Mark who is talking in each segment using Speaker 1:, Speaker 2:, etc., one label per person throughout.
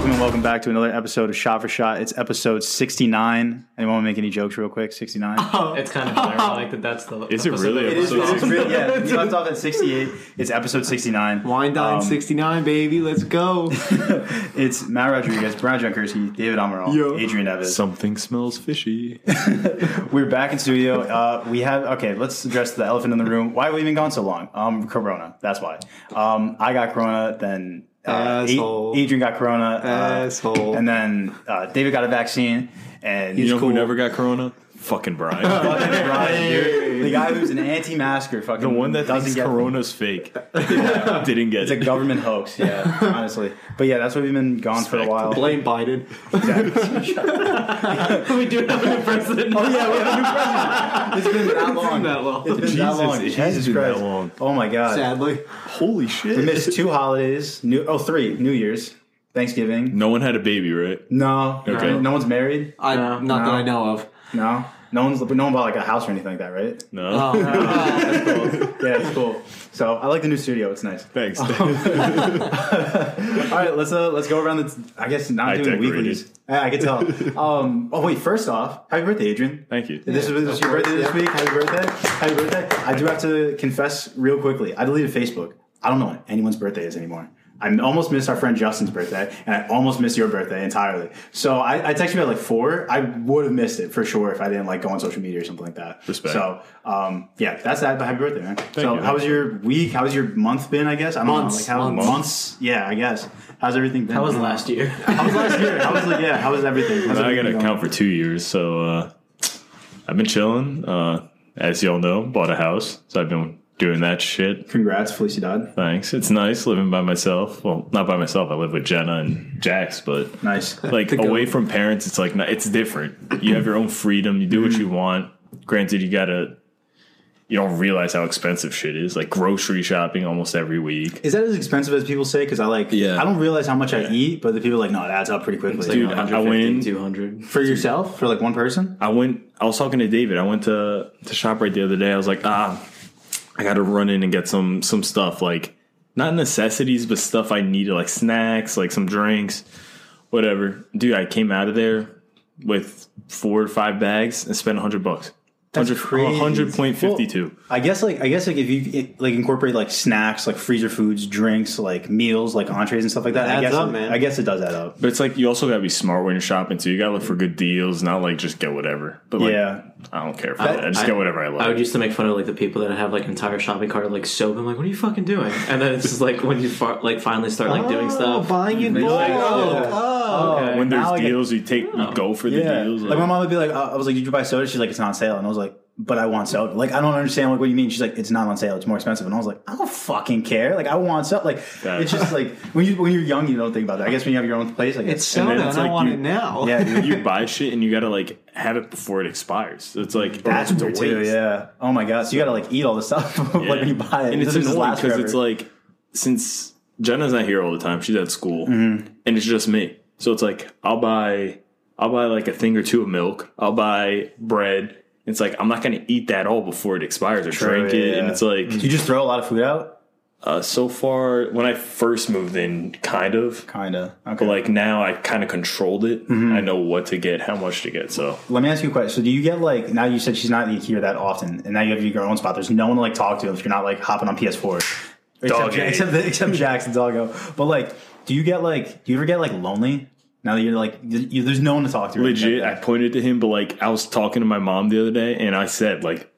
Speaker 1: to another episode of Shot for Shot. It's episode 69. Anyone want to make any jokes real quick? 69?
Speaker 2: Oh,
Speaker 3: It's kind of hilarious. I like that. That's the.
Speaker 4: Is it
Speaker 3: episode
Speaker 4: really?
Speaker 3: that
Speaker 1: It is, it
Speaker 3: we're
Speaker 1: is
Speaker 3: on.
Speaker 1: real. Yeah, we left off at 68. It's episode 69.
Speaker 2: Wine Dine
Speaker 1: Um,
Speaker 2: 69, baby. Let's go.
Speaker 1: It's Matt Rodriguez, Brian Junkersky, David Amaral,
Speaker 2: Yo.
Speaker 1: Adrian Evans.
Speaker 4: Something smells fishy.
Speaker 1: We're back in studio. Uh, we have okay. Let's address the elephant in the room. Why have we been gone so long? Um, Corona. That's why. Um, I got Corona. Then uh,
Speaker 2: Asshole.
Speaker 1: A- Adrian got Corona. uh,
Speaker 2: Asshole.
Speaker 1: and then uh, David got a vaccine. And
Speaker 4: You know
Speaker 2: cool.
Speaker 4: who never got corona? Fucking Brian.
Speaker 1: Fucking Brian, dude. the guy who's an anti-masker, fucking
Speaker 4: the one that
Speaker 1: doesn't
Speaker 4: thinks
Speaker 1: get
Speaker 4: corona's fake. Didn't get
Speaker 1: It's a
Speaker 4: it.
Speaker 1: government hoax. Yeah, honestly. But yeah, that's why we've been gone for a while.
Speaker 2: Blame Biden.
Speaker 3: we do have a new president.
Speaker 1: Oh yeah, we have a new president. It's been that long.
Speaker 2: that long.
Speaker 1: It's been that
Speaker 4: Jesus,
Speaker 1: long.
Speaker 4: it
Speaker 1: Jesus
Speaker 4: has been that
Speaker 1: Christ.
Speaker 4: long.
Speaker 1: Oh my god.
Speaker 2: Sadly.
Speaker 4: Holy
Speaker 1: We
Speaker 4: shit.
Speaker 1: missed two holidays. New oh three. New Year's. Thanksgiving.
Speaker 4: No one had a baby, right?
Speaker 1: No.
Speaker 4: Okay.
Speaker 1: No, one's married.
Speaker 2: I,
Speaker 3: No,
Speaker 2: not
Speaker 1: no.
Speaker 2: that I know of.
Speaker 1: No. No one's no one bought like a house or anything like that, right?
Speaker 4: No.
Speaker 2: Oh,
Speaker 1: Yeah, it's cool. So I like the new studio. It's nice.
Speaker 4: Thanks.
Speaker 1: All right, let's uh, let's go around the. I guess not
Speaker 4: I
Speaker 1: doing
Speaker 4: decorated.
Speaker 1: weeklies. Yeah, I can tell. Um, oh wait, first off, happy birthday, Adrian.
Speaker 4: Thank you.
Speaker 1: This is, this is your birthday this week. Happy birthday. Happy birthday. I do have to confess real quickly. I deleted Facebook. I don't know what anyone's birthday is anymore. I almost missed our friend Justin's birthday, and I almost missed your birthday entirely. So I, I texted you at like four. I would have missed it for sure if I didn't like go on social media or something like that.
Speaker 4: Respect.
Speaker 1: So um, yeah, that's that. But happy birthday, man. so
Speaker 4: you.
Speaker 1: how was your week? How was your month been? I guess I don't
Speaker 2: Months.
Speaker 1: know. Like how
Speaker 2: Months.
Speaker 1: months? Yeah, I guess. How's everything been?
Speaker 3: That was last year.
Speaker 1: How was last year? How was like yeah? How was everything? How's
Speaker 4: I got
Speaker 1: everything
Speaker 4: to
Speaker 1: going?
Speaker 4: account for two years, so uh, I've been chilling. Uh, as y'all know, bought a house, so I've been doing that shit.
Speaker 1: Congrats, Felicidad.
Speaker 4: Thanks. It's nice living by myself. Well, not by myself. I live with Jenna and Jax, but
Speaker 1: Nice.
Speaker 4: like away from parents, it's like no- it's different. You have your own freedom. You do what you want. Granted, you gotta. You don't realize how expensive shit is. Like grocery shopping almost every week.
Speaker 1: Is that as expensive as people say? Because I like,
Speaker 4: Yeah.
Speaker 1: I don't realize how much I eat, but the people are like, no, it adds up pretty quickly.
Speaker 4: Dude, I- I went in-
Speaker 3: 200.
Speaker 1: for yourself, for like one person,
Speaker 4: I went. I was talking to David. I went to to Shoprite the other day. I was like, ah, I got to run in and get some some stuff like not necessities, but stuff I needed, like snacks, like some drinks, whatever. Dude, I came out of there with four or five bags and spent hundred bucks.
Speaker 1: That's crazy.
Speaker 4: Hundred point fifty two.
Speaker 1: I guess like I guess like if you it- like incorporate like snacks, like freezer foods, drinks, like meals, like entrees and stuff like that, I
Speaker 2: adds
Speaker 1: guess
Speaker 2: up,
Speaker 1: it-
Speaker 2: man.
Speaker 1: I guess it does add up.
Speaker 4: But it's like you also gotta be smart when you're shopping too. You gotta look for good deals, not like just get whatever. But like,
Speaker 1: yeah,
Speaker 4: I don't care for that. I just get whatever I
Speaker 3: I
Speaker 4: like.
Speaker 3: would used to make fun of like the people that have like entire shopping cart of, like soap. I'm like, what are you fucking doing? And then it's just like when you far, like finally start like doing stuff.
Speaker 2: buying in bulk.
Speaker 3: like,
Speaker 1: Oh,
Speaker 4: when there's
Speaker 1: now I get-
Speaker 4: deals, you take you go for the
Speaker 1: yeah.
Speaker 4: deals.
Speaker 1: Like, my mom would be like, uh, I was like, did you buy soda? She's like, it's not on sale, and I was like. But I want soda. Like I don't understand. Like what do you mean? She's like, it's not on sale. It's more expensive. And I was like, I don't fucking care. Like I want soda. Like
Speaker 4: Yeah.
Speaker 1: it's just like when you when you're young, you don't think about that. I guess when you have your own place, like
Speaker 2: It's soda, and,
Speaker 4: then it's
Speaker 2: I
Speaker 4: like
Speaker 2: want
Speaker 4: you-
Speaker 2: it now.
Speaker 1: yeah, dude.
Speaker 4: you buy shit and you gotta like have it before it expires. So it's like
Speaker 1: That's
Speaker 4: or it's a
Speaker 1: weird too.
Speaker 4: waste.
Speaker 1: Yeah. Oh my god. So you got to like eat all the stuff like when you buy it,
Speaker 4: and
Speaker 1: It
Speaker 4: it's
Speaker 1: doesn't just
Speaker 4: annoying
Speaker 1: last
Speaker 4: because
Speaker 1: forever.
Speaker 4: it's like since Jenna's not here all the time, she's at school,
Speaker 1: Mm-hmm.
Speaker 4: and it's just me. So it's like I'll buy I'll buy like a thing or two of milk. I'll buy bread. It's like I'm not gonna eat that all before it expires or drink it.
Speaker 1: yeah.
Speaker 4: And it's like
Speaker 1: Do you just throw a lot of food out.
Speaker 4: uh, so far when I first moved in, kind of.
Speaker 1: Kinda. Okay.
Speaker 4: But like now, I kind of controlled it.
Speaker 1: Mm-hmm.
Speaker 4: I know what to get, how much to get. So
Speaker 1: Let me ask you a question. So do you get like now you said she's not here that often, and now you have your own spot. There's no one to like talk to if you're not like hopping on PS4. Except,
Speaker 4: Doggy.
Speaker 1: except, except Jackson Doggo. But like, do you get like do you ever get like lonely now that you're like you, there's no one to talk to? or anything
Speaker 4: legit
Speaker 1: like
Speaker 4: i
Speaker 1: that?
Speaker 4: pointed to him but like i was talking to my mom the other day and i said like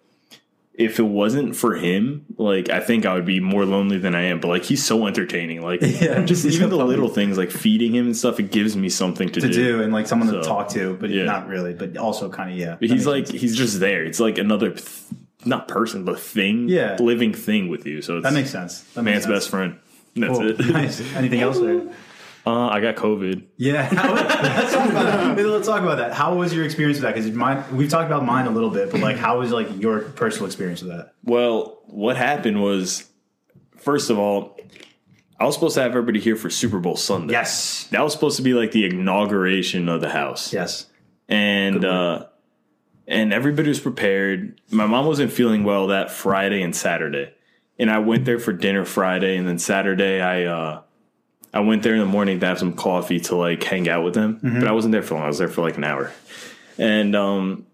Speaker 4: if it wasn't for him like i think i would be more lonely than i am but like he's so entertaining like
Speaker 1: Yeah.
Speaker 4: just
Speaker 1: He's
Speaker 4: even
Speaker 1: so
Speaker 4: the
Speaker 1: funny.
Speaker 4: little things like feeding him and stuff it gives me something to,
Speaker 1: to
Speaker 4: do,
Speaker 1: do and like someone to
Speaker 4: So,
Speaker 1: talk to, but
Speaker 4: yeah.
Speaker 1: not really, but also kind of yeah.
Speaker 4: But he's like he's just there it's like another th- not person but thing
Speaker 1: Yeah.
Speaker 4: living thing with you so it's
Speaker 1: that makes sense. That makes
Speaker 4: man's
Speaker 1: sense.
Speaker 4: best friend that's
Speaker 1: Cool.
Speaker 4: it
Speaker 1: nice. Anything else there?
Speaker 4: uh, i got covid
Speaker 1: Yeah, let's, talk about that. let's talk about that. How was your experience with that? Because mine, we've talked about mine a little bit, but like, how was like your personal experience with that?
Speaker 4: Well, what happened was, first of all, I was supposed to have everybody here for Super Bowl Sunday.
Speaker 1: Yes.
Speaker 4: That was supposed to be like the inauguration of the house.
Speaker 1: Yes.
Speaker 4: And uh and everybody was prepared. My mom wasn't feeling well that Friday and Saturday. And I went there for dinner Friday and then Saturday I uh I went there in the morning to have some coffee to like hang out with them, but I wasn't there for long. I was there for like an hour, and um,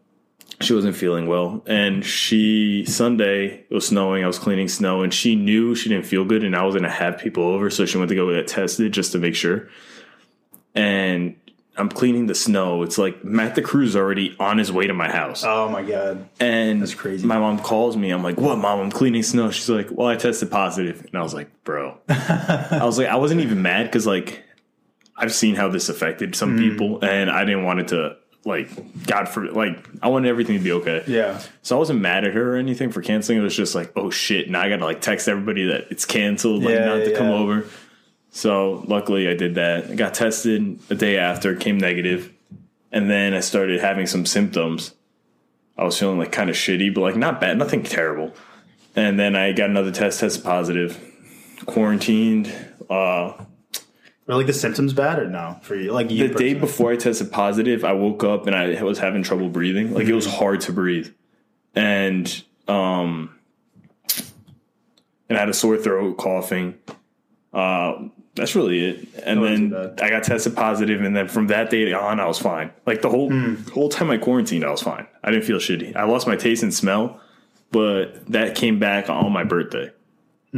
Speaker 4: she wasn't feeling well. And she Sunday it was snowing. I was cleaning snow, and she knew she didn't feel good, and I was gonna have people over, so she went to go get tested just to make sure. And I'm cleaning the snow. It's like Matt the Crew's already on his way to my house.
Speaker 1: Oh my god.
Speaker 4: And
Speaker 1: That's crazy.
Speaker 4: My mom calls me. I'm like, "What, mom? I'm cleaning snow." She's like, "Well, I tested positive," and I was like, "Bro," I was like, I wasn't even mad because like I've seen how this affected
Speaker 1: Hmm.
Speaker 4: some people, and I didn't want it to like God forbid, like I wanted everything to be okay.
Speaker 1: Yeah.
Speaker 4: So I wasn't mad at her or anything for canceling. It was just like, oh shit, now I gotta like text everybody that it's canceled, like
Speaker 1: Yeah,
Speaker 4: not to come
Speaker 1: yeah.
Speaker 4: over. So luckily I did that. I got tested a day after, came negative, and then I started having some symptoms. I was feeling like kind of shitty, but like not bad, nothing terrible. And then I got another test, tested positive, quarantined. Uh,
Speaker 1: Were like the symptoms bad or no for you? Like you
Speaker 4: the day before I tested positive, I woke up and I was having trouble breathing. Like it was hard to breathe, and um, and I had a sore throat, coughing. Uh, that's really it. And
Speaker 1: wasn't
Speaker 4: then I got tested positive, and then from that day on, I was fine. Like the whole whole time I quarantined, I was fine. I didn't feel shitty. I lost my taste and smell, but that came back on my birthday,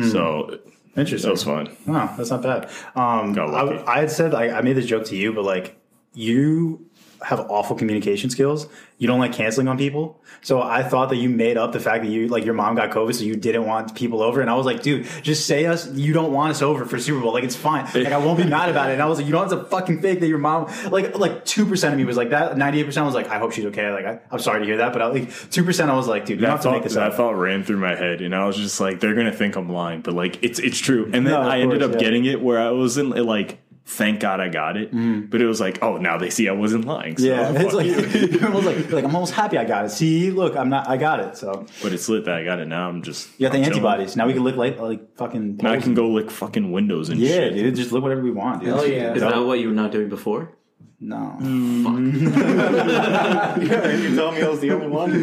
Speaker 4: so that
Speaker 1: Interesting.
Speaker 4: was fun.
Speaker 1: No, that's not bad. Um,
Speaker 4: Got lucky.
Speaker 1: I, I had said I, I made this joke to you, but like you have awful communication skills. You don't like canceling on people. So I thought that you made up the fact that you like your mom got COVID, so you didn't want people over. And I was like, dude, just say us you don't want us over for Super Bowl. Like it's fine. Like I won't be mad about it. And I was like, you don't have to fucking fake that your mom. Like like two percent of me was like that. Ninety eight percent was like, I hope she's okay. Like I, I'm sorry to hear that, but I, like two percent, I was like, dude, you don't
Speaker 4: that
Speaker 1: have to
Speaker 4: thought,
Speaker 1: make this
Speaker 4: that
Speaker 1: up.
Speaker 4: thought ran through my head, and I was just like, "They're gonna think I'm lying," but like, it's it's true. And then
Speaker 1: No, of
Speaker 4: I ended
Speaker 1: course,
Speaker 4: up
Speaker 1: yeah.
Speaker 4: getting it where I wasn't like, "Thank God I got it," but it was like, "Oh, now they see I wasn't lying."
Speaker 1: Mm.
Speaker 4: So
Speaker 1: Yeah,
Speaker 4: fuck
Speaker 1: it's like,
Speaker 4: you.
Speaker 1: you're almost like, like I'm almost happy I got it. See, look, I'm not, I got it. So
Speaker 4: but it's lit that I got it now. I'm just
Speaker 1: You got the
Speaker 4: I'm chilling.
Speaker 1: antibodies. Now we can look like like fucking.
Speaker 4: Now I can go lick fucking windows and
Speaker 1: yeah,
Speaker 4: shit.
Speaker 1: dude. Just look whatever we want. Dude.
Speaker 2: Hell yeah.
Speaker 3: Is that what you were not doing before?
Speaker 4: Mm.
Speaker 1: No.
Speaker 2: you tell me I was the only one.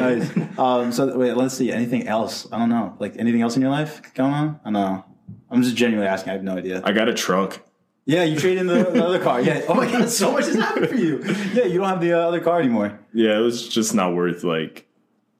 Speaker 1: Nice. Um, so wait, let's see. Anything else? I don't know. Like anything else in your life going on? I don't know. I'm just genuinely asking. I have no idea.
Speaker 4: I got a truck.
Speaker 1: Yeah, you traded in the, the other car. Yeah. Oh my god, so much has happened for you. Yeah, you don't have the uh, other car anymore.
Speaker 4: Yeah, it was just not worth like,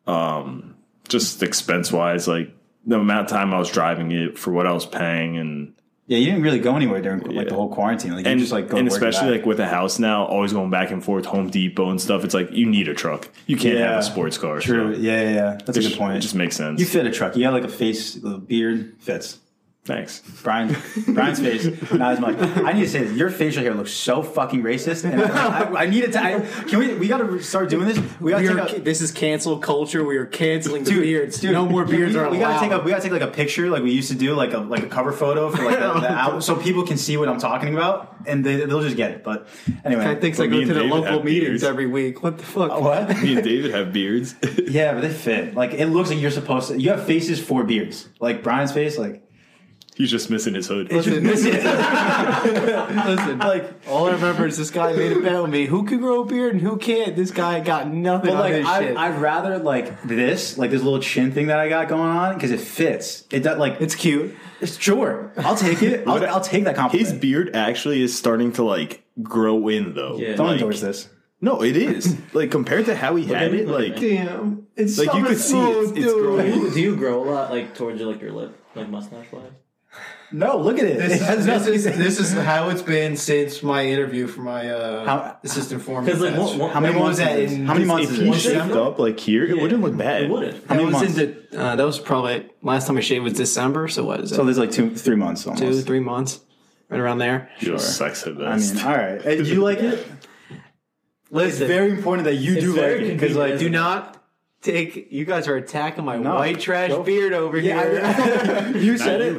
Speaker 4: um, just expense wise, like the amount of time I was driving it for what I was paying and.
Speaker 1: Yeah, you didn't really go anywhere during like the whole quarantine. Like you
Speaker 4: and
Speaker 1: just like go
Speaker 4: and
Speaker 1: work it
Speaker 4: especially
Speaker 1: out.
Speaker 4: like with a house now, always going back and forth, Home Depot and stuff. It's like you need a truck. You can't have
Speaker 1: Yeah.
Speaker 4: a sports car.
Speaker 1: true.
Speaker 4: So
Speaker 1: Yeah, yeah, yeah. That's a
Speaker 4: it
Speaker 1: good point.
Speaker 4: It just makes sense.
Speaker 1: you fit a truck. You got like a face, a beard fits.
Speaker 4: Thanks.
Speaker 1: Brian, Brian's face, not as much. I need to say this. Your facial hair looks so fucking racist, and I, I, I need it to. I, can we? We got to start doing this. We got to
Speaker 2: We
Speaker 1: take
Speaker 2: are,
Speaker 1: a
Speaker 2: this is cancel culture. We are canceling the beards.
Speaker 1: dude,
Speaker 2: no more
Speaker 1: we-
Speaker 2: beards
Speaker 1: We,
Speaker 2: are
Speaker 1: we
Speaker 2: allowed.
Speaker 1: gotta take a we gotta take like a picture, like we used to do, like a like a cover photo for like the, the album, so people can see what I'm talking about, and they, they'll just get it. But anyway,
Speaker 2: I think
Speaker 4: But
Speaker 2: I
Speaker 4: me
Speaker 2: go
Speaker 4: and
Speaker 2: to the
Speaker 4: David
Speaker 2: local
Speaker 4: have
Speaker 2: meetings
Speaker 4: beards.
Speaker 2: every week. What the fuck?
Speaker 1: what?
Speaker 4: Me and David have beards.
Speaker 1: yeah, but they fit. Like it looks like you're supposed to. You have faces for beards, like Brian's face, like.
Speaker 4: He's just missing his hood.
Speaker 2: Listen,
Speaker 1: Listen, like
Speaker 2: All I remember is this guy made a bet with me. Who can grow a beard and who can't? This guy got nothing
Speaker 1: But
Speaker 2: on
Speaker 1: like
Speaker 2: this
Speaker 1: I,
Speaker 2: shit.
Speaker 1: I'd rather like this, like this little chin thing that I got going on, because it fits. It does like
Speaker 2: it's cute.
Speaker 1: it's sure. I'll take it. I'll, I'll take that compliment.
Speaker 4: His beard actually is starting to like grow in though.
Speaker 3: Yeah.
Speaker 1: Don't
Speaker 4: Like-
Speaker 1: endorse this.
Speaker 4: No, it is. like compared to how he had it,
Speaker 3: look at
Speaker 4: like
Speaker 3: me.
Speaker 2: Damn. It's
Speaker 4: Like, you
Speaker 2: so
Speaker 4: could see it's-
Speaker 2: smooth,
Speaker 4: it's
Speaker 2: dude.
Speaker 4: growing.
Speaker 3: Do you grow a lot, like towards your like your lip, like mustache wise?
Speaker 1: No, look at it.
Speaker 2: This
Speaker 1: It has
Speaker 2: is, this,
Speaker 1: nothing-
Speaker 2: is, this is how it's been since my interview for my uh,
Speaker 1: How-
Speaker 2: assistant foreman.
Speaker 3: Because like what,
Speaker 2: patch.
Speaker 3: what,
Speaker 1: how many
Speaker 2: When
Speaker 1: months
Speaker 2: was that
Speaker 1: is this?
Speaker 2: in-
Speaker 1: How many
Speaker 2: if
Speaker 1: months is
Speaker 4: he
Speaker 1: this?
Speaker 4: shaved up like here, it wouldn't look bad.
Speaker 3: It wouldn't.
Speaker 1: How many
Speaker 2: that was
Speaker 1: months?
Speaker 2: in the, uh, that was probably last time I shaved was December. So what is it?
Speaker 1: So there's like two, three months almost.
Speaker 2: two, three months, right around there.
Speaker 4: You're a sex at
Speaker 1: I
Speaker 4: best.
Speaker 1: mean, all right. And you like it? It's
Speaker 3: Listen,
Speaker 1: very important that you do
Speaker 3: very
Speaker 1: like it because like
Speaker 3: convenient.
Speaker 2: Do not take. You guys are attacking my
Speaker 1: No.
Speaker 2: white trash
Speaker 1: Go-
Speaker 2: beard over here.
Speaker 1: Yeah, I- you
Speaker 4: Not
Speaker 1: said
Speaker 4: you
Speaker 1: it,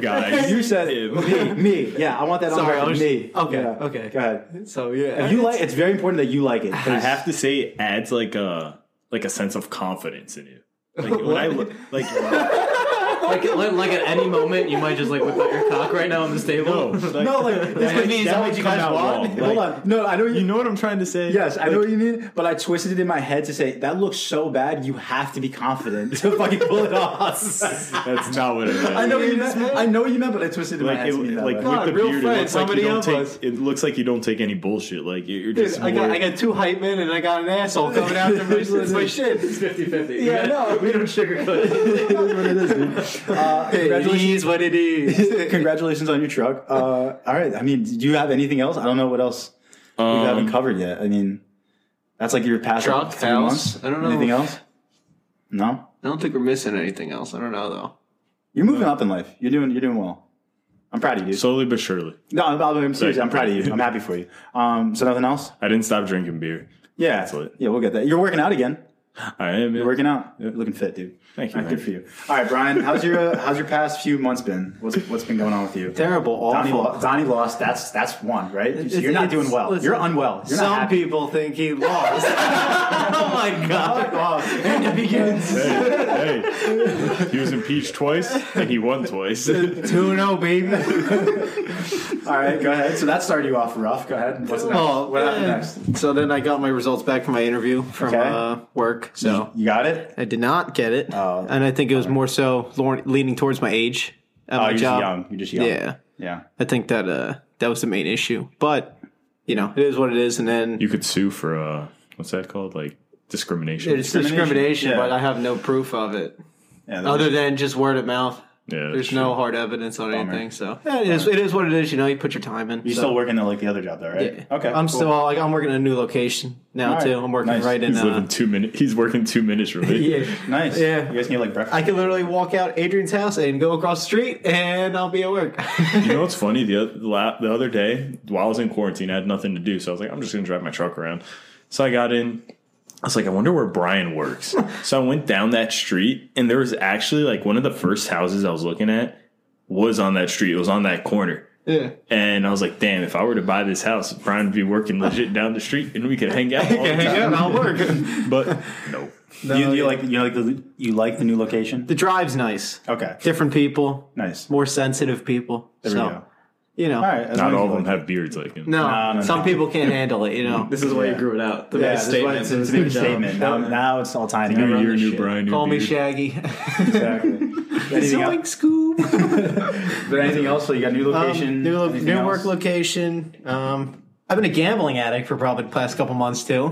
Speaker 4: guys.
Speaker 1: You said
Speaker 4: Him.
Speaker 1: it. Me, me. Yeah, I want that
Speaker 2: Sorry, I
Speaker 1: on record.
Speaker 2: was-
Speaker 1: me.
Speaker 2: okay,
Speaker 1: Yeah.
Speaker 2: okay.
Speaker 1: Go ahead.
Speaker 2: so yeah,
Speaker 1: If you like, it's very important that you like it.
Speaker 4: I have to say, it adds like a like a sense of confidence in you. Like when I look, like
Speaker 3: like, like, like at any moment, you might just like whip out your cock right now on this table.
Speaker 1: no, like this
Speaker 2: I mean, is that what
Speaker 1: might
Speaker 2: you
Speaker 1: come
Speaker 2: guys
Speaker 1: out
Speaker 2: want?
Speaker 1: wrong. Hold on. No, I know you.
Speaker 4: you know what I'm trying to say?
Speaker 1: Yes, I know what you mean, but I twisted it in my head to say that looks so bad. You have to be confident to fucking pull it off.
Speaker 4: That's not what it meant.
Speaker 1: I know what you meant. I know what you meant, but I twisted it in my
Speaker 4: Like,
Speaker 1: head.
Speaker 4: it,
Speaker 1: to mean that
Speaker 4: like
Speaker 1: way.
Speaker 4: with
Speaker 2: Nah,
Speaker 4: the
Speaker 2: real
Speaker 4: beard,
Speaker 2: friend,
Speaker 4: it looks like
Speaker 2: somebody
Speaker 4: you don't
Speaker 2: help us.
Speaker 4: take. It looks like you don't take any bullshit. Like you- you're just.
Speaker 2: I got,
Speaker 4: more-
Speaker 2: I got two hype men and I got an asshole coming after me. It's my shit.
Speaker 3: It's 50 50.
Speaker 2: Yeah, no.
Speaker 3: We don't sugarcoat it. Uh,
Speaker 2: It
Speaker 1: Congratulations.
Speaker 2: is what it is.
Speaker 1: Congratulations on your truck. Uh, all right. I mean, do you have anything else? I don't know what else we haven't covered yet. I mean, that's like your past like,
Speaker 2: Um, Truck,
Speaker 1: three
Speaker 2: house.
Speaker 1: months.
Speaker 2: I don't know.
Speaker 1: Anything else? No.
Speaker 2: I don't think we're missing anything else. I don't know though.
Speaker 1: You're moving up in life. You're doing. You're doing well. I'm proud of you. So,
Speaker 4: slowly but surely.
Speaker 1: no, I'm, I'm serious. I'm proud of you. I'm happy for you. Um, so nothing else?
Speaker 4: I didn't stop drinking beer.
Speaker 1: Yeah.
Speaker 4: Excellent.
Speaker 1: Yeah, we'll get that. You're working out again.
Speaker 4: I am. yeah.
Speaker 1: You're working out. You're looking fit, dude.
Speaker 4: Thank you,
Speaker 1: All right, Good
Speaker 4: man.
Speaker 1: for you. All right, Brian. How's your uh, How's your past few months been? What's What's been going on with you?
Speaker 2: Terrible,
Speaker 1: Donnie,
Speaker 2: awful.
Speaker 1: lo- Donnie lost. That's that's one, right?
Speaker 3: It's-
Speaker 1: You're not
Speaker 3: it's-
Speaker 1: doing well.
Speaker 3: listen.
Speaker 1: You're unwell. You're not
Speaker 2: Some
Speaker 1: happy.
Speaker 2: people think he lost. oh my god. And it begins.
Speaker 4: Hey, hey. he was impeached twice and he won twice.
Speaker 2: 2 0, oh, baby.
Speaker 1: All right, go ahead. So that started you off rough. Go ahead. What's next?
Speaker 2: Oh,
Speaker 1: what happened
Speaker 2: yeah.
Speaker 1: next?
Speaker 2: So then I got my results back from my interview from
Speaker 1: Okay.
Speaker 2: uh, work. So
Speaker 1: You got it.
Speaker 2: I did not get it.
Speaker 1: Oh.
Speaker 2: and I think it was more so lor- leaning towards my age at
Speaker 1: Oh,
Speaker 2: my
Speaker 1: you're
Speaker 2: job.
Speaker 1: just young. You're just young.
Speaker 2: Yeah.
Speaker 1: Yeah.
Speaker 2: I think that uh, that was the main issue. But, you know, it is what it is. And then
Speaker 4: You could sue for uh, what's that called? Like discrimination.
Speaker 2: it's discrimination,
Speaker 1: discrimination, yeah.
Speaker 2: but I have no proof of it
Speaker 1: Yeah, that
Speaker 2: other
Speaker 1: was-
Speaker 2: than just word of mouth.
Speaker 4: yeah,
Speaker 2: There's
Speaker 4: sure.
Speaker 2: no hard evidence on anything. So yeah, it is, it is what it is. You know, you put your time in.
Speaker 1: you're still working at like the other job though, right? Okay.
Speaker 2: I'm
Speaker 1: cool.
Speaker 2: still like I'm working in a new location now
Speaker 1: All right.
Speaker 2: too. I'm working
Speaker 1: Nice.
Speaker 2: right in.
Speaker 4: He's
Speaker 2: Uh,
Speaker 4: living two minutes. He's working two minutes from me.
Speaker 2: yeah.
Speaker 1: nice.
Speaker 2: Yeah.
Speaker 1: You guys need like breakfast.
Speaker 2: I can literally walk out Adrian's house and go across the street, and I'll be at work.
Speaker 4: You know what's funny? The oth- la- the other day, while I was in quarantine, I had nothing to do, so I was like, I'm just gonna drive my truck around. So I got in. I was like, I wonder where Brian works. so I went down that street, and there was actually like one of the first houses I was looking at was on that street. It was on that corner.
Speaker 2: yeah.
Speaker 4: And I was like, damn, if I were to buy this house, Brian would be working legit down the street and we could hang out. All the
Speaker 2: Hang
Speaker 4: time.
Speaker 2: out, I'll work.
Speaker 4: But no.
Speaker 1: you, you like you like the you like the new location?
Speaker 2: the drive's nice.
Speaker 1: Okay.
Speaker 2: Different people,
Speaker 1: Nice.
Speaker 2: more sensitive people.
Speaker 1: There
Speaker 2: so
Speaker 1: we go.
Speaker 2: you know,
Speaker 1: All right. as long
Speaker 4: Not
Speaker 1: as
Speaker 4: all
Speaker 1: you
Speaker 4: of them
Speaker 1: like-
Speaker 4: have beards like him.
Speaker 2: no,
Speaker 1: No, no,
Speaker 2: some
Speaker 1: no.
Speaker 2: people can't handle it. You know,
Speaker 3: This is why you
Speaker 1: Yeah.
Speaker 3: grew it out. The
Speaker 2: Yeah,
Speaker 3: yeah,
Speaker 2: this is
Speaker 3: statement.
Speaker 1: It's, it's a new
Speaker 3: Good job.
Speaker 1: statement. Now, now it's all tying
Speaker 4: New
Speaker 1: together.
Speaker 4: year,
Speaker 3: this
Speaker 4: new
Speaker 3: shit.
Speaker 4: Brian, new
Speaker 2: call me
Speaker 4: beard.
Speaker 2: Shaggy.
Speaker 1: Exactly. anything,
Speaker 2: Zoink
Speaker 1: else?
Speaker 2: Scoop.
Speaker 1: Is there anything else? So you got new location,
Speaker 2: Um, new lo-
Speaker 1: anything
Speaker 2: new
Speaker 1: else?
Speaker 2: work location. Um, I've been a gambling addict for probably the past couple months too.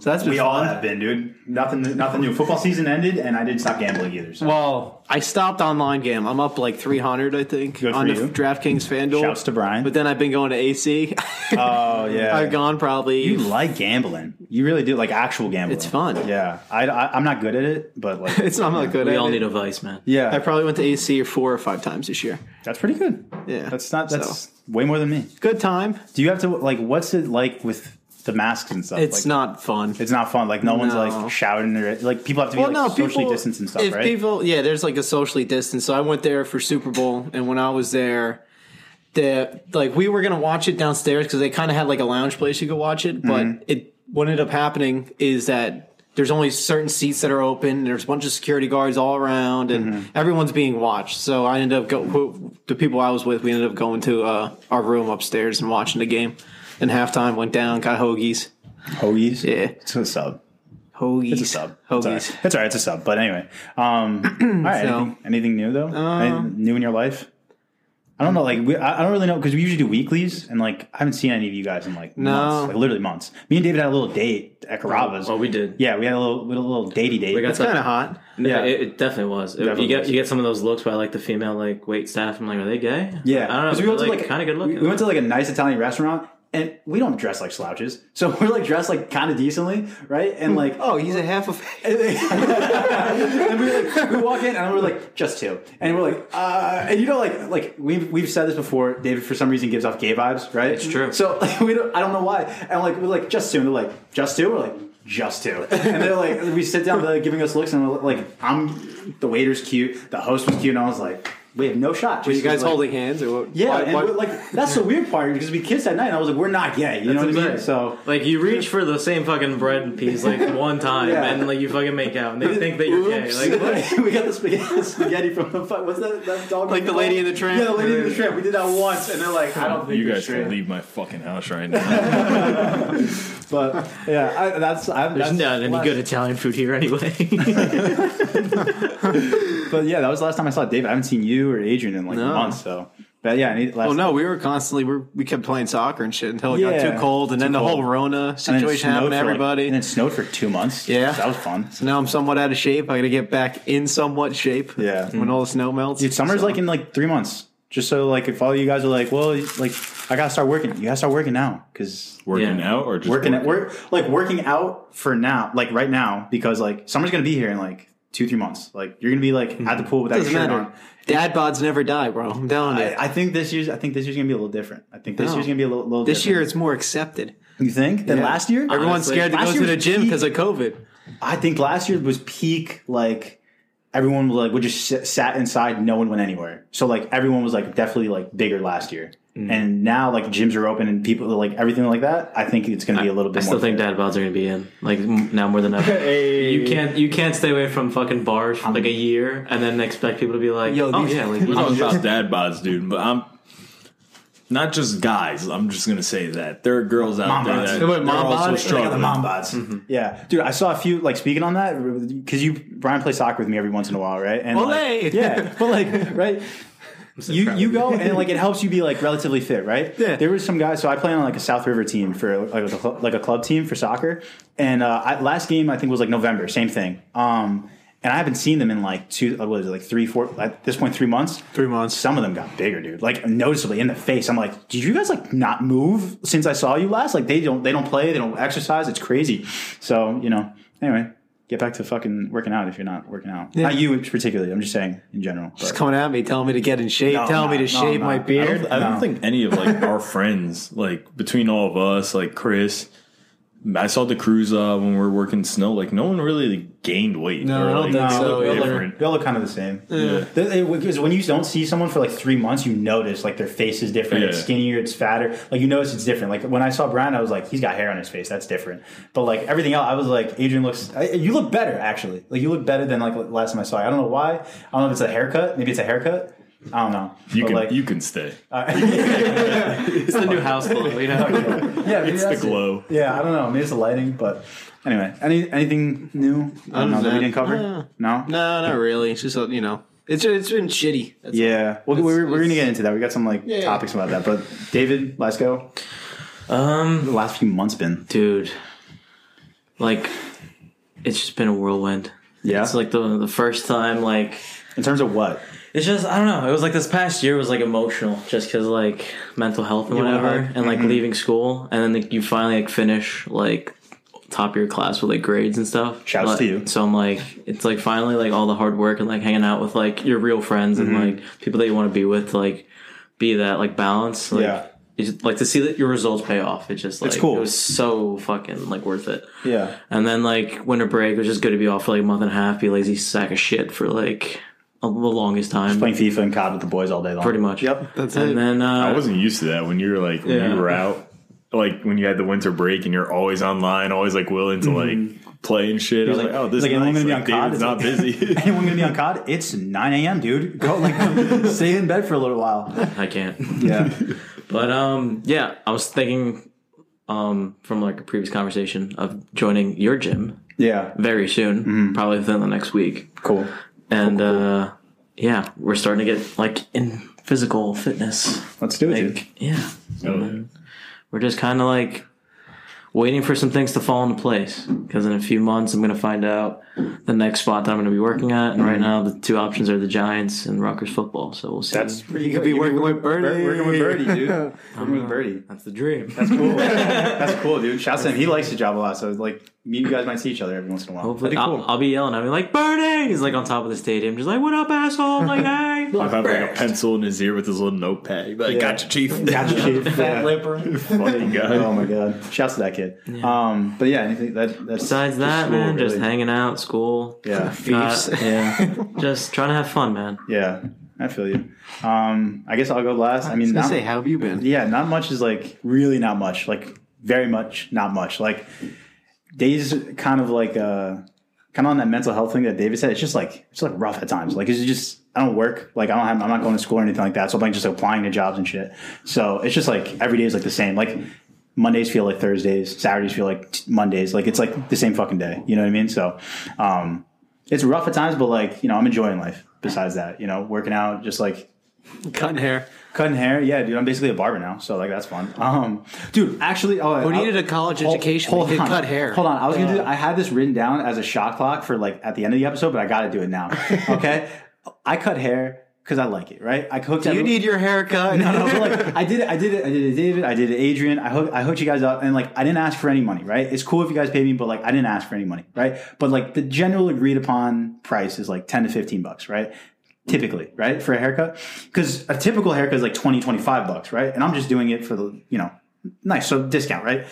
Speaker 2: So that's been
Speaker 1: We all
Speaker 2: fun.
Speaker 1: have been, dude. Nothing, nothing new. Football season ended, and I didn't stop gambling either. So
Speaker 2: Well, I stopped online game. I'm up like 300, I think,
Speaker 1: Good
Speaker 2: on
Speaker 1: for
Speaker 2: the
Speaker 1: you.
Speaker 2: DraftKings FanDuel.
Speaker 1: Shouts to Brian.
Speaker 2: But then I've been going to AC.
Speaker 1: oh yeah,
Speaker 2: I've gone probably.
Speaker 1: You like gambling. You really do like actual gambling.
Speaker 2: It's fun.
Speaker 1: Yeah, I, I, am not good at it, but like,
Speaker 2: it's not I'm not good.
Speaker 3: We
Speaker 2: at
Speaker 3: all
Speaker 2: it.
Speaker 3: need a vice, man.
Speaker 1: yeah,
Speaker 2: I probably went to AC four or five times this year.
Speaker 1: that's pretty good.
Speaker 2: Yeah,
Speaker 1: That's not. That's
Speaker 2: So,
Speaker 1: way more than me.
Speaker 2: good time.
Speaker 1: Do you have to like? What's it like with the masks and stuff?
Speaker 2: It's
Speaker 1: Like,
Speaker 2: not fun.
Speaker 1: It's not fun. Like no, one's
Speaker 2: No.
Speaker 1: like shouting or like people have to be
Speaker 2: well,
Speaker 1: like
Speaker 2: no,
Speaker 1: socially
Speaker 2: people,
Speaker 1: distanced and stuff,
Speaker 2: if
Speaker 1: right?
Speaker 2: people, yeah, there's like a socially distance. So I went there for Super Bowl, and when I was there, the like we were gonna watch it downstairs because they kind of had like a lounge place you could watch it. But
Speaker 1: Mm-hmm.
Speaker 2: it what ended up happening is that there's only certain seats that are open. And there's a bunch of security guards all around, and
Speaker 1: Mm-hmm.
Speaker 2: everyone's being watched. So I ended up go who, the people I was with. We ended up going to uh, our room upstairs and watching the game. And halftime went down, got hoagies.
Speaker 1: Hoagies.
Speaker 2: Yeah.
Speaker 1: it's a sub.
Speaker 2: Hoagies.
Speaker 1: It's a sub. It's all
Speaker 2: Hoagies.
Speaker 1: right. It's all right. It's a sub. But anyway, um, all right.
Speaker 2: So- um,
Speaker 1: anything, anything new though? anything new in your life? I don't know. Like, we, I I don't really know because we usually do weeklies, and like, I haven't seen any of you guys in like
Speaker 2: No.
Speaker 1: months, like literally months. Me and David had a little date at Carrabba's.
Speaker 3: Well, we did.
Speaker 1: yeah, we had a little, we had a little datey date.
Speaker 3: We got
Speaker 2: It's kind
Speaker 3: that.
Speaker 2: of hot.
Speaker 1: yeah.
Speaker 3: It, it definitely was. It-
Speaker 1: Definitely
Speaker 3: you get
Speaker 1: was.
Speaker 3: you get some of those looks by like the female like wait staff. I'm like, are they gay?
Speaker 1: yeah,
Speaker 3: I don't
Speaker 1: 'Cause
Speaker 3: know.
Speaker 1: We went
Speaker 3: they're,
Speaker 1: to
Speaker 3: like,
Speaker 1: like
Speaker 3: kind of good looking.
Speaker 1: We, we went to like a nice Italian restaurant, and we don't dress like slouches, so we're like dressed like kind of decently, right? And like,
Speaker 2: Oh, he's a half of.
Speaker 1: and we, like, we walk in and we're like, just two. And we're like, uh, and you know, like, like we've, we've said this before, David for some reason gives off gay vibes, right? It's
Speaker 3: true.
Speaker 1: So like, we don't, I don't know why. And like, we're like, just two. And they're like, just two? We're like, just two. And they're like, we sit down, they're like, giving us looks and we're like, I'm, the waiter's cute, the host was cute. And I was like, we have no shot.
Speaker 2: Were you
Speaker 1: Just
Speaker 2: guys
Speaker 1: like-
Speaker 2: holding hands or what?
Speaker 1: Yeah,
Speaker 2: why-
Speaker 1: and
Speaker 2: why-
Speaker 1: we're like that's the weird part because we kissed that night. and I was like, we're not gay. You know what I mean? So
Speaker 3: like you reach for the same fucking bread and peas like one time,
Speaker 1: Yeah.
Speaker 3: and like you fucking make out, and they think that you're
Speaker 1: Oops.
Speaker 3: gay. Like what?
Speaker 1: we got the spaghetti, spaghetti from the fuck. What's that? that dog
Speaker 2: Like the lady in the tramp?
Speaker 1: Yeah, the lady in the tramp. We did that once, and they're like, I don't think
Speaker 4: You
Speaker 1: you're
Speaker 4: guys
Speaker 1: straight.
Speaker 4: can leave my fucking house right now.
Speaker 1: But yeah, I, that's I'm
Speaker 3: There's
Speaker 1: that's
Speaker 3: not any
Speaker 1: last-
Speaker 3: good Italian food here anyway.
Speaker 1: But yeah, that was the last time I saw Dave. I haven't seen you or Adrian in like
Speaker 2: No.
Speaker 1: months. So, but yeah, I need last.
Speaker 2: Oh no, we were constantly we we kept playing soccer and shit until it
Speaker 1: Yeah.
Speaker 2: got too cold, and then the
Speaker 1: cold.
Speaker 2: whole Rona
Speaker 1: and then it
Speaker 2: situation
Speaker 1: snowed
Speaker 2: happened to
Speaker 1: for, like-
Speaker 2: everybody.
Speaker 1: and it snowed for two months.
Speaker 2: Yeah.
Speaker 1: that was fun.
Speaker 2: so now I'm somewhat out of shape. I got to get back in somewhat shape.
Speaker 1: Yeah.
Speaker 2: when all the snow melts.
Speaker 1: Dude, summer's
Speaker 2: So-
Speaker 1: like in like three months. Just so like if all you guys are like, well, like I gotta start working. You gotta start working now because
Speaker 4: Working
Speaker 3: Yeah.
Speaker 4: out or just
Speaker 1: working at work like working out for now, like right now, because like summer's gonna be here in like two three months. Like you're gonna be like at the pool with that
Speaker 2: doesn't
Speaker 1: shirt
Speaker 2: matter.
Speaker 1: on.
Speaker 2: Dad bods never die, bro. I'm telling you.
Speaker 1: I, I think this year's I think this year's gonna be a little different. I think this
Speaker 2: No.
Speaker 1: year's gonna be a little, little
Speaker 2: this year
Speaker 1: different.
Speaker 2: it's more accepted.
Speaker 1: you think than
Speaker 2: Yeah.
Speaker 1: last year.
Speaker 2: Everyone's
Speaker 3: Honestly.
Speaker 2: scared to
Speaker 1: Last
Speaker 2: go
Speaker 1: year
Speaker 2: to the
Speaker 1: was
Speaker 2: gym
Speaker 1: peak.
Speaker 2: because of COVID.
Speaker 1: I think last year was peak like everyone was like would just sit, sat inside, no one went anywhere. So like everyone was like definitely like bigger last year. And now like gyms are open and people like everything like that. I think it's going to be a little
Speaker 3: I
Speaker 1: bit.
Speaker 3: still
Speaker 1: more
Speaker 3: think dad bods are gonna be in like m- now more than ever.
Speaker 1: Hey. Um,
Speaker 3: You can't you can't stay away from fucking bars for like a year and then expect people to be like,
Speaker 2: Yo,
Speaker 3: oh
Speaker 2: these-
Speaker 3: yeah, like you
Speaker 4: I don't
Speaker 3: know,
Speaker 4: know about dad bods, dude, but I'm not just guys. I'm just gonna say that there are girls out
Speaker 1: Mom
Speaker 4: there
Speaker 1: bods.
Speaker 4: that
Speaker 1: They
Speaker 2: went
Speaker 4: they're
Speaker 2: mom bods?
Speaker 1: They
Speaker 4: also
Speaker 2: They got
Speaker 1: got the
Speaker 4: struggling.
Speaker 1: mom bods. Mm-hmm. Yeah, dude, I saw a few. Like speaking on that, because you Brian plays soccer with me every once in a while, right? And
Speaker 2: Olay!
Speaker 1: like, yeah, but like, right? You
Speaker 3: proud
Speaker 1: you
Speaker 3: of you.
Speaker 1: go and like it helps you be like relatively fit, right?
Speaker 2: Yeah.
Speaker 1: There was some guys. So I play on like a South River team for like a, cl- like a club team for soccer, and uh, I, last game I think was like November, same thing. Um, and I haven't seen them in like two, uh, what is it, like three, four? At this point, three months.
Speaker 2: Three months.
Speaker 1: Some of them got bigger, dude. Like noticeably in the face. I'm like, did you guys like not move since I saw you last? Like they don't, they don't play, they don't exercise. It's crazy. So you know, anyway, get back to fucking working out if you're not working out. Not you particularly. I'm just saying in general. but-
Speaker 2: It's coming at me, telling me to get in shape,
Speaker 1: No,
Speaker 2: telling me
Speaker 1: no,
Speaker 2: to
Speaker 1: no,
Speaker 2: shave
Speaker 1: no.
Speaker 2: my
Speaker 1: I don't
Speaker 4: I
Speaker 2: beard.
Speaker 4: don't, I don't
Speaker 1: No.
Speaker 4: think any of like our friends, like between all of us, like Chris, I saw the cruise uh, when we were working snow. Like no one really gained weight.
Speaker 2: No, I don't
Speaker 4: like,
Speaker 2: think
Speaker 1: No,
Speaker 2: so
Speaker 1: they all
Speaker 4: either.
Speaker 1: look- they all look kind of the same. Because when you don't see someone for like three months, you notice like their face is different. It's
Speaker 4: Yeah.
Speaker 1: skinnier, it's fatter. Like you notice it's different. Like when I saw Brian, I was like, he's got hair on his face. That's different. But like everything else, I was like, Adrian looks. I, you look better actually. Like you look better than like last time I saw you. I don't know why. I don't know if it's a haircut. Maybe it's a haircut. I don't know.
Speaker 4: You
Speaker 1: But,
Speaker 4: can
Speaker 1: like,
Speaker 4: you can stay.
Speaker 3: it's the new house look, you know.
Speaker 1: yeah, maybe
Speaker 4: It's the
Speaker 1: that's it.
Speaker 4: glow.
Speaker 1: Yeah, I don't know. Maybe it's the lighting, but. Anyway, any anything new? I don't know that we
Speaker 2: that-
Speaker 1: didn't cover.
Speaker 2: uh,
Speaker 1: no,
Speaker 2: No, not really. It's just uh, you know, it's it's been shitty. That's
Speaker 1: Yeah, well,
Speaker 2: It's-
Speaker 1: we're, we're gonna
Speaker 2: it's-
Speaker 1: get into that. We got some like
Speaker 2: Yeah.
Speaker 1: topics about that, but David, let's go.
Speaker 3: Um,
Speaker 1: The last few months been
Speaker 3: dude, like it's just been a whirlwind.
Speaker 1: yeah.
Speaker 3: It's like the the first time like
Speaker 1: in terms of what?
Speaker 3: it's just I don't know. It was like this past year was like emotional, just because like mental health and
Speaker 2: wanna
Speaker 3: whatever,
Speaker 2: hug?
Speaker 3: and like
Speaker 1: Mm-hmm.
Speaker 3: leaving school, and then like, you finally like finish like top of your class with like grades and stuff.
Speaker 1: Shouts
Speaker 3: Like,
Speaker 1: to you.
Speaker 3: So I'm like, it's like finally like all the hard work and like hanging out with like your real friends
Speaker 1: Mm-hmm.
Speaker 3: and like people that you want to be with, to, like be that like balance. Like,
Speaker 1: Yeah.
Speaker 3: It's just, like to see that your results pay off. It's just like
Speaker 1: cool.
Speaker 3: it was so fucking like worth it.
Speaker 1: Yeah,
Speaker 3: And then like winter break was just good to be off for like a month and a half, be a lazy sack of shit for like a, the longest time.
Speaker 1: playing FIFA and COD with the boys all day long.
Speaker 3: Pretty much.
Speaker 1: Yep.
Speaker 2: That's
Speaker 3: And
Speaker 2: it.
Speaker 3: then uh,
Speaker 4: I wasn't used to that when you were like when
Speaker 3: Yeah.
Speaker 4: you were out, like when you had the winter break and you're always online, always like willing to like play and shit. I was like,
Speaker 1: Mm-hmm. like-
Speaker 4: oh, this
Speaker 1: like,
Speaker 4: is
Speaker 1: anyone
Speaker 4: nice.
Speaker 1: gonna be
Speaker 4: like,
Speaker 1: on COD?
Speaker 4: David's
Speaker 1: It's
Speaker 4: not busy.
Speaker 1: Anyone gonna be on COD? It's nine a.m., dude. Go like stay in bed for a little while.
Speaker 3: I can't.
Speaker 1: Yeah.
Speaker 3: But um, yeah, I was thinking um from like a previous conversation of joining your gym
Speaker 1: Yeah.
Speaker 3: very soon, probably within the next week.
Speaker 1: Mm-hmm. Cool.
Speaker 3: And uh, yeah, we're starting to get like in physical fitness.
Speaker 1: Let's do it, Oh, dude.
Speaker 3: Like, yeah,
Speaker 4: Oh,
Speaker 3: we're just kind of like waiting for some things to fall into place because in a few months I'm going to find out the next spot that I'm going to be working at. And
Speaker 1: Mm-hmm.
Speaker 3: right now, the two options are the Giants and Rutgers football. So we'll see.
Speaker 1: That's pretty.
Speaker 2: could be working with Birdie.
Speaker 1: Working with Birdie, dude. working with Birdie.
Speaker 3: that's the dream.
Speaker 1: That's cool. That's cool, dude. Shouts to him. He likes the job a lot, so like me and you guys might see each other every once in a while.
Speaker 3: Hopefully, I'll, I'll be yelling. I'll be like, Bernie! He's like on top of the stadium, just like, what up, asshole? I'm like, hey.
Speaker 4: I have like a pencil in his ear with his little notepad. Like,
Speaker 1: Yeah.
Speaker 4: gotcha, chief.
Speaker 1: Gotcha, chief. Yeah.
Speaker 4: Fucking guy.
Speaker 1: Oh my god! Shouts to that kid. Um, but yeah, anything that that's
Speaker 3: Besides that,
Speaker 1: school,
Speaker 3: man, just
Speaker 1: really.
Speaker 3: hanging out, school. Uh,
Speaker 1: yeah,
Speaker 3: Not- yeah. just trying to have fun, man.
Speaker 1: yeah. I feel you. Um, I guess I'll go last. I
Speaker 2: I was
Speaker 1: mean,
Speaker 2: gonna
Speaker 1: not,
Speaker 2: say, how have you been?
Speaker 1: yeah, not much is like really not much. Like very much, not much. Like days, kind of like uh, kind of on that mental health thing that David said. It's just like it's like rough at times. Like it's just I don't work. Like I don't have. I'm not going to school or anything like that. So I'm like just applying to jobs and shit. So it's just like every day is like the same. Like Mondays feel like Thursdays. Saturdays feel like t- Mondays. Like it's like the same fucking day. You know what I mean? So. um it's rough at times, but like, you know, I'm enjoying life besides that, you know, working out, just like
Speaker 2: Cutting hair.
Speaker 1: Cutting hair, yeah, dude. I'm basically a barber now, so like that's fun. Um, dude, actually, oh,
Speaker 2: Who
Speaker 1: I-
Speaker 2: needed a college education? but could cut hair.
Speaker 1: Hold on, I was gonna do. I had this written down as a shot clock for like at the end of the episode, but I got to do it now. Okay, I cut hair because I like it, right? I hooked.
Speaker 2: You
Speaker 1: every-
Speaker 2: need your haircut.
Speaker 1: no, no, but like I did it, I did it, I did it, David, I did it, Adrian. I hooked, I hooked you guys up, and like I didn't ask for any money, right? It's cool if you guys pay me, but like I didn't ask for any money, right? But like the general agreed upon price is like ten to fifteen bucks, right? Typically, right, for a haircut, because a typical haircut is like 20, 25 bucks, right? And I'm just doing it for the, you know, nice, so discount, right?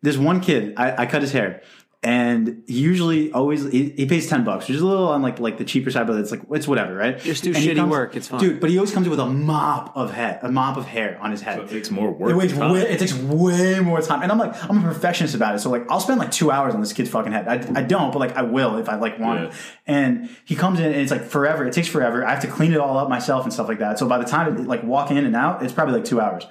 Speaker 1: This one kid, I, I cut his hair, and he usually always he, he pays ten bucks, which is a little on like like the cheaper side, but it's like it's whatever, right?
Speaker 2: Just do
Speaker 1: he
Speaker 2: shitty work, it's fine.
Speaker 1: dude. But he always comes with a mop of head, a mop of hair on his head.
Speaker 4: It takes more work.
Speaker 1: It, weighs
Speaker 4: than time.
Speaker 1: way, it takes way more time, and I'm like, I'm a perfectionist about it. So like, I'll spend like two hours on this kid's fucking head. I, I don't, but like, I will if I like want.
Speaker 4: Yeah.
Speaker 1: it. And he comes in, and it's like forever. It takes forever. I have to clean it all up myself and stuff like that. So by the time it, like walk in and out, it's probably like two hours.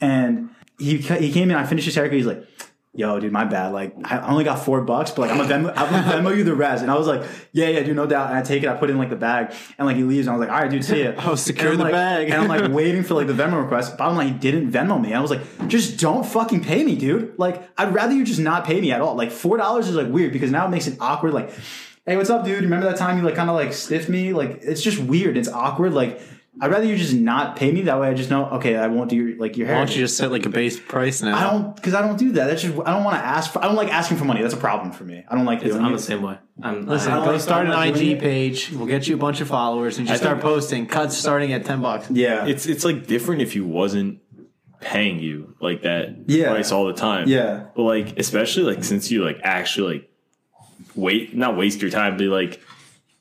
Speaker 1: And he ca- he came in. I finished his haircut. He's like. Yo, dude, my bad. Like, I I only got four bucks, but like, I'm gonna Venmo, I'm gonna Venmo you the rest. And I was like, yeah, yeah, dude, no doubt. And I take it, I put it in like the bag, and like he leaves, and I was like, all right, dude, see ya.
Speaker 2: Oh,
Speaker 1: And
Speaker 2: secure
Speaker 1: I'm
Speaker 2: the
Speaker 1: like-
Speaker 2: bag.
Speaker 1: And I'm like, waiting for like the Venmo request. Bottom line, he didn't Venmo me. I was like, just don't fucking pay me, dude. Like, I'd rather you just not pay me at all. Like, four dollars is like weird because now it makes it awkward. Like, hey, what's up, dude? Remember that time you like kind of like stiffed me? Like, it's just weird. It's awkward. Like, I'd rather you just not pay me. That way, I just know. Okay, I won't do your like your hair.
Speaker 2: Why don't you just set like a base price now?
Speaker 1: I don't because I don't do that. That's just I don't want to ask. For, I don't like asking for money. That's a problem for me. I don't like doing
Speaker 3: I'm
Speaker 1: it.
Speaker 3: the same way. I'm,
Speaker 2: Listen,
Speaker 3: I,
Speaker 1: don't
Speaker 2: go
Speaker 1: like-
Speaker 2: start
Speaker 1: I'm
Speaker 2: an
Speaker 1: not doing
Speaker 2: IG
Speaker 1: it.
Speaker 2: page. We'll get you a bunch of followers and just start posting cuts starting at ten bucks.
Speaker 1: Yeah,
Speaker 4: It's it's like different if you wasn't paying you like that
Speaker 1: Yeah.
Speaker 4: price all the time.
Speaker 1: Yeah.
Speaker 4: But like especially like since you like actually like wait not waste your time, but like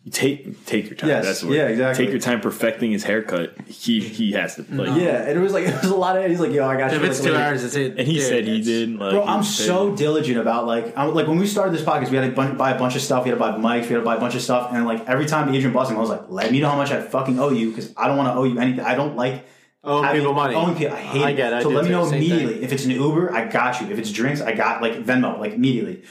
Speaker 4: you take take your time.
Speaker 1: Yes.
Speaker 4: That's the word.
Speaker 1: Yeah, exactly.
Speaker 4: Take your time perfecting his haircut. He he has to like
Speaker 1: yeah. And it was like it was a lot of. He's like, yo, I got you.
Speaker 2: If it's
Speaker 1: like,
Speaker 2: two
Speaker 1: later.
Speaker 2: hours, it's it.
Speaker 4: And he
Speaker 2: Dude,
Speaker 4: said he
Speaker 2: it's-
Speaker 4: did. Like,
Speaker 1: Bro,
Speaker 4: he
Speaker 1: I'm
Speaker 4: said-
Speaker 1: so diligent about like I'm, like when we started this podcast, we had to bun- buy a bunch of stuff. We had to buy mics. We had to buy a bunch of stuff, and like every time Adrian bought something, I was like, "Let me know how much I fucking owe you because I don't want to owe you anything. I don't like
Speaker 2: Owing
Speaker 1: having-
Speaker 2: Oh, people money.
Speaker 1: Owing people, I hate
Speaker 2: I
Speaker 1: it.
Speaker 2: get it. I
Speaker 1: So
Speaker 2: do
Speaker 1: let me
Speaker 2: too.
Speaker 1: know
Speaker 2: Same thing.
Speaker 1: immediately if it's an Uber, I got you. If it's drinks, I got like Venmo, like immediately.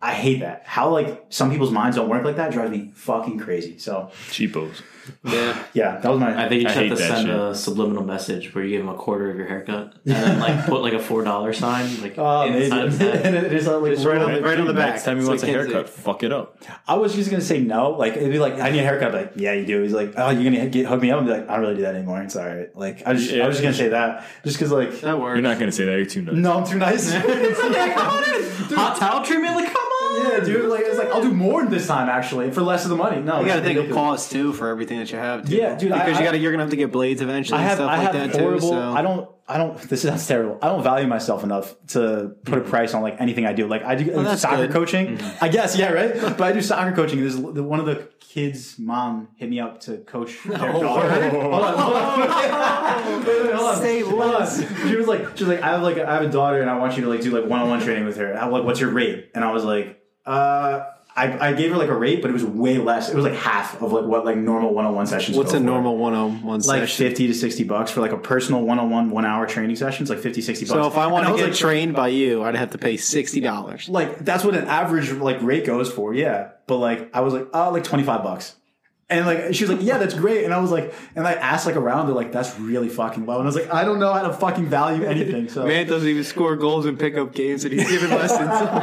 Speaker 1: I hate that. How like some people's minds don't work like that drives me fucking crazy. So
Speaker 4: cheapos.
Speaker 2: Yeah.
Speaker 1: yeah, that was my.
Speaker 3: think you
Speaker 4: I
Speaker 3: just have
Speaker 4: hate
Speaker 3: to
Speaker 4: that
Speaker 3: send
Speaker 4: shit.
Speaker 3: a subliminal message where you give him a quarter of your haircut and then like put like a four dollar sign like
Speaker 1: Uh, maybe.
Speaker 3: inside of that.
Speaker 1: And it is like,
Speaker 2: right on
Speaker 1: whoa.
Speaker 2: the- right on the back.
Speaker 4: Next time he
Speaker 2: That's
Speaker 4: wants a
Speaker 2: what kids do.
Speaker 4: haircut, fuck it up.
Speaker 1: I was just gonna say no. Like it'd be like I need a haircut. Like yeah, you do. He's like, oh, you're gonna get, hook me up. I'm like, I don't really do that anymore. It's all right. Like I just, I was just gonna say that just because like
Speaker 2: That works.
Speaker 4: You're not gonna say that. You're too nuts.
Speaker 1: no, I'm too nice. It's like, come on in.
Speaker 3: Hot towel treatment? Like, come on!
Speaker 1: yeah, dude. Like it's like I'll do more this time actually for less of the money. No,
Speaker 2: You
Speaker 1: it's
Speaker 2: got to think of
Speaker 1: ridiculous.
Speaker 2: costs too for everything that you have. Dude.
Speaker 1: Yeah, dude, I-
Speaker 2: Because
Speaker 1: I-
Speaker 2: you got to you're gonna have to get blades eventually
Speaker 1: I have,
Speaker 2: and stuff
Speaker 1: I
Speaker 2: like
Speaker 1: have
Speaker 2: that
Speaker 1: horrible.
Speaker 2: too. So
Speaker 1: I don't. I don't. This sounds terrible. I don't value myself enough to put a price on like anything I do. Like I do
Speaker 2: Mm-hmm. that's
Speaker 1: soccer
Speaker 2: good. Mm-hmm.
Speaker 1: coaching. I guess yeah, right. But I do soccer coaching. There's the, one of the kids' mom hit me up to coach their
Speaker 2: Oh,
Speaker 1: daughter. Hold on, hold on. Wait, wait, hold on.
Speaker 2: Say
Speaker 1: Hold on. She was like, she was like, I have like, I have a daughter, and I want you to like do like one-on-one training with her. And I'm like, what's your rate? And I was like, uh. I, I gave her like a rate, but it was way less. It was like half of like what like normal one-on-one sessions.
Speaker 2: what's
Speaker 1: go
Speaker 2: a
Speaker 1: for
Speaker 2: normal one on one
Speaker 1: like
Speaker 2: session?
Speaker 1: 50 to 60 bucks for like a personal one-on-one one-hour training session. It's like 50, 60 bucks.
Speaker 2: So if I want
Speaker 1: And
Speaker 2: to
Speaker 1: was
Speaker 2: get
Speaker 1: like,
Speaker 2: trained by you, I'd have to pay sixty dollars.
Speaker 1: like that's what an average like rate goes for. Yeah, but like I was like, oh, like 25 bucks. And like she was like, yeah, that's great. And I was like, and I asked like around, they're like, that's really fucking low. And I was like, I don't know how to fucking value anything. So
Speaker 2: doesn't even score goals and pick up games, and he's giving lessons.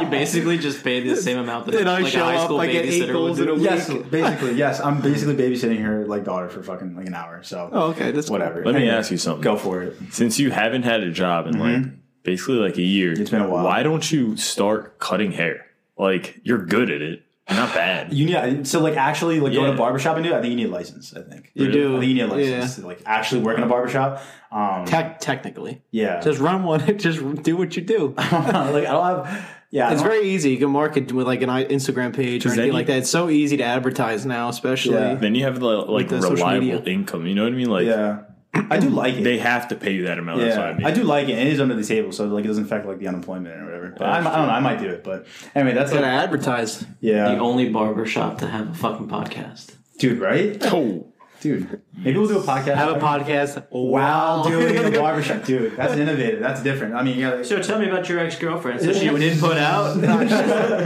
Speaker 3: You basically just pay the same amount that
Speaker 2: Then I
Speaker 3: like
Speaker 2: show
Speaker 3: a high
Speaker 2: up,
Speaker 3: school
Speaker 2: I get eight
Speaker 3: babysitter
Speaker 2: goals
Speaker 3: would
Speaker 2: in a
Speaker 3: do.
Speaker 2: week.
Speaker 1: yes, basically, yes, I'm basically babysitting her like daughter for fucking like an hour. So
Speaker 2: oh, okay, that's cool.
Speaker 1: whatever.
Speaker 4: Let me
Speaker 1: Anyway,
Speaker 4: ask you something.
Speaker 1: Go for it.
Speaker 4: Since you haven't had a job in like basically like a year, it's
Speaker 1: been a while.
Speaker 4: Why don't you start cutting hair? Like you're good at it, You're not bad.
Speaker 1: You need uh, so like actually like go to
Speaker 4: Yeah.
Speaker 1: a barbershop and do. it, I think you need a license. I think
Speaker 2: You do.
Speaker 1: I think you need a license to like actually work in a barbershop. Um,
Speaker 2: Tec- technically,
Speaker 1: yeah,
Speaker 2: just run one. Just do what you do.
Speaker 1: like I don't have. Yeah,
Speaker 2: it's
Speaker 1: I don't-
Speaker 2: very easy. You can market with like an I- Instagram page or
Speaker 4: Does that
Speaker 2: anything like
Speaker 4: need-
Speaker 2: that. It's so easy to advertise now, especially.
Speaker 1: Yeah.
Speaker 4: Then you have the like
Speaker 2: the social media.
Speaker 4: reliable income. You know what I mean? Like
Speaker 1: Yeah, I do like it.
Speaker 4: they have to pay you that amount. That's what
Speaker 1: yeah,
Speaker 4: I mean.
Speaker 1: I do like it, and it is under the table, so like it doesn't affect like the unemployment or whatever. But I'm, I don't know. I might do it, but anyway, that's
Speaker 2: Gotta
Speaker 1: like,
Speaker 2: advertise.
Speaker 3: The
Speaker 1: yeah,
Speaker 3: only barber shop to have a fucking podcast.
Speaker 1: dude, right?
Speaker 4: Oh,
Speaker 1: Dude, maybe we'll do a podcast.
Speaker 2: Have a podcast.
Speaker 1: Wow, dude, in the barbershop, dude, that's innovative. That's different. I mean, yeah,
Speaker 3: So tell me about your ex girlfriend. So she would input out.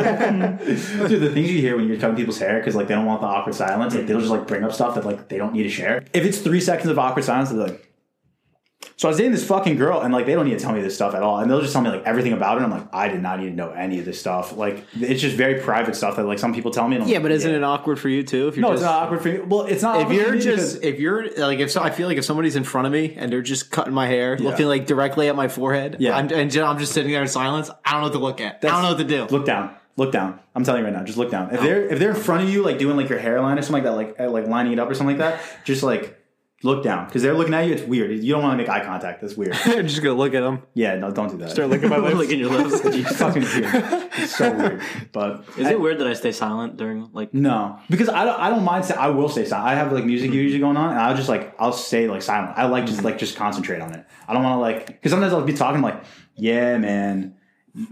Speaker 1: dude, the things you hear when you're cutting people's hair because like they don't want the awkward silence. Like they'll just like bring up stuff that like they don't need to share. If it's three seconds of awkward silence, they're like. So I was dating this fucking girl, and like they don't need to tell me this stuff at all, and they'll just tell me like everything about it. and I'm like, I did not need to know any of this stuff. Like it's just very private stuff that like some people tell me. And I'm
Speaker 2: Yeah,
Speaker 1: like,
Speaker 2: but isn't it awkward for you too? If you're
Speaker 1: No,
Speaker 2: just,
Speaker 1: it's not awkward for you. Well, it's not.
Speaker 2: If
Speaker 1: awkward for
Speaker 2: you're
Speaker 1: me
Speaker 2: just
Speaker 1: because-
Speaker 2: if you're like if so, I feel like if somebody's in front of me and they're just cutting my hair, looking like directly at my forehead,
Speaker 1: Yeah.
Speaker 2: I'm, and I'm just sitting there in silence. I don't know what to look at. I don't know what to do.
Speaker 1: look down, look down. I'm telling you right now, just look down. If they're if they're in front of you, like doing like your hairline or something like that, like uh, like lining it up or something like that, just like look down because they're looking at you. It's weird. You don't want to make eye contact. That's weird.
Speaker 2: I'm just gonna look at them.
Speaker 1: Yeah, no, don't do that.
Speaker 2: Start looking at my lips. Look at your lips.
Speaker 1: It's fucking weird. It's so weird. But
Speaker 3: Is it weird that I stay silent during like?
Speaker 1: No, because I don't. I don't mind. Say, I will stay silent. I have like music
Speaker 3: Mm-hmm.
Speaker 1: usually going on, and I'll just like I'll stay like silent. I like just like just concentrate on it. I don't want to like because sometimes I'll be talking I'm like, yeah, man,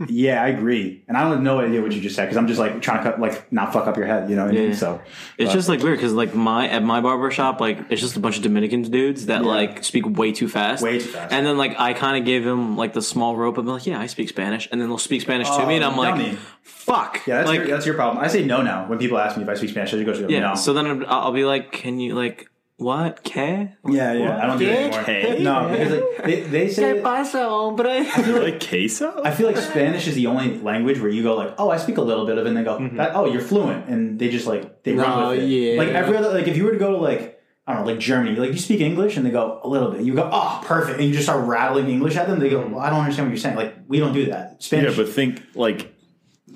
Speaker 1: yeah, I agree, and I don't have no idea what you just said because I'm just like trying to cut, like not fuck up your head, you know what I mean?
Speaker 3: Yeah.
Speaker 1: So
Speaker 3: It's
Speaker 1: but-
Speaker 3: just like weird because like my at my barber shop like it's just a bunch of Dominican dudes that like speak way too fast,
Speaker 1: Way too fast.
Speaker 3: And then like I kind of gave them like the small rope and be like, yeah, I speak Spanish, and then they'll speak Spanish to me, and I'm like,
Speaker 1: dummy.
Speaker 3: fuck,
Speaker 1: Oh, yeah, that's
Speaker 3: like
Speaker 1: your, that's your problem. I say no now when people ask me if I speak Spanish. I just go to
Speaker 3: yeah.
Speaker 1: no.
Speaker 3: So then I'm- I'll, I'll be like, can you like what? Que?
Speaker 1: yeah, yeah, I don't do it anymore.
Speaker 4: Hey.
Speaker 1: No, because like they, they say.
Speaker 3: pasa, hombre?
Speaker 4: like queso.
Speaker 1: I feel like Spanish is the only language where you go like, oh, I speak a little bit of, it, and they go, that, oh, you're fluent, and they just like they run
Speaker 2: No,
Speaker 1: with it.
Speaker 2: yeah.
Speaker 1: Like every other, like if you were to go to like I don't know, like Germany, like you speak English, and they go a little bit. You go, oh, perfect, and you just start rattling English at them. They go, well, I don't understand what you're saying. Like we don't do that.
Speaker 4: Yeah,
Speaker 1: Spanish.
Speaker 4: but think like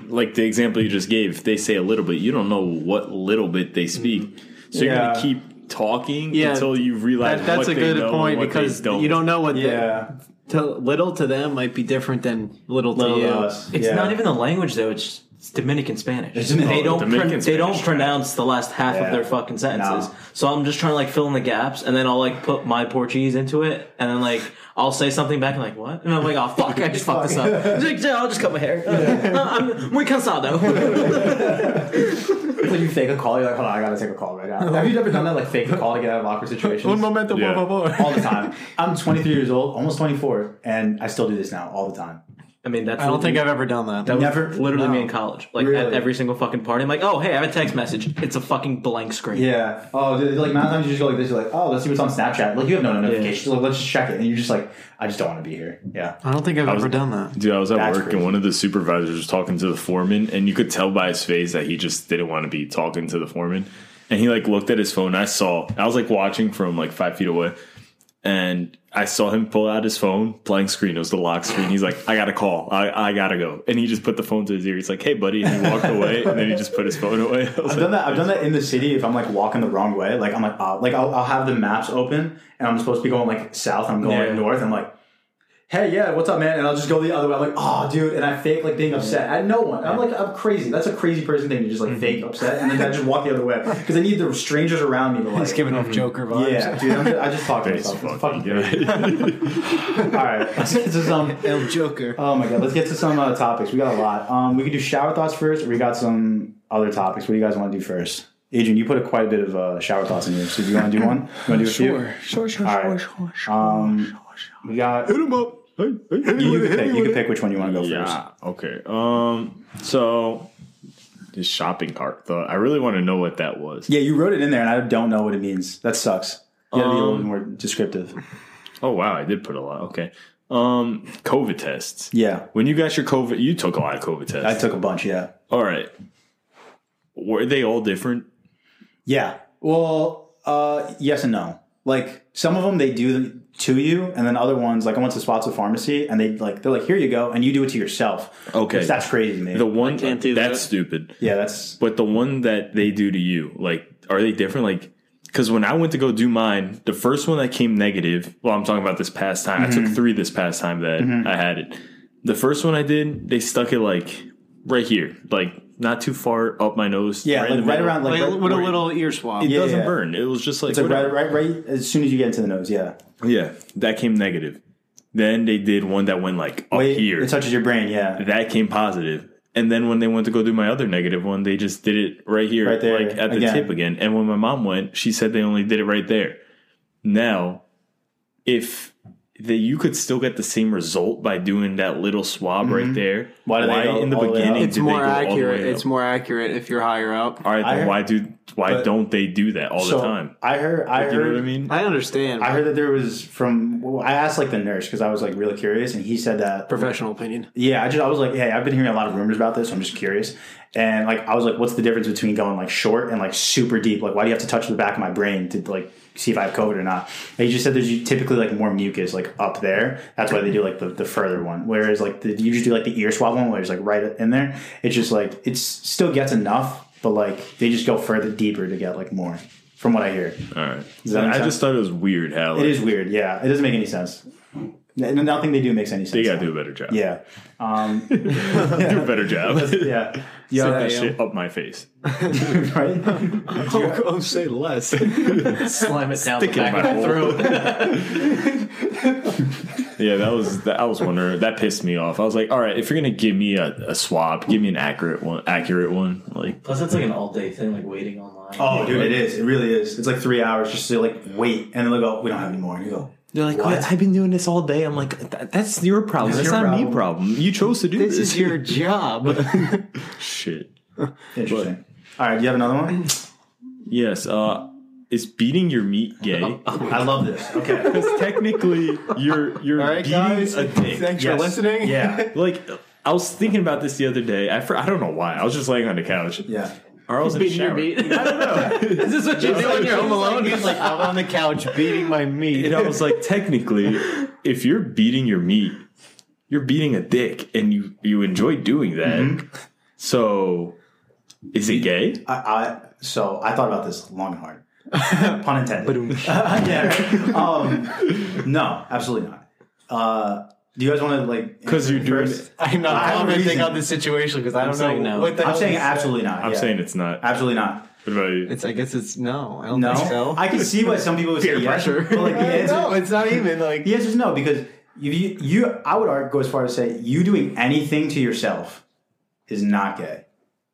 Speaker 4: like the example you just gave. They say a little bit. You don't know what little bit they speak, so you're
Speaker 1: Yeah.
Speaker 4: gonna keep talking
Speaker 2: Mm-hmm. Yeah.
Speaker 4: until you realize
Speaker 2: That, that's
Speaker 4: what
Speaker 2: a
Speaker 4: they
Speaker 2: good
Speaker 4: know and
Speaker 2: point
Speaker 4: what they
Speaker 2: because you don't know what. the-
Speaker 1: yeah,
Speaker 2: to, little to them might be different than little,
Speaker 1: little
Speaker 2: to you.
Speaker 1: to us.
Speaker 3: It's
Speaker 1: Yeah.
Speaker 3: not even the language though. It's, it's Dominican Spanish.
Speaker 1: It's
Speaker 3: they
Speaker 1: Dominican-
Speaker 3: don't pro-
Speaker 4: Dominican
Speaker 3: they don't
Speaker 4: Spanish.
Speaker 3: pronounce the last half
Speaker 1: Yeah.
Speaker 3: of their fucking sentences.
Speaker 1: No.
Speaker 3: So I'm just trying to like fill in the gaps, and then I'll like put my Portuguese into it, and then like I'll say something back and like what, and I'm like oh fuck, I just fucked this up. It's like, yeah, I'll just cut my hair. Uh, I'm muy cansado.
Speaker 1: It's like you fake a call. You're like, hold on, I gotta take a call right now. Have you ever done that? Like fake a call to get out of awkward situations.
Speaker 2: Un momento,
Speaker 4: Yeah.
Speaker 2: por favor.
Speaker 1: all the time. I'm 23 years old, almost 24, and I still do this now all the time.
Speaker 3: I mean that's
Speaker 2: I don't think I've ever done that.
Speaker 3: that was
Speaker 1: Never-
Speaker 3: literally me
Speaker 1: no.
Speaker 3: in college. Like at
Speaker 1: Really?
Speaker 3: every single fucking party, I'm like oh hey, I have a text message. It's a fucking blank screen.
Speaker 1: Yeah. Oh, dude, like nine times you just go like this. You're like, oh, let's see what's on Snapchat. Like you have no notifications. Like let's just check it, and you're just like, I just don't want to be here. Yeah.
Speaker 2: I don't think I've
Speaker 4: was-
Speaker 2: ever done that.
Speaker 4: Dude, I was at
Speaker 1: That's
Speaker 4: work
Speaker 1: crazy.
Speaker 4: and one of the supervisors was talking to the foreman, and you could tell by his face that he just didn't want to be talking to the foreman. And he like looked at his phone. I saw. I was like watching from like five feet away, and I saw him pull out his phone, blank screen. It was the lock screen. He's like, "I got to call. I, I gotta go." And he just put the phone to his ear. He's like, "Hey, buddy," and he walked away. And then he just put his phone away. I was
Speaker 1: I've
Speaker 4: like,
Speaker 1: done that. I've done that in the city. If I'm like walking the wrong way, like I'm like, oh, like I'll, I'll have the maps open, and I'm supposed to be going like south. I'm going
Speaker 3: Yeah.
Speaker 1: north. I'm like, hey, yeah, what's up, man? And I'll just go the other way. I'm like, oh, dude, and I fake like being upset at no one. I'm like, I'm crazy. That's a crazy person thing to just like fake upset, and then I just walk the other way because I need the strangers around me to like.
Speaker 2: It's giving
Speaker 4: Mm-hmm.
Speaker 2: off Joker vibes.
Speaker 1: yeah, dude, I'm just, I just talk to
Speaker 4: "Face
Speaker 1: myself. It's
Speaker 4: fucking
Speaker 1: fucking crazy.
Speaker 4: guy."
Speaker 1: All right, let's get to some
Speaker 2: El Joker.
Speaker 1: Oh my god, let's get to some uh, topics. We got a lot. Um, we could do shower thoughts first, or we got some other topics. What do you guys want to do first? Adrian, you put a, quite a bit of uh, shower thoughts in here. So do you want to do one? You want to do a
Speaker 2: Sure.
Speaker 1: few? All right. Um, we got. You,
Speaker 4: Hit him up. Hey, hey, hey,
Speaker 1: you
Speaker 4: hey,
Speaker 1: can pick,
Speaker 4: hey,
Speaker 1: you
Speaker 4: hey.
Speaker 1: can pick which one you want to go first.
Speaker 4: Yeah. Okay. Um. So, this shopping cart though, I really want to know what that was.
Speaker 1: Yeah, you wrote it in there, and I don't know what it means. That sucks. You gotta be a little more descriptive.
Speaker 4: Oh wow, I did put a lot. Okay. Um. COVID tests.
Speaker 1: Yeah,
Speaker 4: When you got your COVID, you took a lot of COVID tests.
Speaker 1: I took a bunch. Yeah,
Speaker 4: all right. Were they all different?
Speaker 1: yeah. Well, uh, yes and no. Like some of them they do them to you, and then other ones like I went to Spots of Pharmacy, and they like they're like here you go, and you do it to yourself.
Speaker 4: Okay.
Speaker 1: Which, that's crazy to me.
Speaker 4: The one
Speaker 3: can't do
Speaker 4: that's
Speaker 3: that.
Speaker 4: stupid.
Speaker 1: Yeah, that's
Speaker 4: But the one that they do to you, like, are they different? Like, because when I went to go do mine, the
Speaker 1: Mm-hmm.
Speaker 4: first one that came negative, well, I'm talking about this past time. I took three this past time that I had it. The first one I did, they stuck it like right here, like not too far up my nose.
Speaker 1: Yeah, like
Speaker 4: in the
Speaker 1: right
Speaker 4: middle.
Speaker 1: around like,
Speaker 2: Like,
Speaker 1: right,
Speaker 2: with a little ear swab.
Speaker 4: It
Speaker 1: Yeah,
Speaker 4: doesn't
Speaker 1: yeah.
Speaker 4: burn. It was just like,
Speaker 1: it's like
Speaker 4: whatever.
Speaker 1: right, right, right as soon as you get into the nose. Yeah,
Speaker 4: yeah, that came negative. Then they did one that went like up
Speaker 1: Wait,
Speaker 4: here.
Speaker 1: it touches your brain. Yeah,
Speaker 4: that came positive. And then when they went to go do my other negative one, they just did it right here,
Speaker 1: Right there,
Speaker 4: like at the
Speaker 1: again.
Speaker 4: tip again. And when my mom went, she said they only did it right there. Now, if that you could still get the same result by doing that little swab right there,
Speaker 1: Mm-hmm. Why do they go
Speaker 4: in the
Speaker 1: all the way
Speaker 4: beginning
Speaker 1: up?
Speaker 4: did
Speaker 2: It's
Speaker 4: they
Speaker 2: more
Speaker 4: go all the
Speaker 2: accurate.
Speaker 4: way
Speaker 2: It's
Speaker 4: up?
Speaker 2: more accurate if you're higher up.
Speaker 4: all right. Then
Speaker 1: I-
Speaker 4: why do why
Speaker 1: but-
Speaker 4: don't they do that all
Speaker 1: so
Speaker 4: the time?
Speaker 1: I heard. I heard.
Speaker 4: You know what I mean?
Speaker 2: I understand.
Speaker 1: I heard that there was from. well, I asked like the nurse because I was like really curious, and he said that.
Speaker 2: professional opinion.
Speaker 1: Yeah, I just I was like, hey, I've been hearing a lot of rumors about this. So I'm just curious, and like I was like, what's the difference between going like short and like super deep? Like, why do you have to touch the back of my brain to like see if I have COVID or not? And he just said there's typically like more mucus like up there. That's why they do like the, the further one. Whereas like the, you just do like the ear swab one, where it's like right in there. It's just like it's still gets enough, but like they just go further deeper to get like more. From what I hear.
Speaker 4: all right.
Speaker 1: that make
Speaker 4: I
Speaker 1: sense?
Speaker 4: just thought it was weird how like,
Speaker 1: It is weird. Yeah, it doesn't make any sense. N- Nothing they do makes any sense.
Speaker 4: they got to do a better job.
Speaker 1: Yeah. Um,
Speaker 4: do a better job.
Speaker 1: yeah. Yeah.
Speaker 4: That shit up my face.
Speaker 1: right.
Speaker 2: Oh, say less.
Speaker 3: Slam it down the
Speaker 4: Stick it in my
Speaker 3: back of the
Speaker 4: hole.
Speaker 3: throat.
Speaker 4: Yeah, that was that, I was wondering. That pissed me off. I was like, all right, if you're gonna give me a, a swab, give me an accurate one. Accurate one. Like,
Speaker 3: Plus, that's like an all day thing, like waiting online.
Speaker 1: Oh, dude, it is. It really is. It's like three hours just to like wait, and then they go, "We don't have any more." And you go,
Speaker 4: they're like,
Speaker 1: What?
Speaker 4: I've been doing this all day. I'm like, "That- that's your problem. That's,
Speaker 1: your
Speaker 4: not me
Speaker 1: problem.
Speaker 4: problem. You chose to do this.
Speaker 2: this is your job.
Speaker 4: shit.
Speaker 1: "Interesting." All right, do you have another one?
Speaker 4: Yes. Uh, is beating your meat gay?
Speaker 1: I love this. Okay.
Speaker 4: Because Oh, technically, you're you're
Speaker 2: All right,
Speaker 4: beating
Speaker 2: guys.
Speaker 4: a dick.
Speaker 2: Thanks
Speaker 1: Yes.
Speaker 2: for listening.
Speaker 1: Yeah.
Speaker 4: Like, I was thinking about this the other day. I fr- I don't know why. I was just laying on the couch.
Speaker 1: Yeah.
Speaker 4: Or I was in the
Speaker 3: Beating your
Speaker 4: shower.
Speaker 3: meat.
Speaker 4: I don't know.
Speaker 3: Is this what you do when you're home alone?
Speaker 2: like, I'm on the couch beating my meat.
Speaker 4: And I was like, technically, if you're beating your meat, you're beating a dick, and you you enjoy doing that. So, is it gay?
Speaker 1: I, I so I thought about this long and hard. Pun intended. yeah. right. Um, no, absolutely not. Uh, do you guys want to like?
Speaker 4: 'Cause you're doing
Speaker 1: first?
Speaker 4: it.
Speaker 2: I'm not
Speaker 1: I have a
Speaker 2: commenting
Speaker 1: reason.
Speaker 2: on this situation because I don't
Speaker 3: saying
Speaker 2: know
Speaker 3: no.
Speaker 2: what the
Speaker 1: I'm
Speaker 2: hell
Speaker 1: saying
Speaker 2: this-
Speaker 1: absolutely not.
Speaker 4: I'm saying it's not.
Speaker 1: absolutely not.
Speaker 4: What about you?
Speaker 2: It's, I guess it's no. I don't
Speaker 1: No,
Speaker 2: think so.
Speaker 1: I can see why some people would say yes, but like the answer,
Speaker 2: no, it's not even like
Speaker 1: The answer is no because you, you, you I would argue, go as far as say you doing anything to yourself is not gay.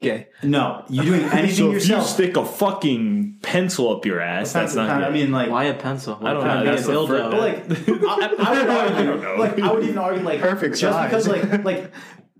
Speaker 2: okay.
Speaker 1: No, you doing anything
Speaker 4: So if you
Speaker 1: yourself.
Speaker 4: stick a fucking pencil up your ass, that's not.
Speaker 1: I
Speaker 4: gay.
Speaker 1: mean, like,
Speaker 3: Why a pencil? Why
Speaker 4: I don't
Speaker 3: can't
Speaker 4: know.
Speaker 3: it be
Speaker 4: That's
Speaker 3: a
Speaker 4: the
Speaker 3: dildo?
Speaker 4: first-
Speaker 1: but like, I, I would argue,
Speaker 4: don't know.
Speaker 1: like, I would even argue, like,
Speaker 2: Perfect
Speaker 1: just
Speaker 2: size.
Speaker 1: because, like, like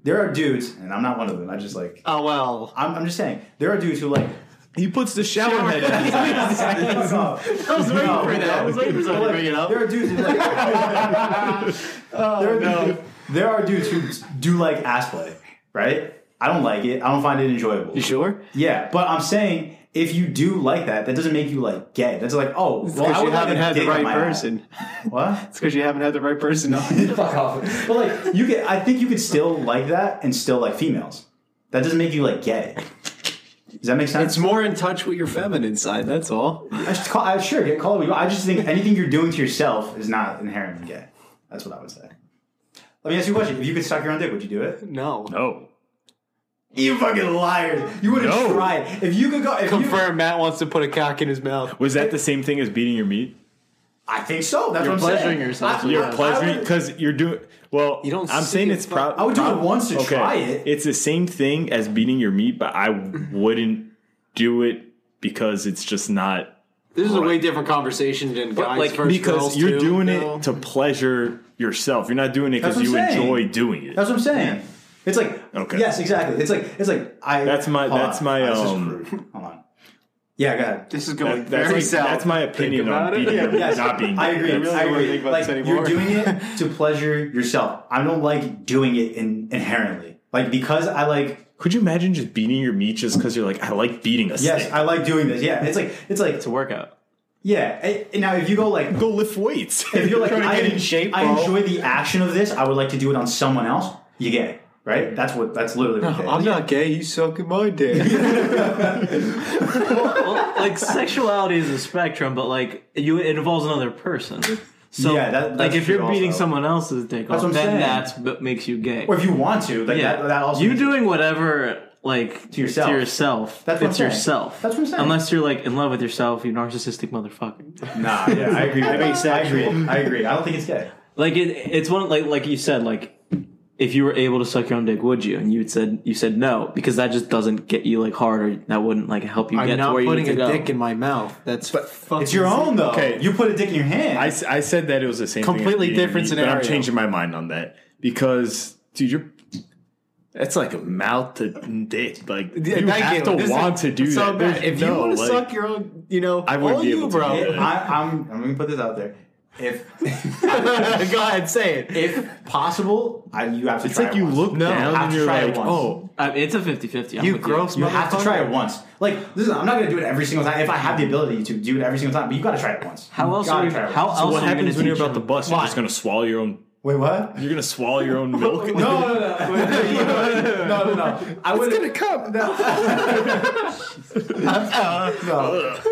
Speaker 1: there are dudes, and I'm not one of them. I just like,
Speaker 2: Oh well.
Speaker 1: I'm, I'm just saying, there are dudes who like.
Speaker 4: he puts the shower head. in.
Speaker 1: Fuck off.
Speaker 2: I was waiting
Speaker 1: No,
Speaker 2: for that. I was waiting for someone to
Speaker 1: Like,
Speaker 2: bring it up.
Speaker 1: There are dudes who like.
Speaker 2: Oh,
Speaker 1: there, are dudes, there are dudes who do like ass play, right? I don't like it. I don't find it enjoyable.
Speaker 2: You sure?
Speaker 1: Yeah, but I'm saying if you do like that, that doesn't make you like gay. That's like, oh, well,
Speaker 2: Because
Speaker 1: I
Speaker 2: you
Speaker 1: would like
Speaker 2: haven't
Speaker 1: a
Speaker 2: had the
Speaker 1: dick in
Speaker 2: right
Speaker 1: my eye.
Speaker 2: person.
Speaker 1: What?
Speaker 2: It's because you haven't had the right person on.
Speaker 1: Fuck off. But like, you could. I think you could still like that and still like females. That doesn't make you like gay. Does that make sense?
Speaker 2: It's more in touch with your feminine side. That's all.
Speaker 1: I should call, I, sure, get called. I just think anything you're doing to yourself is not inherently gay. That's what I would say. Let me ask you a question. If you could suck your own dick, would you do it?
Speaker 2: No.
Speaker 4: No.
Speaker 1: You fucking liars. You would have
Speaker 4: No.
Speaker 1: tried. If you could go. If You,
Speaker 2: Confirm. Matt wants to put a cock in his mouth.
Speaker 4: Was that the same thing as beating your meat?
Speaker 1: I think so. That's
Speaker 2: You're
Speaker 1: what I'm saying.
Speaker 2: pleasuring yourself.
Speaker 1: I,
Speaker 2: You're
Speaker 1: I- I
Speaker 4: pleasure
Speaker 1: would-
Speaker 4: because you're doing well.
Speaker 2: You don't
Speaker 4: I'm
Speaker 2: see
Speaker 4: saying
Speaker 2: it,
Speaker 4: it's probably.
Speaker 1: I would do it once to try it.
Speaker 4: It's the same thing as beating your meat, but I wouldn't do it because it's just not
Speaker 2: This is a way different conversation than guys
Speaker 3: like,
Speaker 2: versus
Speaker 4: because
Speaker 2: girls
Speaker 4: you're
Speaker 2: too,
Speaker 4: doing
Speaker 2: though.
Speaker 4: it to pleasure yourself. You're not doing it
Speaker 1: That's
Speaker 4: because you
Speaker 1: what I'm saying.
Speaker 4: enjoy doing it.
Speaker 1: That's what I'm saying. It's like.
Speaker 4: Okay.
Speaker 1: Yes, exactly. It's like. It's like. I.
Speaker 4: That's my-
Speaker 1: hold
Speaker 4: that's
Speaker 1: on.
Speaker 4: my,
Speaker 1: This is
Speaker 4: um,
Speaker 1: rude. Hold on. Yeah, go ahead.
Speaker 2: This is
Speaker 4: That-
Speaker 2: going
Speaker 4: that's,
Speaker 2: very
Speaker 4: like-
Speaker 2: south.
Speaker 4: that's my opinion on
Speaker 2: about it.
Speaker 4: beating
Speaker 2: Yeah,
Speaker 4: your meat,
Speaker 1: yes.
Speaker 4: not being.
Speaker 1: I agree.
Speaker 4: gay.
Speaker 1: I,
Speaker 2: really don't
Speaker 1: agree.
Speaker 2: think about
Speaker 1: like
Speaker 2: this anymore.
Speaker 1: you're doing it to pleasure yourself. I don't like doing it in, inherently. Like because I like
Speaker 4: Could you imagine just beating your meat just because you're like, I like beating a
Speaker 1: yes,
Speaker 4: snake.
Speaker 1: I like doing this. Yeah, it's like it's like
Speaker 3: It's a workout.
Speaker 1: yeah. And- and now if you go like
Speaker 4: Go lift weights.
Speaker 1: if you're like
Speaker 2: Trying to
Speaker 1: I,
Speaker 2: get in shape,
Speaker 1: I
Speaker 2: bro.
Speaker 1: enjoy the action of this. I would like to do it on someone else. You gay, right? That's what. That's literally what gay.
Speaker 2: I'm
Speaker 1: is.
Speaker 2: not gay. You sucking my dick.
Speaker 3: well, like sexuality is a spectrum, but like you, it involves another person. So
Speaker 1: Yeah, that-
Speaker 3: like
Speaker 1: that's
Speaker 3: if you're
Speaker 1: true
Speaker 3: beating
Speaker 1: also.
Speaker 3: someone else's dick
Speaker 1: That's
Speaker 3: off,
Speaker 1: what I'm
Speaker 3: then
Speaker 1: saying.
Speaker 3: that's what makes you gay.
Speaker 1: Or if you want to, like
Speaker 3: yeah,
Speaker 1: that, that also
Speaker 3: you
Speaker 1: makes-
Speaker 3: doing whatever like to
Speaker 1: yourself.
Speaker 3: To yourself.
Speaker 1: That's what
Speaker 3: it's
Speaker 1: I'm saying.
Speaker 3: yourself.
Speaker 1: That's what I'm saying.
Speaker 3: Unless you're like in love with yourself, you narcissistic motherfucker.
Speaker 1: Nah, yeah, I agree. I agree. I agree. I don't think it's gay.
Speaker 3: like it, it's one like like you said like. If you were able to suck your own dick, would you? And you said you said no because that just doesn't get you like hard, or that wouldn't like help you
Speaker 2: I'm
Speaker 3: get to
Speaker 2: not
Speaker 3: where you
Speaker 2: putting
Speaker 3: need to
Speaker 2: a
Speaker 3: go.
Speaker 2: dick in my mouth. That's fucking
Speaker 1: It's your own though.
Speaker 4: Okay.
Speaker 1: You put a dick in your hand.
Speaker 4: I, s- I said that it was the same
Speaker 2: Completely
Speaker 4: thing as
Speaker 2: different
Speaker 4: BNB, But
Speaker 2: scenario.
Speaker 4: I'm changing my mind on that because, dude, you're. That's like a mouth to dick. Like you
Speaker 2: I get
Speaker 4: have
Speaker 2: it.
Speaker 4: to
Speaker 2: This is-
Speaker 4: want to do
Speaker 2: it's so
Speaker 4: that.
Speaker 2: bad.
Speaker 4: There's
Speaker 2: If you
Speaker 4: no,
Speaker 2: want to
Speaker 4: like-
Speaker 2: suck your own, you know,
Speaker 4: I wouldn't
Speaker 2: all
Speaker 4: be
Speaker 2: you,
Speaker 4: able to
Speaker 2: bro.
Speaker 4: do that.
Speaker 1: I, I'm I'm gonna put this out there. If
Speaker 2: Go ahead, say it.
Speaker 1: if possible, I, you have to.
Speaker 4: it's
Speaker 1: try
Speaker 4: like
Speaker 1: it
Speaker 4: you
Speaker 1: once.
Speaker 4: look
Speaker 1: No,
Speaker 4: down
Speaker 1: have
Speaker 4: and
Speaker 1: to
Speaker 4: you're
Speaker 1: try it
Speaker 4: like,
Speaker 1: once.
Speaker 4: oh,
Speaker 3: I mean, it's a 50-50. I'm
Speaker 2: You
Speaker 3: with
Speaker 2: gross
Speaker 1: You have to try it once. Like, listen, I'm not gonna do it every single time. If I have the ability to do it every single time, but you gotta try it once.
Speaker 3: How
Speaker 1: You
Speaker 3: else?
Speaker 1: gotta
Speaker 3: Are you,
Speaker 1: try it
Speaker 3: how
Speaker 1: once.
Speaker 3: else?
Speaker 4: what
Speaker 3: are you
Speaker 4: happens
Speaker 3: gonna
Speaker 4: when you're
Speaker 3: teach
Speaker 4: about to
Speaker 3: them?
Speaker 4: bust? You're just gonna swallow your own.
Speaker 1: Wait, what?
Speaker 4: You're gonna swallow your own milk.
Speaker 1: No, no, no, no, no, no. I wouldn't.
Speaker 4: come.
Speaker 1: No,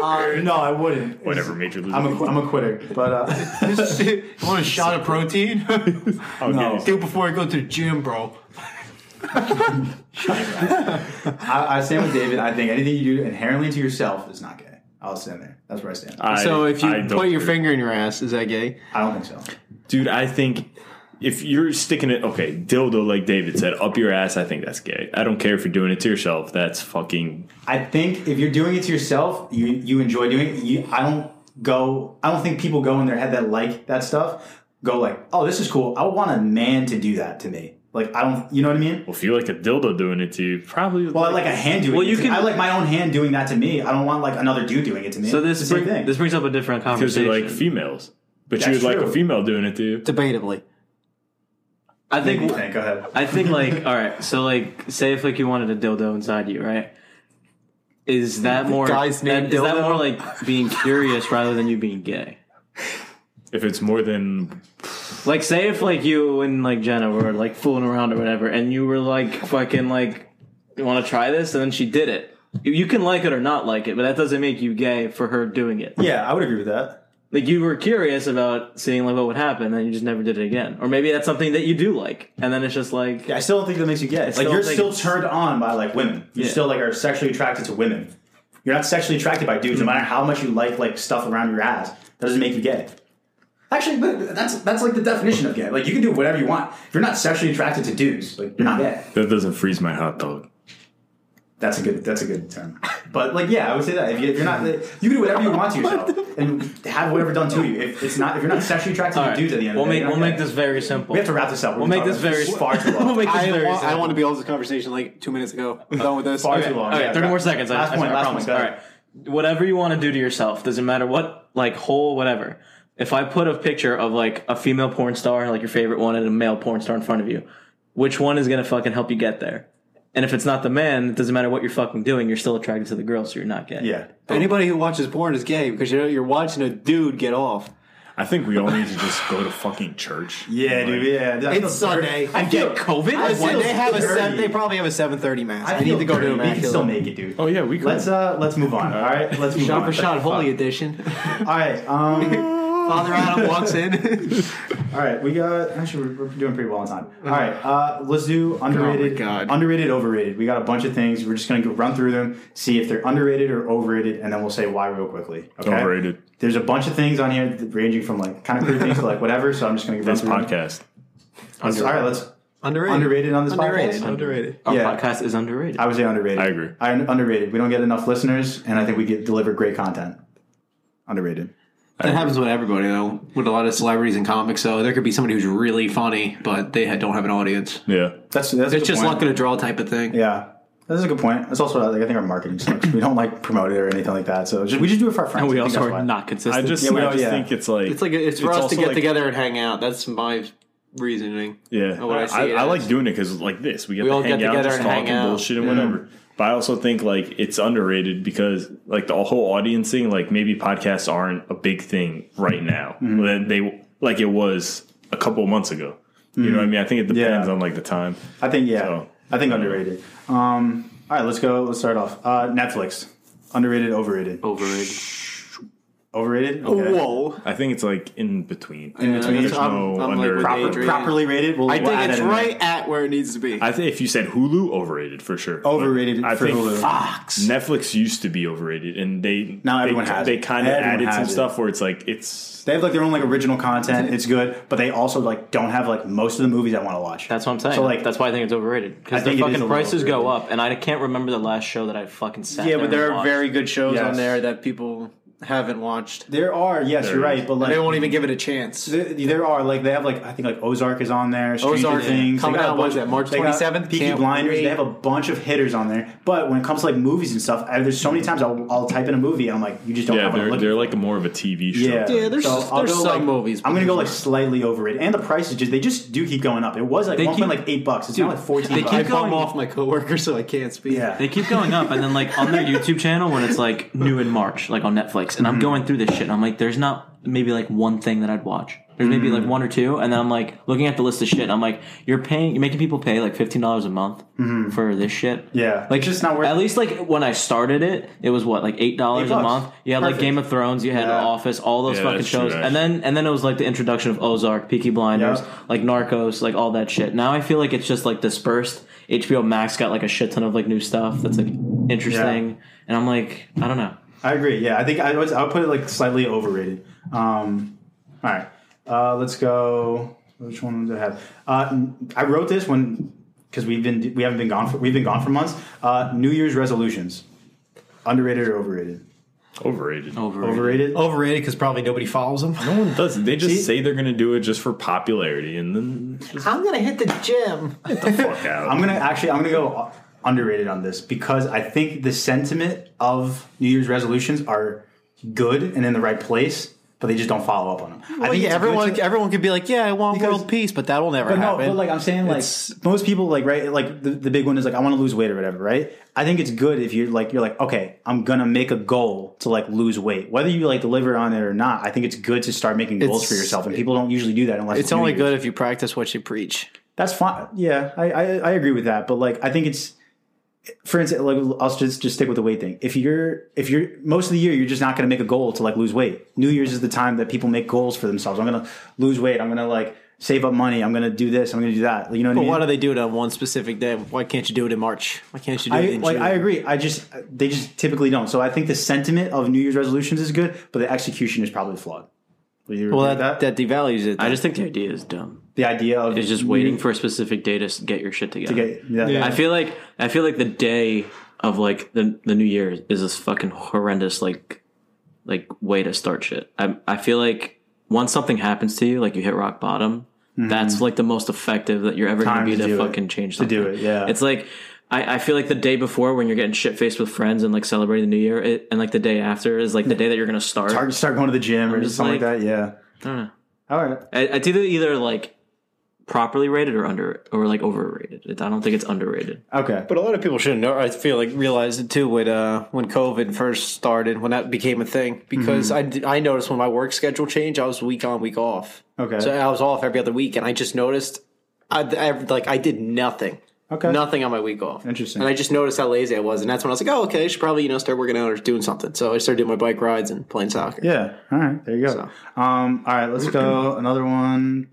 Speaker 1: Uh, no, I wouldn't.
Speaker 4: Whatever, major loser.
Speaker 1: I'm a, qu- I'm a quitter, but uh,
Speaker 2: want a shot of protein?
Speaker 4: I'll
Speaker 1: no.
Speaker 4: get you.
Speaker 2: do it before I go to the gym, bro.
Speaker 1: I, I stand with David. I think anything you do inherently to yourself is not gay. I'll stand there. That's where I stand.
Speaker 4: I-
Speaker 2: so if you
Speaker 4: I don't
Speaker 2: put your
Speaker 4: agree.
Speaker 2: finger in your ass, is that gay?
Speaker 1: I don't think so.
Speaker 4: dude, I think if you're sticking it, okay, dildo like David said, up your ass. I think that's gay. I don't care if you're doing it to yourself. That's fucking
Speaker 1: I think if you're doing it to yourself, you you enjoy doing it. You, I don't go. I don't think people go in their head that like that stuff. Go like, oh, this is cool. I want a man to do that to me. Like I don't. You know what I mean?
Speaker 4: Well, if you like a dildo doing it to you, probably.
Speaker 1: Well, I like a hand doing.
Speaker 3: Well,
Speaker 1: it
Speaker 3: you
Speaker 1: to-
Speaker 3: can-
Speaker 1: I like my own hand doing that to me. I don't want like another dude doing it to me.
Speaker 3: So this
Speaker 1: It's the same
Speaker 3: bring-
Speaker 1: thing.
Speaker 3: this brings up a different
Speaker 4: because
Speaker 3: conversation.
Speaker 4: you like females, but you
Speaker 1: That's
Speaker 4: would like a
Speaker 1: true.
Speaker 4: female doing it to you.
Speaker 2: Debatably.
Speaker 3: I
Speaker 1: Make me
Speaker 3: think
Speaker 1: think. Go ahead.
Speaker 3: I think like all right. So like, say if like you wanted a dildo inside you, right? Is that more
Speaker 2: guy's name
Speaker 3: that- is that
Speaker 2: dildo?
Speaker 3: more like being curious rather than you being gay?
Speaker 4: If it's more than
Speaker 3: Like, say if like you and like Jenna were like fooling around or whatever, and you were like fucking like, you want to try this, and then she did it. You- You can like it or not like it, but that doesn't make you gay for her doing it.
Speaker 1: yeah, I would agree with that.
Speaker 3: Like you were curious about seeing like what would happen, and you just never did it again. Or maybe that's something that you do like, and then it's just like
Speaker 1: Yeah, I still don't think that makes you gay. Like
Speaker 3: still
Speaker 1: you're
Speaker 3: think
Speaker 1: still
Speaker 3: it's-
Speaker 1: turned on by like women. You
Speaker 3: Yeah.
Speaker 1: still like are sexually attracted to women. You're not sexually attracted by dudes, no matter how much you like like stuff around your ass. That doesn't make you gay. Actually, but that's that's like the definition of gay. Like you can do whatever you want. If you're not sexually attracted to dudes, like you're not gay.
Speaker 4: that, doesn't freeze my hot dog.
Speaker 1: Mm-hmm. That's a good that's a good term. But like yeah, I would say that if you- if you're not, you can do whatever you want to yourself and have whatever done to you. If it's not if you're not sexually attracted
Speaker 3: All
Speaker 1: to
Speaker 3: right,
Speaker 1: dudes at the end,
Speaker 3: we'll
Speaker 1: of the day,
Speaker 3: make
Speaker 1: you're
Speaker 3: we'll
Speaker 1: not
Speaker 3: make
Speaker 1: gay.
Speaker 3: this very simple.
Speaker 1: We have to wrap this up.
Speaker 3: We'll
Speaker 1: We've
Speaker 3: make
Speaker 1: been
Speaker 3: this
Speaker 1: talking
Speaker 3: very
Speaker 1: far too long.
Speaker 3: We'll make this
Speaker 2: I,
Speaker 3: very
Speaker 2: want, I
Speaker 3: simple.
Speaker 2: want to be able to this conversation like two minutes ago. I'm done with this.
Speaker 1: far
Speaker 2: Okay.
Speaker 1: too long.
Speaker 3: Okay,
Speaker 1: yeah,
Speaker 3: thirty more
Speaker 1: wrap-
Speaker 3: seconds. I-
Speaker 1: Last
Speaker 3: I,
Speaker 1: one.
Speaker 3: I
Speaker 1: last
Speaker 3: promise.
Speaker 1: one.
Speaker 3: All right. Whatever you want to do to yourself, doesn't matter what, like whole whatever. If I put a picture of like a female porn star, like your favorite one, and a male porn star in front of you, which one is gonna fucking help you get there? And if it's not the man, it doesn't matter what you're fucking doing. You're still attracted to the girl, so you're not gay.
Speaker 1: Yeah.
Speaker 2: Anybody who watches porn is gay because you're, you're watching a dude get off.
Speaker 4: I think we all need to just go to fucking church.
Speaker 1: Yeah,
Speaker 4: Like,
Speaker 1: dude. Yeah, I feel
Speaker 2: It's Sunday.
Speaker 1: dirty. I feel
Speaker 3: COVID?
Speaker 1: I
Speaker 2: Listen,
Speaker 1: feel
Speaker 2: they have a
Speaker 1: dirty.
Speaker 2: seven, they probably have a 7:30 mass. I,
Speaker 1: I
Speaker 2: need
Speaker 1: feel
Speaker 2: to go
Speaker 1: dirty.
Speaker 2: to
Speaker 1: We can still
Speaker 2: Immaculate.
Speaker 1: make it, dude.
Speaker 4: Oh yeah, we could.
Speaker 1: Let's uh, let's move on. All right, let's move
Speaker 2: Shot
Speaker 1: on.
Speaker 2: for shot, holy
Speaker 1: Fuck.
Speaker 2: edition.
Speaker 1: All right, um,
Speaker 2: Father Adam walks in.
Speaker 1: all right. We got actually we're, we're doing pretty well on time. All right, uh, let's do underrated,
Speaker 2: Oh God.
Speaker 1: underrated, overrated. We got a bunch of things. We're just gonna go run through them, see if they're underrated or overrated, and then we'll say why real quickly. Okay?
Speaker 4: Overrated.
Speaker 1: There's a bunch of things on here that- ranging from like kind of crude things to like whatever. So I'm just gonna run
Speaker 4: This
Speaker 1: through them.
Speaker 4: podcast.
Speaker 1: Let's- All right, let's
Speaker 2: Underrated.
Speaker 1: underrated on this
Speaker 2: Underrated.
Speaker 1: podcast.
Speaker 2: Underrated.
Speaker 3: Our
Speaker 1: Yeah.
Speaker 3: podcast is underrated.
Speaker 1: I would say underrated.
Speaker 4: I agree.
Speaker 1: I, underrated. We don't get enough listeners, and I think we get deliver great content. Underrated.
Speaker 2: That happens with everybody though, with a lot of celebrities and comics. So there could be somebody who's really funny, but they don't have an audience.
Speaker 4: Yeah.
Speaker 1: That's that's a
Speaker 2: It's
Speaker 1: good
Speaker 2: just
Speaker 1: point.
Speaker 2: luck of the draw type of thing.
Speaker 1: Yeah, that's a good point. That's also like I think our marketing sucks. we don't like promote it or anything like that. So just, we just do it for our friends.
Speaker 3: and we
Speaker 1: I think
Speaker 3: also
Speaker 1: that's
Speaker 3: are
Speaker 1: why.
Speaker 3: not
Speaker 4: I
Speaker 3: consistent.
Speaker 4: just,
Speaker 1: Yeah, we
Speaker 4: I
Speaker 1: all-
Speaker 4: just
Speaker 1: yeah.
Speaker 4: think it's like
Speaker 2: It's like it's for us
Speaker 4: also
Speaker 2: to get
Speaker 4: like-
Speaker 2: together and hang out. That's my reasoning.
Speaker 4: Yeah,
Speaker 2: Or Oh, what I see
Speaker 4: I,
Speaker 2: it
Speaker 4: I like
Speaker 2: as.
Speaker 4: doing it because like this, we get
Speaker 2: We
Speaker 4: to
Speaker 2: all
Speaker 4: hang
Speaker 2: get
Speaker 4: out,
Speaker 2: together
Speaker 4: just
Speaker 2: and
Speaker 4: talk
Speaker 2: hang
Speaker 4: and
Speaker 2: out.
Speaker 4: bullshit and whatever. But I also think like it's underrated because like the whole audience thing, like maybe podcasts aren't a big thing
Speaker 1: Mm-hmm.
Speaker 4: right now. That They like it was a couple months ago. You know what I mean? I think it
Speaker 1: Mm-hmm.
Speaker 4: depends
Speaker 1: Yeah.
Speaker 4: on like the time.
Speaker 1: I think yeah.
Speaker 4: So-
Speaker 1: I think underrated. Um, all right, let's go. Let's start off. Uh, Netflix. Underrated, overrated.
Speaker 2: Overrated.
Speaker 1: Overrated? Okay.
Speaker 2: Whoa.
Speaker 4: I think it's like in between.
Speaker 1: In between.
Speaker 2: that's- I'm-
Speaker 4: no
Speaker 2: I'm like
Speaker 4: under-
Speaker 2: with
Speaker 1: Proper-
Speaker 2: Adrian.
Speaker 1: properly rated? We'll,
Speaker 2: I
Speaker 1: we'll add
Speaker 2: think it's
Speaker 1: that in there.
Speaker 2: right at where it needs to be.
Speaker 4: I think if you said Hulu, overrated for sure. But
Speaker 1: Overrated
Speaker 4: I
Speaker 1: for
Speaker 4: think
Speaker 1: Hulu. Fox.
Speaker 4: Netflix used to be overrated, and they
Speaker 1: Now
Speaker 4: they,
Speaker 1: everyone has
Speaker 4: they
Speaker 1: it.
Speaker 4: kind of
Speaker 1: Everyone
Speaker 4: added some
Speaker 1: has it.
Speaker 4: stuff where it's like it's
Speaker 1: They have like their own like original content. It's good, but they also like don't have like most of the movies I want to watch.
Speaker 3: That's what I'm saying.
Speaker 1: So like
Speaker 3: that's why I think it's overrated
Speaker 1: I
Speaker 3: because the
Speaker 1: think it is a
Speaker 3: fucking
Speaker 1: little
Speaker 3: prices go
Speaker 1: overrated.
Speaker 3: up, and I can't remember the last show that I fucking sat.
Speaker 2: yeah, but
Speaker 3: and
Speaker 2: there are
Speaker 3: watched.
Speaker 2: very good shows
Speaker 1: Yes.
Speaker 2: on there that people haven't watched.
Speaker 1: there are yes,
Speaker 4: There
Speaker 1: you're
Speaker 4: is.
Speaker 1: right, but like
Speaker 2: they won't even give it a chance.
Speaker 1: There, there are like they have like I think like Ozark is on there. Stranger
Speaker 2: Ozark, yeah.
Speaker 1: Things
Speaker 2: Coming
Speaker 1: They got
Speaker 2: out,
Speaker 1: a
Speaker 2: what
Speaker 1: bunch-
Speaker 2: is that, March
Speaker 1: they got
Speaker 2: 27th?
Speaker 1: Peaky
Speaker 2: Can't
Speaker 1: Blinders.
Speaker 2: wait.
Speaker 1: They have a bunch of hitters on there. But when it comes to like movies and stuff, I, there's so many times I'll, I'll type in a movie and I'm like, you just don't
Speaker 4: yeah,
Speaker 1: have what I'm
Speaker 4: they're
Speaker 1: looking
Speaker 4: they're
Speaker 1: for.
Speaker 4: like more of a TV show.
Speaker 1: Yeah,
Speaker 2: Yeah, there's-
Speaker 1: I'll
Speaker 2: there's
Speaker 1: go,
Speaker 2: some
Speaker 1: like-
Speaker 2: movies,
Speaker 1: I'm gonna go
Speaker 2: but-
Speaker 1: like slightly overrated, and the prices just they just do keep going up. It was like
Speaker 3: They
Speaker 1: one point
Speaker 3: keep-
Speaker 1: like eight bucks. It's now
Speaker 3: Dude,
Speaker 1: like fourteen.
Speaker 3: they
Speaker 1: bucks.
Speaker 3: keep
Speaker 2: I bum
Speaker 3: going-
Speaker 2: off my coworker so I can't speak.
Speaker 1: yeah,
Speaker 3: They keep going up, and then like on their YouTube channel when it's like new in March, like on Netflix, and I'm going through this shit. and I'm like, there's not maybe like one thing that I'd watch. There's maybe like one or two, and then I'm like looking at the list of shit. and I'm like, you're paying, you're making people pay like fifteen dollars a month for this shit.
Speaker 1: Yeah.
Speaker 3: like
Speaker 1: It's just not worth
Speaker 3: At
Speaker 1: it.
Speaker 3: least like when I started it, it was what like eight dollars
Speaker 1: Eight
Speaker 3: a
Speaker 1: bucks.
Speaker 3: month. You had
Speaker 1: Perfect.
Speaker 3: like Game of Thrones, you had
Speaker 1: Yeah.
Speaker 3: Office, all those
Speaker 4: Yeah,
Speaker 3: fucking
Speaker 4: that's true,
Speaker 3: shows, and then and then it was like the introduction of Ozark, Peaky Blinders,
Speaker 1: Yeah.
Speaker 3: like Narcos, like all that shit. Now I feel like it's just like dispersed. HBO Max got like a shit ton of like new stuff that's like interesting, and I'm like, I don't know.
Speaker 1: I agree. Yeah, I think I was. I would put it like slightly overrated. Um, all right, uh, let's go. Which one did I have? Uh, I wrote this one because we've been we haven't been gone for we've been gone for months. Uh, New Year's resolutions, underrated or overrated?
Speaker 4: overrated.
Speaker 3: Overrated.
Speaker 1: Overrated.
Speaker 2: Overrated because probably nobody follows them.
Speaker 4: No one does. it. They just
Speaker 1: See?
Speaker 4: say they're gonna do it just for popularity, and then just
Speaker 2: I'm gonna hit the gym.
Speaker 4: fuck out.
Speaker 1: I'm gonna actually I'm gonna go underrated on this because I think the sentiment of New Year's resolutions are good and in the right place, but they just don't follow up on them. I
Speaker 2: Well,
Speaker 1: think it's
Speaker 2: yeah,
Speaker 1: good
Speaker 2: everyone
Speaker 1: to-
Speaker 2: everyone could be like, yeah, I want
Speaker 1: Because-
Speaker 2: world peace, but that will never
Speaker 1: But no,
Speaker 2: happen.
Speaker 1: but like I'm saying, like most people, like right, like the, the big one is like I want to lose weight or whatever, right? I think it's good if you're like you're like okay, I'm gonna make a goal to like lose weight, whether you like deliver on it or not. I think it's good to start making goals
Speaker 2: It's-
Speaker 1: for yourself, and people don't usually do that unless
Speaker 2: it's
Speaker 1: New
Speaker 2: only
Speaker 1: Year's.
Speaker 2: good if you practice what you preach.
Speaker 1: That's fine. Yeah, I, I I agree with that, but like I think it's. For instance, like I'll just just stick with the weight thing. If you're if you're most of the year, you're just not going to make a goal to like lose weight. New Year's is the time that people make goals for themselves. I'm going to lose weight. I'm going to like save up money. I'm going to do this. I'm going to do that. You know what I
Speaker 2: But
Speaker 1: mean?
Speaker 2: why do they do it on one specific day? Why can't you do it in March? Why can't you do
Speaker 1: I,
Speaker 2: it in
Speaker 1: like
Speaker 2: June?
Speaker 1: I agree. I just they just typically don't. So I think the sentiment of New Year's resolutions is good, but the execution is probably flawed. Will you
Speaker 2: well,
Speaker 1: agree with
Speaker 2: that,
Speaker 1: that?
Speaker 2: that devalues it.
Speaker 3: I just think the idea is dumb.
Speaker 1: the idea of
Speaker 3: It's just waiting for a specific day to s- get your shit together.
Speaker 1: Okay, yeah,
Speaker 3: I feel like I feel like the day of like the the new year is this fucking horrendous like like way to start shit. I I feel like once something happens to you, like you hit rock bottom, that's like the most effective that you're ever
Speaker 1: Mm-hmm. Time
Speaker 3: gonna be
Speaker 1: to
Speaker 3: to,
Speaker 1: do it.
Speaker 3: fucking change something.
Speaker 1: do it, yeah.
Speaker 3: It's like I, I feel like the day before when you're getting shit faced with friends and like celebrating the new year, it, and like the day after is like the day that you're gonna start.
Speaker 1: start, start going to the gym or
Speaker 3: just
Speaker 1: something like,
Speaker 3: like-
Speaker 1: that. Yeah.
Speaker 3: I don't know.
Speaker 1: All right.
Speaker 3: I- It's either either like properly rated or under or like overrated. It, I don't think it's underrated.
Speaker 1: Okay.
Speaker 2: But a lot of people shouldn't know. I feel like realized it too when uh, when COVID first started, when that became a thing. Because I d I I, noticed when my work schedule changed, I was week on, week off.
Speaker 1: Okay.
Speaker 2: so I was off every other week, and I just noticed, I, I like I did nothing.
Speaker 1: Okay.
Speaker 2: Nothing on my week off.
Speaker 1: Interesting.
Speaker 2: And I just noticed how lazy I was, and that's when I was like, "Oh, okay, I should probably you know start working out or doing something." So I started doing my bike rides and playing soccer.
Speaker 1: Yeah. All right. There you go.
Speaker 2: So.
Speaker 1: Um. All right. Let's go. Another one.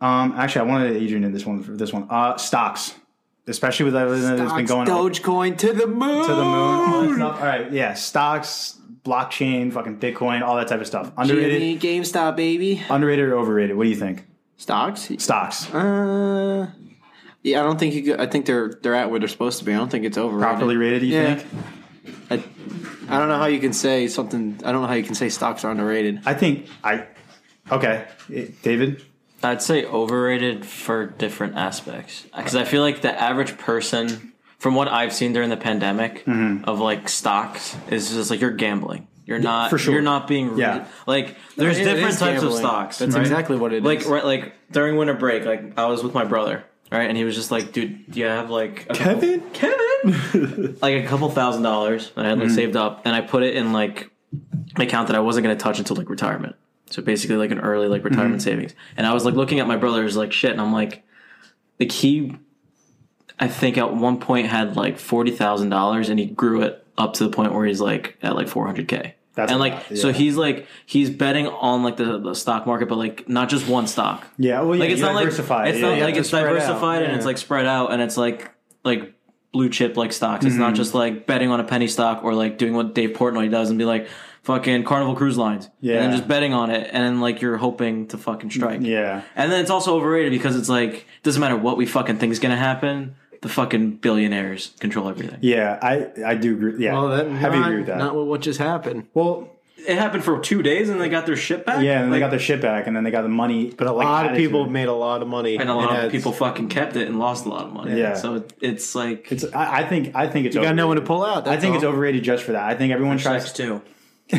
Speaker 1: Um. Actually, I wanted Adrian in this one for this one. Uh, stocks, especially with everything that's been going on.
Speaker 2: Dogecoin to the moon.
Speaker 1: to the moon, all that stuff. All right, yeah, stocks, blockchain, fucking Bitcoin, all that type of stuff.
Speaker 3: E.
Speaker 1: Underrated,
Speaker 2: Jimmy, GameStop, baby.
Speaker 1: underrated or overrated? What do you think?
Speaker 2: Stocks.
Speaker 1: Stocks
Speaker 2: Uh, yeah, I don't think you. Could, I think they're they're at where they're supposed to be. I don't think it's overrated.
Speaker 1: properly rated? You
Speaker 2: Yeah.
Speaker 1: think?
Speaker 2: I, I don't know how you can say something. I don't know how you can say stocks are underrated.
Speaker 1: I think I. Okay, Eh, David.
Speaker 3: I'd say overrated for different aspects because I feel like the average person, from what I've seen during the pandemic
Speaker 1: Mm-hmm.
Speaker 3: of like stocks, is just like you're gambling. You're not.
Speaker 1: for sure.
Speaker 3: You're not being. Re-
Speaker 1: Yeah.
Speaker 3: Like there's
Speaker 2: It- it
Speaker 3: different
Speaker 2: is
Speaker 3: types of
Speaker 2: gambling.
Speaker 3: stocks.
Speaker 2: That's
Speaker 3: right?
Speaker 2: exactly what it is.
Speaker 3: like right like during winter break like i was with my brother right and he was just like dude do you have like a
Speaker 4: Kevin?
Speaker 3: couple, kevin like a couple thousand dollars that i
Speaker 1: Mm.
Speaker 3: had like saved up and i put it in like an account that i wasn't going to touch until like retirement so basically like an early like retirement
Speaker 1: Mm-hmm.
Speaker 3: savings and i was like looking at my brother's like shit and i'm like like he i think at one point had like $40000 and he grew it up to the point where he's like at like 400k.
Speaker 1: That's a
Speaker 3: and like
Speaker 1: lot,
Speaker 3: so
Speaker 1: yeah.
Speaker 3: he's like he's betting on like the, the stock market, but like not just one stock.
Speaker 1: Yeah, well, yeah,
Speaker 3: like it's
Speaker 1: you
Speaker 3: not like it's
Speaker 1: diversify it, yeah.
Speaker 3: not
Speaker 1: You
Speaker 3: like
Speaker 2: have
Speaker 3: it's
Speaker 2: to spread out,
Speaker 3: diversified and
Speaker 2: yeah.
Speaker 3: it's like spread out and it's like like blue chip like stocks. It's
Speaker 1: Mm-hmm.
Speaker 3: not just like betting on a penny stock or like doing what Dave Portnoy does and be like fucking Carnival Cruise Lines. and
Speaker 1: Yeah.
Speaker 3: then just betting on it and then like you're hoping to fucking strike.
Speaker 1: Yeah.
Speaker 3: And then it's also overrated because it's like it doesn't matter what we fucking think is gonna happen. The fucking billionaires control everything.
Speaker 1: Yeah, I I do agree. Yeah,
Speaker 2: Well, that
Speaker 1: heavy
Speaker 2: not,
Speaker 1: agree with that.
Speaker 2: Not with what just happened.
Speaker 1: well,
Speaker 3: It happened for two days and they got their shit
Speaker 1: yeah,
Speaker 3: back.
Speaker 1: and then they
Speaker 3: Like,
Speaker 1: got their shit back, and then they got the money.
Speaker 5: But a lot of
Speaker 1: added
Speaker 5: people
Speaker 1: to it.
Speaker 5: made a lot of money.
Speaker 3: and a
Speaker 5: in
Speaker 3: lot of
Speaker 5: ads.
Speaker 3: people fucking kept it and lost a lot of money.
Speaker 1: Yeah.
Speaker 3: So it, it's like
Speaker 1: It's I, I think I think it's
Speaker 2: You gotta know when to
Speaker 1: overrated.
Speaker 2: pull out.
Speaker 1: I
Speaker 2: that's
Speaker 1: think it's
Speaker 2: all.
Speaker 1: overrated just for that. I think everyone tries.
Speaker 3: sex too.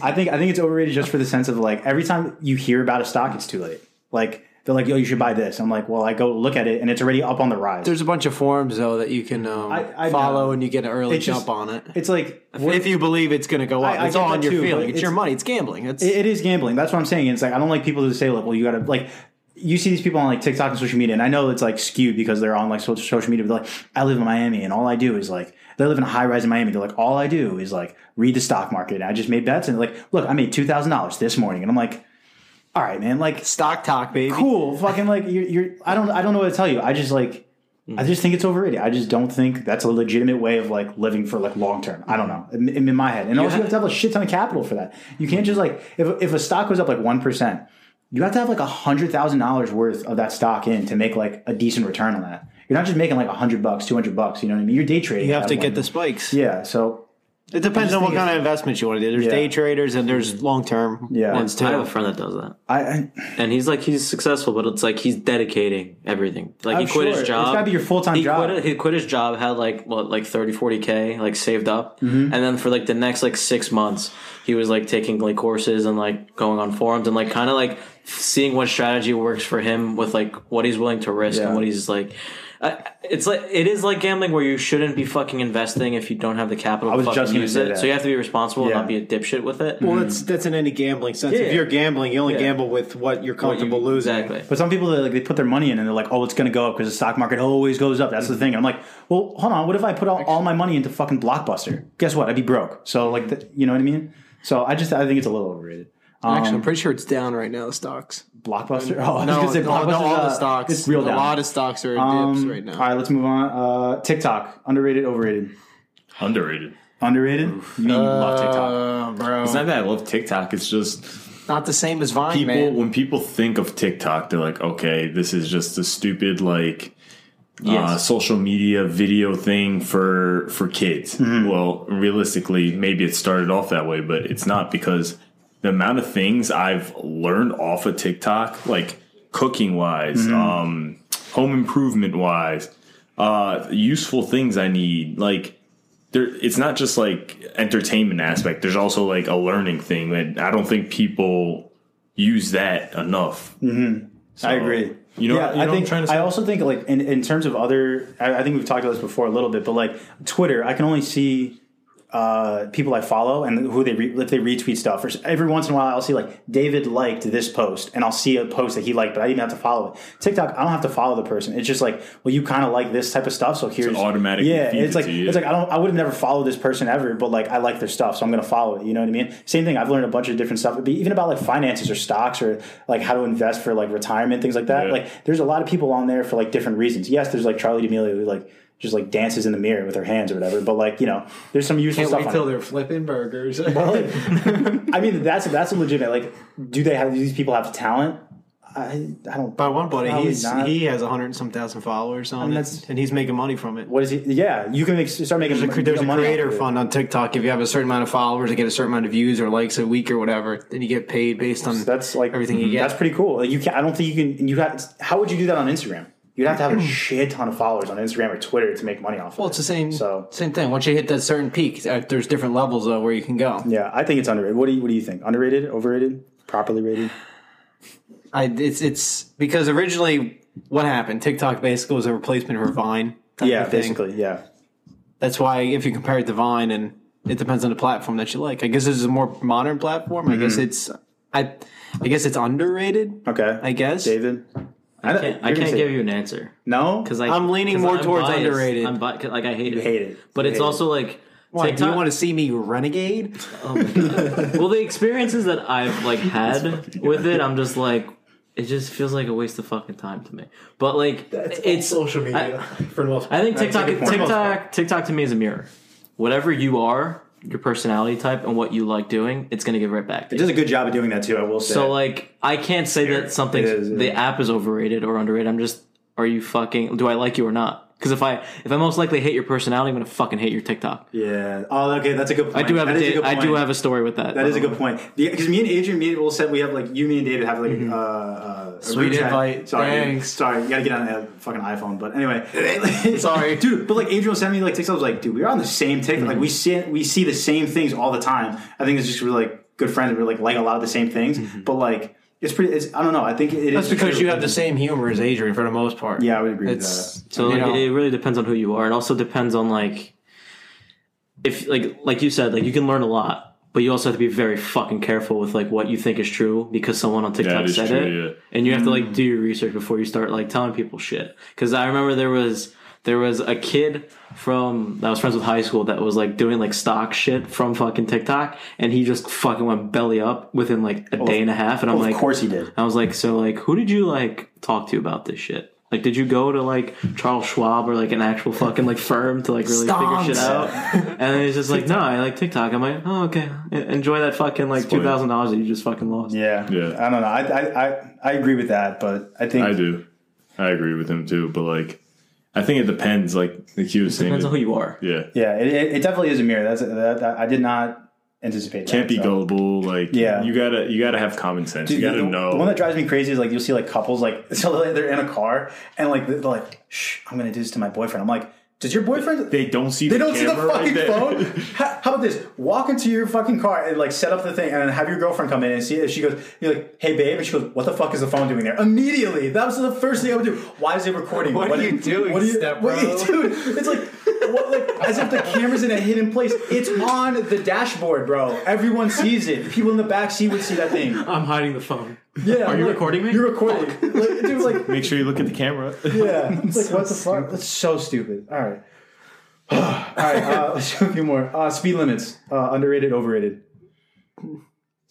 Speaker 1: I think I think it's overrated just for the sense of like every time you hear about a stock, it's too late. Like they're like, "Yo, you should buy this." I'm like, "Well, I go look at it, and it's already up on the rise."
Speaker 2: There's a bunch of forums though that you can um,
Speaker 1: I- I
Speaker 2: follow,
Speaker 1: know.
Speaker 2: and you get an early
Speaker 1: It's
Speaker 2: jump
Speaker 1: just-
Speaker 2: on it.
Speaker 1: it's like what-
Speaker 2: if you believe it's going to go up,
Speaker 1: I- I
Speaker 2: it's
Speaker 1: get
Speaker 2: all on
Speaker 1: that
Speaker 2: your
Speaker 1: too,
Speaker 2: feeling.
Speaker 1: but
Speaker 2: It's, your
Speaker 1: it's-
Speaker 2: money. It's gambling. It's
Speaker 1: it is gambling. That's what I'm saying. It's like I don't like people to say like, well, you gotta like. You see these people on like TikTok and social media, and I know it's like skewed because they're on like so- social media. But like, I live in Miami, and all I do is like they live in a high rise in Miami. They're like, all I do is like read the stock market. And I just made bets, and like, look, I made two thousand dollars this morning, and I'm like, all right, man, like
Speaker 2: stock talk, baby.
Speaker 1: cool, fucking like you're, you're. I don't, I don't know what to tell you. I just like,
Speaker 2: Mm.
Speaker 1: I just think it's overrated. I just don't think that's a legitimate way of like living for like long term. I don't know. In, in in my head, and also you have to have a shit ton of capital for that. You can't
Speaker 2: Mm.
Speaker 1: just like if if a stock goes up like one percent, you have to have like a hundred thousand dollars worth of that stock in to make like a decent return on that. You're not just making like a hundred bucks, two hundred bucks. You know what I mean? You're day trading.
Speaker 2: You have
Speaker 1: at
Speaker 2: to
Speaker 1: that
Speaker 2: get
Speaker 1: point.
Speaker 2: the spikes.
Speaker 1: Yeah. So
Speaker 2: It depends on what
Speaker 1: think
Speaker 2: kind
Speaker 1: it's-
Speaker 2: of investment you want to do. There's
Speaker 1: Yeah.
Speaker 2: day traders and there's long term
Speaker 1: Yeah.
Speaker 2: ones too.
Speaker 3: I have a friend that does that.
Speaker 1: I. I
Speaker 3: and he's like he's successful, but it's like he's dedicating everything. Like
Speaker 1: I'm
Speaker 3: he
Speaker 1: sure.
Speaker 3: quit his
Speaker 1: It's
Speaker 3: job.
Speaker 1: gotta be your full-time
Speaker 3: He
Speaker 1: job.
Speaker 3: Quit, he quit his job, had like what like 30, 40 k like saved up,
Speaker 1: Mm-hmm.
Speaker 3: and then for like the next like six months, he was like taking like courses and like going on forums and like kind of like seeing what strategy works for him with like what he's willing to risk
Speaker 1: Yeah.
Speaker 3: and what he's like. I- It's like it is like gambling where you shouldn't be fucking investing if you don't have the capital. I
Speaker 1: was
Speaker 3: to fucking
Speaker 1: just gonna
Speaker 3: use
Speaker 1: say
Speaker 3: it,
Speaker 1: that.
Speaker 3: so you have to be responsible
Speaker 1: Yeah.
Speaker 3: and not be a dipshit with it. Mm-hmm.
Speaker 5: Well, that's that's in any gambling sense.
Speaker 3: Yeah.
Speaker 5: If you're gambling, you only
Speaker 3: Yeah.
Speaker 5: gamble with what you're
Speaker 3: What you-
Speaker 5: comfortable losing.
Speaker 3: exactly.
Speaker 1: But some people they, like they put their money in and they're like, oh, it's going to go up because the stock market always goes up. That's the thing. And I'm like, well, hold on. What if I put all, all my money into fucking Blockbuster? Guess what? I'd be broke. So like, th- you know what I mean? So I just I think it's a little overrated. Um,
Speaker 2: Actually, I'm pretty sure it's down right now. The stocks.
Speaker 1: Blockbuster. Oh, I was
Speaker 2: No,
Speaker 1: going to say
Speaker 2: no, all
Speaker 1: Blockbuster.
Speaker 2: the stocks.
Speaker 1: It's real
Speaker 2: a
Speaker 1: down.
Speaker 2: lot of stocks are in dips
Speaker 1: Um,
Speaker 2: right now.
Speaker 1: All right, let's move on. Uh, TikTok, underrated, overrated,
Speaker 4: Underrated.
Speaker 1: underrated. You mean you love TikTok?
Speaker 2: Uh, bro.
Speaker 4: It's not that I love TikTok. It's just
Speaker 2: Not the same as Vine,
Speaker 4: people
Speaker 2: man.
Speaker 4: when people think of TikTok, they're like, okay, this is just a stupid like uh, social media video thing for for kids. Well, realistically, maybe it started off that way, but it's not because the amount of things I've learned off of TikTok, like cooking wise, um, home improvement wise, uh, useful things I need, like there it's not just like entertainment aspect there's also like a learning thing and i don't think people use that enough
Speaker 1: I agree.
Speaker 4: you know,
Speaker 1: yeah, I
Speaker 4: you know
Speaker 1: think
Speaker 4: what i'm trying to say
Speaker 1: I also think like in, in terms of other, I, I think we've talked about this before a little bit, but like Twitter, I can only see uh, people I follow and who they re- if they retweet stuff. Or s- every once in a while, I'll see like David liked this post, and I'll see a post that he liked, but I didn't have to follow it. TikTok, I don't have to follow the person. It's just like, well, you kind of like this type of stuff, so here's
Speaker 4: automatically
Speaker 1: Yeah,
Speaker 4: feeds
Speaker 1: it's
Speaker 4: it
Speaker 1: like
Speaker 4: to you.
Speaker 1: it's like I don't, I would have never followed this person ever, but like I like their stuff, so I'm gonna follow it. You know what I mean? Same thing. I've learned a bunch of different stuff, but even about like finances or stocks or like how to invest for like retirement things like that.
Speaker 4: Yeah.
Speaker 1: Like there's a lot of people on there for like different reasons. Yes, there's like Charlie D'Amelio who like just like dances in the mirror with her hands or whatever. But like you know, there's some useful
Speaker 2: Can't
Speaker 1: stuff.
Speaker 2: wait
Speaker 1: on
Speaker 2: till
Speaker 1: it.
Speaker 2: they're flipping burgers.
Speaker 1: I mean, that's that's legitimate. Like, do they have do these people have talent? I I don't.
Speaker 2: By one buddy,
Speaker 1: Probably
Speaker 2: he's
Speaker 1: not.
Speaker 2: he has a hundred and some thousand followers on
Speaker 1: mean, that's-
Speaker 2: it, and he's making money from it.
Speaker 1: What is he? Yeah, you can make, start making.
Speaker 2: There's a, there's a
Speaker 1: money off
Speaker 2: creator
Speaker 1: of it.
Speaker 2: fund on TikTok. If you have a certain amount of followers, you get a certain amount of views or likes a week or whatever, then you get paid based on
Speaker 1: That's like mm-hmm.
Speaker 2: everything you get.
Speaker 1: That's pretty cool. Like, you can not I don't think you can. You have. How would you do that on Instagram? You'd have to have a shit ton of followers on Instagram or Twitter to make money off.
Speaker 2: well,
Speaker 1: of
Speaker 2: it's
Speaker 1: it.
Speaker 2: the same
Speaker 1: So
Speaker 2: same thing. Once you hit that certain peak, uh, there's different levels though where you can go.
Speaker 1: yeah, I think it's underrated. What do you What do you think? Underrated? Overrated? Properly rated?
Speaker 2: I, it's it's because originally what happened? TikTok basically was a replacement for Vine. type
Speaker 1: Yeah,
Speaker 2: of thing.
Speaker 1: basically. Yeah.
Speaker 2: That's why if you compare it to Vine, and it depends on the platform that you like. I guess this is a more modern
Speaker 1: Mm-hmm.
Speaker 2: platform. I guess it's I I guess it's underrated.
Speaker 1: Okay.
Speaker 2: I guess.
Speaker 1: David.
Speaker 3: I
Speaker 1: don't-
Speaker 3: can't, I
Speaker 1: you're gonna
Speaker 3: can't
Speaker 1: say-
Speaker 3: give you an answer
Speaker 1: No,
Speaker 3: because like
Speaker 5: I'm leaning
Speaker 3: 'cause
Speaker 5: more
Speaker 3: I'm
Speaker 5: towards
Speaker 3: biased.
Speaker 5: underrated.
Speaker 3: I'm bi- 'cause, like I hate it.
Speaker 1: hate it.
Speaker 3: but
Speaker 1: You
Speaker 3: it's
Speaker 1: hate
Speaker 3: also like
Speaker 5: Why, do you
Speaker 3: TikTok-
Speaker 5: want to see me renegade?
Speaker 3: well, the experiences that I've like had with it, I'm just like, it just feels like a waste of fucking time to me. But like, it's
Speaker 5: for the most
Speaker 3: I, I think
Speaker 1: That's a
Speaker 3: TikTok,
Speaker 1: good point.
Speaker 3: TikTok, TikTok to me is a mirror. Whatever you are, your personality type, and what you like doing, it's gonna get right back. To
Speaker 1: it
Speaker 3: you.
Speaker 1: does a good job of doing that too. I will say.
Speaker 3: So like, I can't say that something
Speaker 1: It is, it
Speaker 3: the
Speaker 1: is.
Speaker 3: app is overrated or underrated. I'm just, are you fucking? Do I like you or not? Because if I if I most likely hate your personality, I'm gonna fucking hate your TikTok.
Speaker 1: yeah. Oh, okay. That's a good. point.
Speaker 3: I do have
Speaker 1: That
Speaker 3: a
Speaker 1: is
Speaker 3: da-
Speaker 1: good
Speaker 3: I do
Speaker 1: point.
Speaker 3: have a story with that.
Speaker 1: That is a good point. Because me and Adrian, me and will said we have like you, me and David have like uh, uh, a
Speaker 2: Sweet
Speaker 1: group chat.
Speaker 2: invite.
Speaker 1: Sorry,
Speaker 2: Thanks.
Speaker 1: sorry, you gotta get on that fucking iPhone. But anyway,
Speaker 2: Sorry.
Speaker 1: dude. But like Adrian will send me like TikToks. I was like, dude, we are on the same TikTok. Like we see we see the same things all the time. I think it's just we're like good friends. and We're like like a lot of the same things. But like it's pretty. It's, I don't know. I think it is
Speaker 5: That's because
Speaker 1: true.
Speaker 5: you have the same humor as Adrian for the most part.
Speaker 1: Yeah, I would agree with that.
Speaker 2: It's
Speaker 3: So
Speaker 2: you
Speaker 3: like,
Speaker 2: know,
Speaker 3: it really depends on who you are. It also depends on like if like like you said, like you can learn a lot, but you also have to be very fucking careful with like what you think is true because someone on TikTok
Speaker 4: That is
Speaker 3: said
Speaker 4: true,
Speaker 3: it,
Speaker 4: yeah.
Speaker 3: and you have to like do your research before you start like telling people shit. Because I remember there was there was a kid from that I was friends with high school that was like doing like stock shit from fucking TikTok, and he just fucking went belly up within like a day and a half, and I'm
Speaker 1: Well,
Speaker 3: like,
Speaker 1: of course he did.
Speaker 3: I was like, so like, who did you like talk to about this shit? Like, did you go to like Charles Schwab or like an actual fucking like firm to like really figure shit out? And then he's just like, no, I like TikTok. I'm like, oh okay, En- enjoy that fucking like two thousand dollars that you just fucking lost.
Speaker 1: Yeah.
Speaker 4: Yeah.
Speaker 1: I don't know. I, I I I agree with that, but I think
Speaker 4: I do. I agree with him too, but like, I think it depends. Like, like he was saying,
Speaker 3: Depends on who you are.
Speaker 4: yeah,
Speaker 1: yeah, it, it, it definitely is a mirror. That's that, that- I did not anticipate.
Speaker 4: can't
Speaker 1: that,
Speaker 4: be
Speaker 1: so.
Speaker 4: gullible. Like,
Speaker 1: Yeah.
Speaker 4: you gotta you gotta have common sense.
Speaker 1: Dude,
Speaker 4: you gotta
Speaker 1: the,
Speaker 4: know.
Speaker 1: The one that drives me crazy is like you'll see like couples like so like, they're in a car and like they're like, "Shh, I'm gonna do this to my boyfriend." I'm like, "Does your boyfriend?"
Speaker 4: they don't see.
Speaker 1: They don't see the
Speaker 4: camera right
Speaker 1: fucking
Speaker 4: there.
Speaker 1: phone. How, how about this? Walk into your fucking car and like set up the thing, and then have your girlfriend come in and see it. She goes, "You're like, hey babe," and she goes, "What the fuck is the phone doing there?" Immediately, that was the first thing I would do. Why is it recording?
Speaker 2: What are you doing, stepbro?
Speaker 1: What are you doing? It's like, what, like as if the camera's in a hidden place. It's on the dashboard, bro. Everyone sees it. People in the back seat would see that thing.
Speaker 3: I'm hiding the phone.
Speaker 1: Yeah,
Speaker 3: Are you
Speaker 1: like,
Speaker 3: recording me?
Speaker 1: You're recording, like, dude. Like,
Speaker 4: Make sure you look at the camera.
Speaker 1: yeah, it's like what the fuck? That's so stupid. All right, all right. Uh, let's do a few more. Uh, speed limits, uh, underrated, overrated.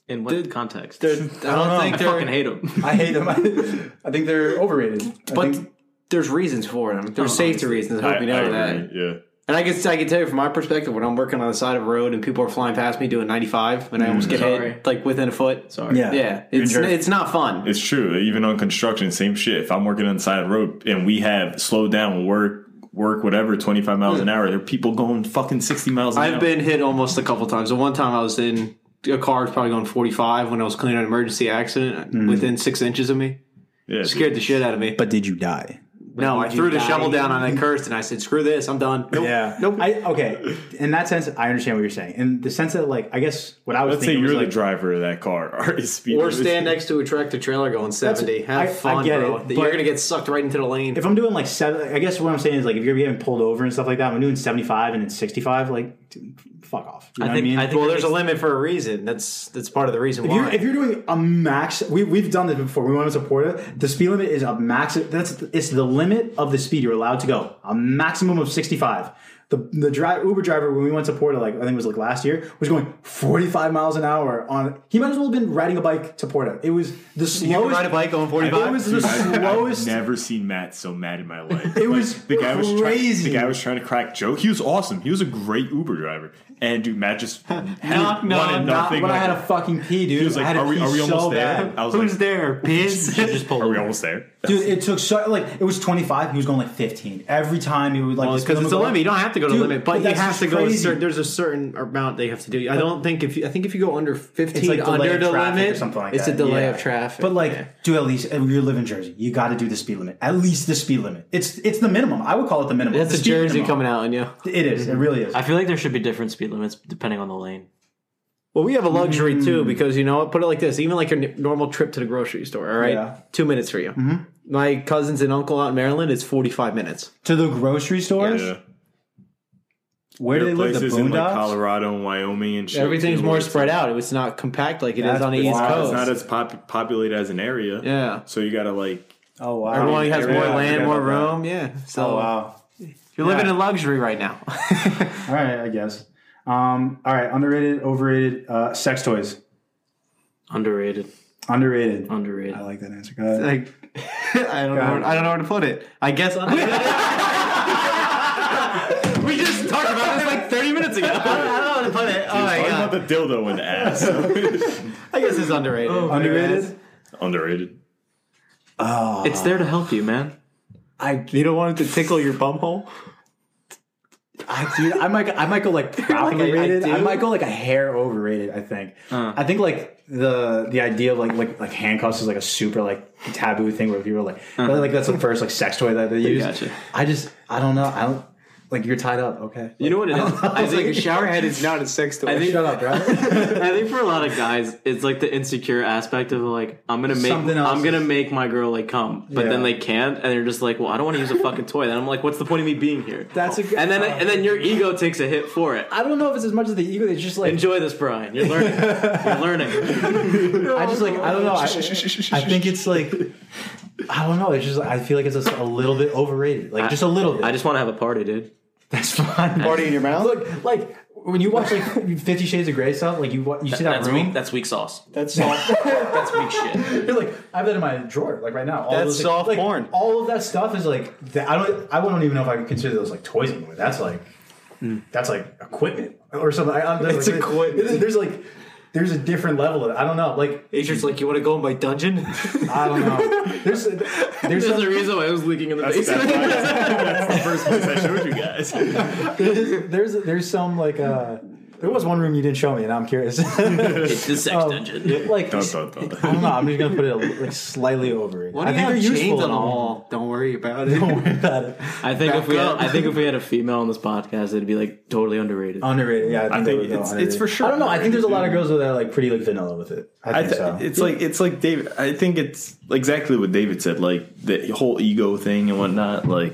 Speaker 3: In what context?
Speaker 2: I don't think
Speaker 3: I
Speaker 2: they're
Speaker 3: fucking hate them.
Speaker 1: I hate them. I, think they're overrated. I
Speaker 2: But
Speaker 1: think-
Speaker 2: there's reasons for them. There's safety reasons. I hope
Speaker 4: I,
Speaker 2: you know
Speaker 4: I
Speaker 2: that.
Speaker 4: agree, Yeah.
Speaker 2: And I can I can tell you from my perspective when I'm working on the side of a road and people are flying past me doing 95 and I almost get
Speaker 3: Sorry.
Speaker 2: hit like within a foot.
Speaker 3: Sorry.
Speaker 1: yeah,
Speaker 2: Yeah, it's
Speaker 1: You're a jerk.
Speaker 2: it's not fun.
Speaker 4: It's true. Even on construction, same shit. If I'm working on the side of the road and we have slowed down work, work, whatever, 25 miles an hour, there are people going fucking 60 miles an hour.
Speaker 2: I've been hit almost a couple times. The one time I was in a car was probably going 45 when I was cleaning an emergency accident within six inches of me.
Speaker 4: yeah, dude.
Speaker 2: Scared the shit out of me.
Speaker 1: But did you die?
Speaker 2: No, I threw the shovel down and I cursed and I said, "Screw this, I'm done." Nope.
Speaker 1: Yeah.
Speaker 2: Nope.
Speaker 1: I, okay. In that sense, I understand what you're saying. In the sense that, like, I guess what I was
Speaker 4: Let's say
Speaker 1: thinking
Speaker 4: you're
Speaker 1: was
Speaker 4: the
Speaker 1: like,
Speaker 4: driver of that car. Already speed
Speaker 2: or
Speaker 4: limit.
Speaker 2: stand next to a tractor trailer going 70. Have
Speaker 1: I- I
Speaker 2: fun,
Speaker 1: get it,
Speaker 2: bro. You're
Speaker 1: but-
Speaker 2: going to get sucked right into the lane.
Speaker 1: if I'm doing like seven, I guess what I'm saying is like if you're getting pulled over and stuff like that, I'm doing 75 and then 65, like, dude, fuck off. You know
Speaker 3: I think.
Speaker 1: what I mean?
Speaker 3: I think
Speaker 2: well,
Speaker 3: it
Speaker 2: there's a
Speaker 3: makes-
Speaker 2: limit for a reason. That's that's part of the reason
Speaker 1: If
Speaker 2: why.
Speaker 1: you're, if you're doing a max, we, we've done this before. We want to support it. The speed limit is a max. That's it's the limit of the speed you're allowed to go. A maximum of 65. The the dri- Uber driver when we went to Porta, like I think it was like last year, was going 45 miles an hour on. He might as well have been riding a bike to Porta. It was the
Speaker 2: You
Speaker 1: slowest.
Speaker 2: can ride a bike going
Speaker 1: It
Speaker 2: 45.
Speaker 1: was the
Speaker 4: I've,
Speaker 1: slowest.
Speaker 4: I've never seen Matt so mad in my life.
Speaker 1: It was
Speaker 4: the guy was trying,
Speaker 1: crazy.
Speaker 4: the guy was trying to crack joke. He was awesome. He was a great Uber driver. And dude, Matt just
Speaker 1: Not,
Speaker 4: wanted
Speaker 1: not
Speaker 4: nothing
Speaker 1: when I
Speaker 4: like
Speaker 1: had
Speaker 4: that.
Speaker 1: a fucking pee, dude.
Speaker 4: He was like,
Speaker 1: I had a
Speaker 4: "Are we?
Speaker 1: pee
Speaker 4: Are we
Speaker 1: so
Speaker 4: almost there?"
Speaker 1: bad.
Speaker 4: I was
Speaker 2: Who's
Speaker 4: like,
Speaker 2: there? Piss.
Speaker 3: just pull
Speaker 4: "Are we
Speaker 3: over.
Speaker 4: almost there?"
Speaker 1: Dude, it took so like it was twenty five. He was going like fifteen every time. He would like
Speaker 2: Because it's a limit. You don't have to go to
Speaker 1: Dude,
Speaker 2: the limit, but,
Speaker 1: but
Speaker 2: you
Speaker 1: that's
Speaker 2: have
Speaker 1: just
Speaker 2: to go. A
Speaker 1: crazy.
Speaker 2: certain, there's a certain amount they have to do. I don't think if you, I think if you go under 15
Speaker 1: It's like delay
Speaker 2: under
Speaker 1: of
Speaker 2: the
Speaker 1: traffic
Speaker 2: limit,
Speaker 1: or something like
Speaker 2: it's
Speaker 1: that.
Speaker 2: a delay
Speaker 1: Yeah.
Speaker 2: of traffic.
Speaker 1: But like,
Speaker 2: Yeah.
Speaker 1: do at least if you live in Jersey, you got to do the speed limit. At least the speed limit. It's it's the minimum. I would call it the minimum.
Speaker 2: that's
Speaker 1: the
Speaker 2: a
Speaker 1: speed
Speaker 2: jersey
Speaker 1: minimum.
Speaker 2: coming out on you.
Speaker 1: It is. It really is.
Speaker 3: I feel like there should be different speed limits depending on the lane.
Speaker 2: Well, we have a luxury
Speaker 1: Mm-hmm.
Speaker 2: too because you know what? Put it like this: even like your n- normal trip to the grocery store, all right,
Speaker 1: Yeah. Mm-hmm.
Speaker 2: two minutes for you. My cousins and uncle out in Maryland, it's 45 minutes.
Speaker 1: to the grocery stores.
Speaker 4: Yeah.
Speaker 1: Where do they
Speaker 4: There are
Speaker 1: live? The
Speaker 4: places in like
Speaker 1: boondocks.
Speaker 4: Colorado and Wyoming and shit.
Speaker 2: Everything's
Speaker 4: too,
Speaker 2: more
Speaker 4: where
Speaker 2: spread out. It's not compact like it is
Speaker 1: That's
Speaker 2: on the East
Speaker 1: wild.
Speaker 4: It's
Speaker 2: Coast.
Speaker 4: not as pop- populated as an area.
Speaker 2: yeah.
Speaker 4: So you gotta like.
Speaker 5: Oh wow!
Speaker 2: Everyone has more
Speaker 1: yeah, I
Speaker 2: land,
Speaker 1: forgot
Speaker 2: more
Speaker 1: about that.
Speaker 2: room. Yeah. So
Speaker 1: Oh wow.
Speaker 2: you're living
Speaker 1: Yeah.
Speaker 2: in luxury right now.
Speaker 1: All right, I guess. Um, all right, underrated, overrated, uh, sex toys.
Speaker 3: Underrated.
Speaker 1: Underrated.
Speaker 2: Mm.
Speaker 3: Underrated.
Speaker 1: I like that answer. Go ahead.
Speaker 2: like I don't know. Where, I don't know where to put it. I guess i we just talked about this like 30 minutes ago. I don't, know where to put it. Oh my
Speaker 4: Talking
Speaker 2: god.
Speaker 4: about the dildo in the ass.
Speaker 2: I guess it's underrated.
Speaker 1: Oh, Underrated.
Speaker 4: Underrated.
Speaker 1: Oh,
Speaker 3: It's there to help you, man.
Speaker 2: I you don't want it to tickle your bum hole.
Speaker 1: I, dude, I might, I might go like properly
Speaker 2: I
Speaker 1: rated.
Speaker 2: do?
Speaker 1: I, might go like a hair overrated. I think. I think like the the idea of like like like handcuffs is like a super like taboo thing where people are like like that's the first like sex toy that they use.
Speaker 3: gotcha.
Speaker 1: I just I don't know. I don't like you're tied up. Okay.
Speaker 3: You know what it is? I
Speaker 2: It's like a
Speaker 3: think,
Speaker 2: shower head is not a sex toy.
Speaker 3: I think-
Speaker 1: Shut up, bro.
Speaker 3: I think for a lot of guys, it's like the insecure aspect of like I'm gonna make
Speaker 1: Something else
Speaker 3: I'm gonna
Speaker 1: is-
Speaker 3: make my girl like come, but then
Speaker 1: Yeah.
Speaker 3: they can't, and they're just like, well, I don't want to use a fucking toy. Then I'm like, what's the point of me being here?
Speaker 1: That's a good-
Speaker 3: and then and then your ego takes a hit for it.
Speaker 1: I don't know if it's as much as the ego. It's just like
Speaker 3: Enjoy this, Brian. You're learning. You're learning.
Speaker 1: I just like I don't know. I, I think it's like I don't know. It's just like, I feel like it's a, a little bit overrated. Like just a little bit.
Speaker 3: I just want to have a party, dude.
Speaker 1: that's fine.
Speaker 5: Party in your mouth?
Speaker 1: Look, like when you watch like Fifty Shades of Grey stuff, like you wa- you see that
Speaker 3: That's
Speaker 1: room.
Speaker 3: weak. That's weak sauce.
Speaker 5: That's soft.
Speaker 3: That's weak shit.
Speaker 1: You're like, I have that in my drawer, like right now. All
Speaker 2: That's
Speaker 1: those, like-
Speaker 2: soft
Speaker 1: like,
Speaker 2: porn.
Speaker 1: All of that stuff is like, that, I don't, I don't even know if I could consider those like toys anymore. That's like, that's like equipment or something. I, I'm,
Speaker 5: It's
Speaker 1: like,
Speaker 5: equipment.
Speaker 1: There's like, there's a different level of. I don't know. Like,
Speaker 5: Adrian's like, you want to go in my dungeon?
Speaker 1: I don't know. There's, there's,
Speaker 3: There's
Speaker 1: some,
Speaker 3: a reason why I was leaking in the
Speaker 4: That's,
Speaker 3: basement.
Speaker 4: that's the first place I showed you guys.
Speaker 1: there's, there's, there's some like, uh, there was one room you didn't show me, and I'm curious.
Speaker 3: It's the
Speaker 1: Oh.
Speaker 3: sex dungeon.
Speaker 1: like,
Speaker 4: Dun, dun, dun.
Speaker 1: I don't know. I'm just gonna put it a- like slightly over it. I think they're useful
Speaker 2: on
Speaker 1: and
Speaker 2: the
Speaker 1: all.
Speaker 2: wall. Don't worry about it.
Speaker 1: Don't worry about it.
Speaker 3: I think if
Speaker 2: Back
Speaker 3: we had,
Speaker 2: up.
Speaker 3: I think if we had a female on this podcast, it'd be like totally underrated.
Speaker 1: Underrated, yeah. I think,
Speaker 4: think
Speaker 1: they would go
Speaker 4: it's- it's
Speaker 1: underrated.
Speaker 4: for sure
Speaker 1: I don't know. I think there's a lot of girls that are like pretty like vanilla with it. I
Speaker 4: I
Speaker 1: think
Speaker 4: th-
Speaker 1: so.
Speaker 4: It's like it's like David. I think it's exactly what David said. Like the whole ego thing and whatnot. Like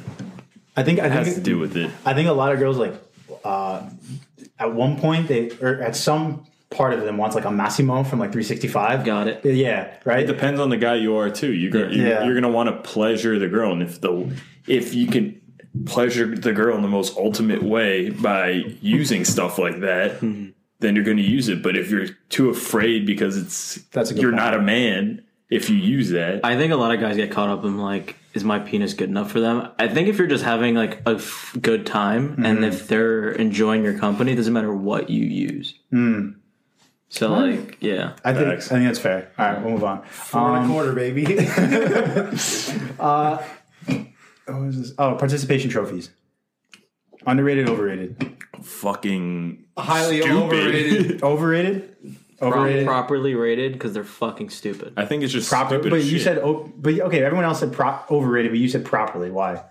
Speaker 1: I think I
Speaker 4: has
Speaker 1: think
Speaker 4: to do with it.
Speaker 1: I think a lot of girls like uh, at one point they or at some part of them wants like a Massimo from like 365.
Speaker 3: Got it.
Speaker 1: Yeah. Right.
Speaker 4: It depends on the guy you are too. You go, you,
Speaker 1: Yeah.
Speaker 4: you're gonna want to pleasure the girl, and if the if you can pleasure the girl in the most ultimate way by using stuff like that,
Speaker 1: Mm-hmm.
Speaker 4: then you're gonna use it. But if you're too afraid because it's
Speaker 1: That's a good
Speaker 4: you're
Speaker 1: point.
Speaker 4: not a man if you use that.
Speaker 3: I think a lot of guys get caught up in like, is my penis good enough for them? I think if you're just having like a f- good time and if they're enjoying your company, it doesn't matter what you use. So like, yeah,
Speaker 1: I think
Speaker 4: Facts.
Speaker 1: I think that's fair. All right, we'll move on.
Speaker 5: Four and a
Speaker 1: Um,
Speaker 5: quarter, baby. Uh,
Speaker 1: what was this? Oh, participation trophies. Underrated, overrated,
Speaker 4: fucking
Speaker 2: Highly
Speaker 4: Stupid.
Speaker 2: overrated.
Speaker 1: overrated,
Speaker 3: Pro-
Speaker 1: overrated.
Speaker 3: properly rated because they're fucking stupid.
Speaker 4: I think it's just
Speaker 1: proper,
Speaker 4: stupid
Speaker 1: but
Speaker 4: as
Speaker 1: you said,
Speaker 4: shit.
Speaker 1: o- but okay, everyone else said pro- overrated, but you said properly. Why?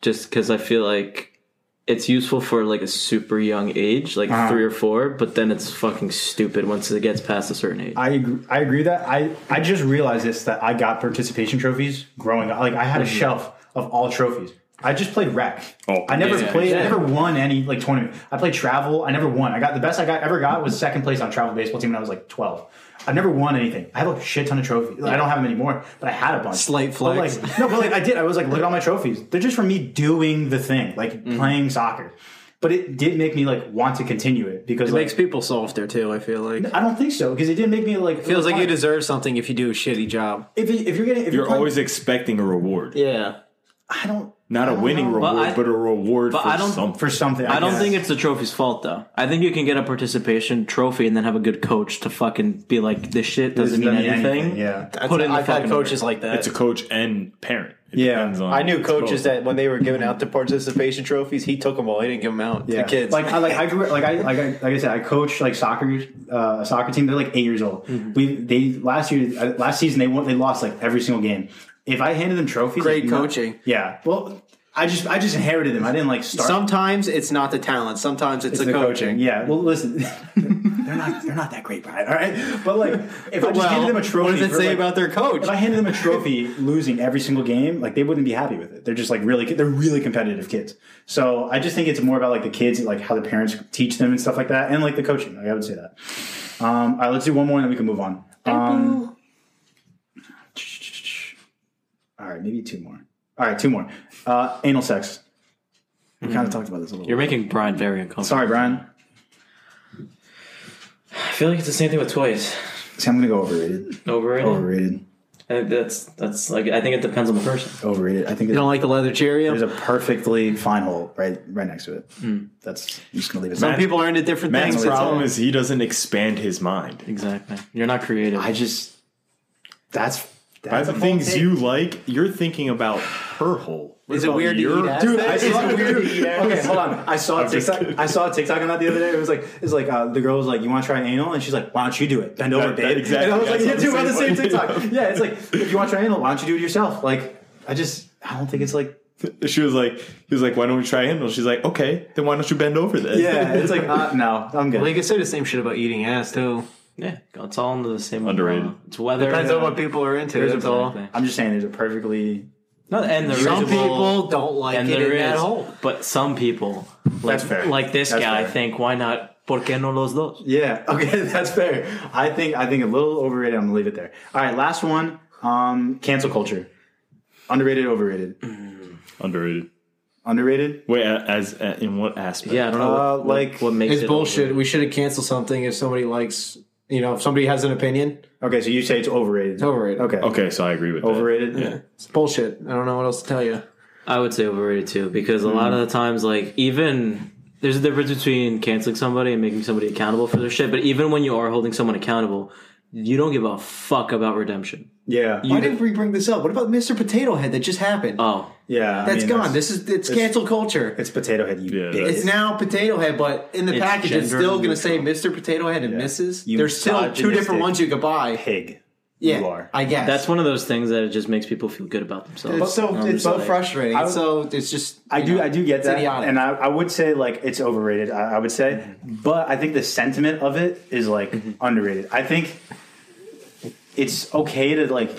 Speaker 3: Just because I feel like it's useful for like a super young age, like three or four, but then it's fucking stupid once it gets past a certain age.
Speaker 1: I agree, I agree with that I I just realized this that I got participation trophies growing up. Like I had a shelf of all trophies. I just played rec.
Speaker 4: Oh,
Speaker 1: I never
Speaker 3: yeah,
Speaker 1: played.
Speaker 3: yeah.
Speaker 1: I never won any like tournament. I played travel. I never won. I got the best I got ever got was second place on travel baseball team when I was like twelve. I never won anything. I have a shit ton of trophies. I don't have them anymore, but I had a bunch.
Speaker 2: Slight
Speaker 1: But,
Speaker 2: flex.
Speaker 1: like, no, but like I did. I was like, look at all my trophies. They're just for me doing the thing, like
Speaker 2: Mm-hmm.
Speaker 1: playing soccer. But it did make me like want to continue it because
Speaker 2: It
Speaker 1: like,
Speaker 2: makes people softer too, I feel like.
Speaker 1: I don't think so because it did make me like
Speaker 2: Feels like you
Speaker 1: it is.
Speaker 2: deserve something if you do a shitty job.
Speaker 1: If, you- if you're getting, if
Speaker 4: you're
Speaker 1: playing-
Speaker 4: always expecting a reward,
Speaker 3: yeah,
Speaker 1: I don't
Speaker 4: not a winning reward,
Speaker 3: But I-
Speaker 4: but a reward
Speaker 3: but
Speaker 4: for
Speaker 3: I don't-
Speaker 4: something.
Speaker 1: for something.
Speaker 3: I don't
Speaker 1: guess.
Speaker 3: think it's the trophy's fault though. I think you can get a participation trophy and then have a good coach to fucking be like, this shit doesn't mean anything.
Speaker 1: Yeah,
Speaker 3: Put it in the
Speaker 2: I've had
Speaker 3: fucking
Speaker 2: coaches like that.
Speaker 4: it's a coach and parent. It
Speaker 1: Yeah.
Speaker 4: depends on
Speaker 2: I knew
Speaker 4: it's
Speaker 2: coaches
Speaker 4: both.
Speaker 2: that when they were giving out the participation trophies, he took them all. He didn't give them out
Speaker 1: yeah.
Speaker 2: to kids.
Speaker 1: Like I like I grew like I like I, like I said I coached like soccer uh, a soccer team. They're like eight years old.
Speaker 2: Mm-hmm.
Speaker 1: We they last year uh, last season they won they lost like every single game. If I handed them trophies,
Speaker 2: Great
Speaker 1: like, no-
Speaker 2: coaching.
Speaker 1: yeah. Well, I just I just inherited them. I didn't like start.
Speaker 2: sometimes it's not the talent. Sometimes it's, the, coaching.
Speaker 1: Yeah. Well, listen, they're not they're not that great, Brian. All right, but like if I just
Speaker 2: Well,
Speaker 1: handed them a trophy,
Speaker 2: what does it
Speaker 1: for,
Speaker 2: say
Speaker 1: like-
Speaker 2: about their coach?
Speaker 1: If I handed them a trophy, losing every single game, like they wouldn't be happy with it. They're just like really, they're really competitive kids. So I just think it's more about like the kids, like how the parents teach them and stuff like that, and like the coaching. Like I would say that. Um, all right, let's do one more and then we can move on. Um, All right, maybe two more. All right, two more. Uh, anal sex. We kind of talked about this a little.
Speaker 3: You're making Brian very uncomfortable.
Speaker 1: Sorry, Brian.
Speaker 3: I feel like it's the same thing with toys.
Speaker 1: See, I'm gonna go overrated.
Speaker 3: Overrated.
Speaker 1: Overrated.
Speaker 3: I think Uh, that's that's like I think it depends on the person.
Speaker 1: Overrated. I think
Speaker 2: You
Speaker 1: there's,
Speaker 2: don't like the leather Cheerio?
Speaker 1: there's a perfectly fine hole right right next to it. That's I'm just gonna leave it.
Speaker 2: Some people are into different
Speaker 4: Man's
Speaker 2: things.
Speaker 4: problem
Speaker 1: it.
Speaker 4: is he doesn't expand his mind.
Speaker 3: Exactly. You're not creative.
Speaker 1: I just that's
Speaker 4: By
Speaker 1: that's
Speaker 4: the
Speaker 1: a
Speaker 4: things
Speaker 1: whole thing.
Speaker 4: you like, you're thinking about her hole. What
Speaker 2: Is it
Speaker 4: about
Speaker 2: weird to
Speaker 4: your-
Speaker 2: eat ass?
Speaker 1: Dude, I
Speaker 2: That's
Speaker 1: saw
Speaker 2: so weird.
Speaker 1: dude, Okay, hold on. I saw a
Speaker 4: just
Speaker 1: TikTok. I saw a TikTok on that the other day. It was like, it's like uh, the girl was like, "You want to try anal?" And she's like, "Why don't you do it? Bend over,
Speaker 4: That- that
Speaker 1: babe."
Speaker 4: exactly.
Speaker 1: And I was
Speaker 4: I
Speaker 1: like,
Speaker 4: saw
Speaker 1: "Yeah,
Speaker 4: the
Speaker 1: dude, we're on the
Speaker 4: same
Speaker 1: same
Speaker 4: one."
Speaker 1: TikTok." Yeah, it's like if you want to try anal, why don't you do it yourself? Like, I just I don't think it's like
Speaker 4: She was like, he was like, why don't we try handle? She's like, okay, then why don't you bend over then?
Speaker 1: yeah, it's like uh, no, I'm good.
Speaker 2: They can say the same shit about eating ass, too.
Speaker 3: yeah, it's all under the same
Speaker 4: Underrated.
Speaker 3: umbrella. It's weather.
Speaker 2: Depends on what people are into. That's all.
Speaker 3: Exactly.
Speaker 1: I'm just saying, there's a perfectly
Speaker 3: No, and there is
Speaker 2: Some
Speaker 3: a-
Speaker 2: people don't like
Speaker 3: and
Speaker 2: it
Speaker 3: there
Speaker 2: in
Speaker 3: is,
Speaker 2: that hole.
Speaker 3: but some people like,
Speaker 1: That's fair.
Speaker 3: like this
Speaker 1: That's
Speaker 3: guy
Speaker 1: fair.
Speaker 3: think why not? Por qué no los dos?
Speaker 1: yeah. Okay, that's fair. I think I think a little overrated. I'm gonna leave it there. All right, last one. Um, cancel culture. Underrated, overrated,
Speaker 4: Underrated.
Speaker 1: underrated.
Speaker 4: Wait, a- as, a- in what aspect?
Speaker 3: Yeah, I don't know.
Speaker 1: Uh,
Speaker 3: what,
Speaker 1: like-
Speaker 3: what, what makes
Speaker 2: It's
Speaker 3: it
Speaker 2: bullshit.
Speaker 3: over.
Speaker 2: We should have canceled something if somebody likes, you know, if somebody has an opinion.
Speaker 1: Okay, so you say it's overrated.
Speaker 2: It's overrated.
Speaker 1: Okay.
Speaker 4: Okay, so I agree with
Speaker 1: Overrated.
Speaker 4: that. Yeah.
Speaker 2: It's bullshit. I don't know what else to tell you.
Speaker 3: I would say overrated too because a lot of
Speaker 4: Mm.
Speaker 3: the times, like even there's a difference between canceling somebody and making somebody accountable for their shit. But even when you are holding someone accountable, you don't give a fuck about redemption.
Speaker 1: Yeah.
Speaker 2: Why did we bring this up? What about Mr. Potato Head that just happened?
Speaker 3: Oh,
Speaker 1: yeah.
Speaker 2: That's
Speaker 1: I mean,
Speaker 2: gone. this is Uh, it's cancel culture.
Speaker 1: It's potato head. You
Speaker 4: Yeah,
Speaker 1: bitch.
Speaker 2: It's now Potato Head, but in the
Speaker 3: It's
Speaker 2: package, it's
Speaker 3: gender
Speaker 2: still going to
Speaker 3: neutral.
Speaker 2: say Mr. Potato Head and Mrs.
Speaker 1: You
Speaker 2: There's still two
Speaker 1: misogynistic
Speaker 2: different ones you could buy.
Speaker 1: pig.
Speaker 2: Yeah,
Speaker 1: You are.
Speaker 2: I guess
Speaker 3: that's one of those things that it just makes people feel good about themselves.
Speaker 2: It's so
Speaker 3: I'm
Speaker 2: it's
Speaker 3: just
Speaker 2: so
Speaker 3: like-
Speaker 2: frustrating.
Speaker 1: I-
Speaker 2: so it's just
Speaker 1: I
Speaker 2: you
Speaker 1: do.
Speaker 2: know,
Speaker 1: I do get
Speaker 2: it's
Speaker 1: that,
Speaker 2: idiotic. Mm-hmm.
Speaker 1: and I, I would say like it's overrated. I, I would say, but I think the sentiment of it is like underrated. I think it's okay to like.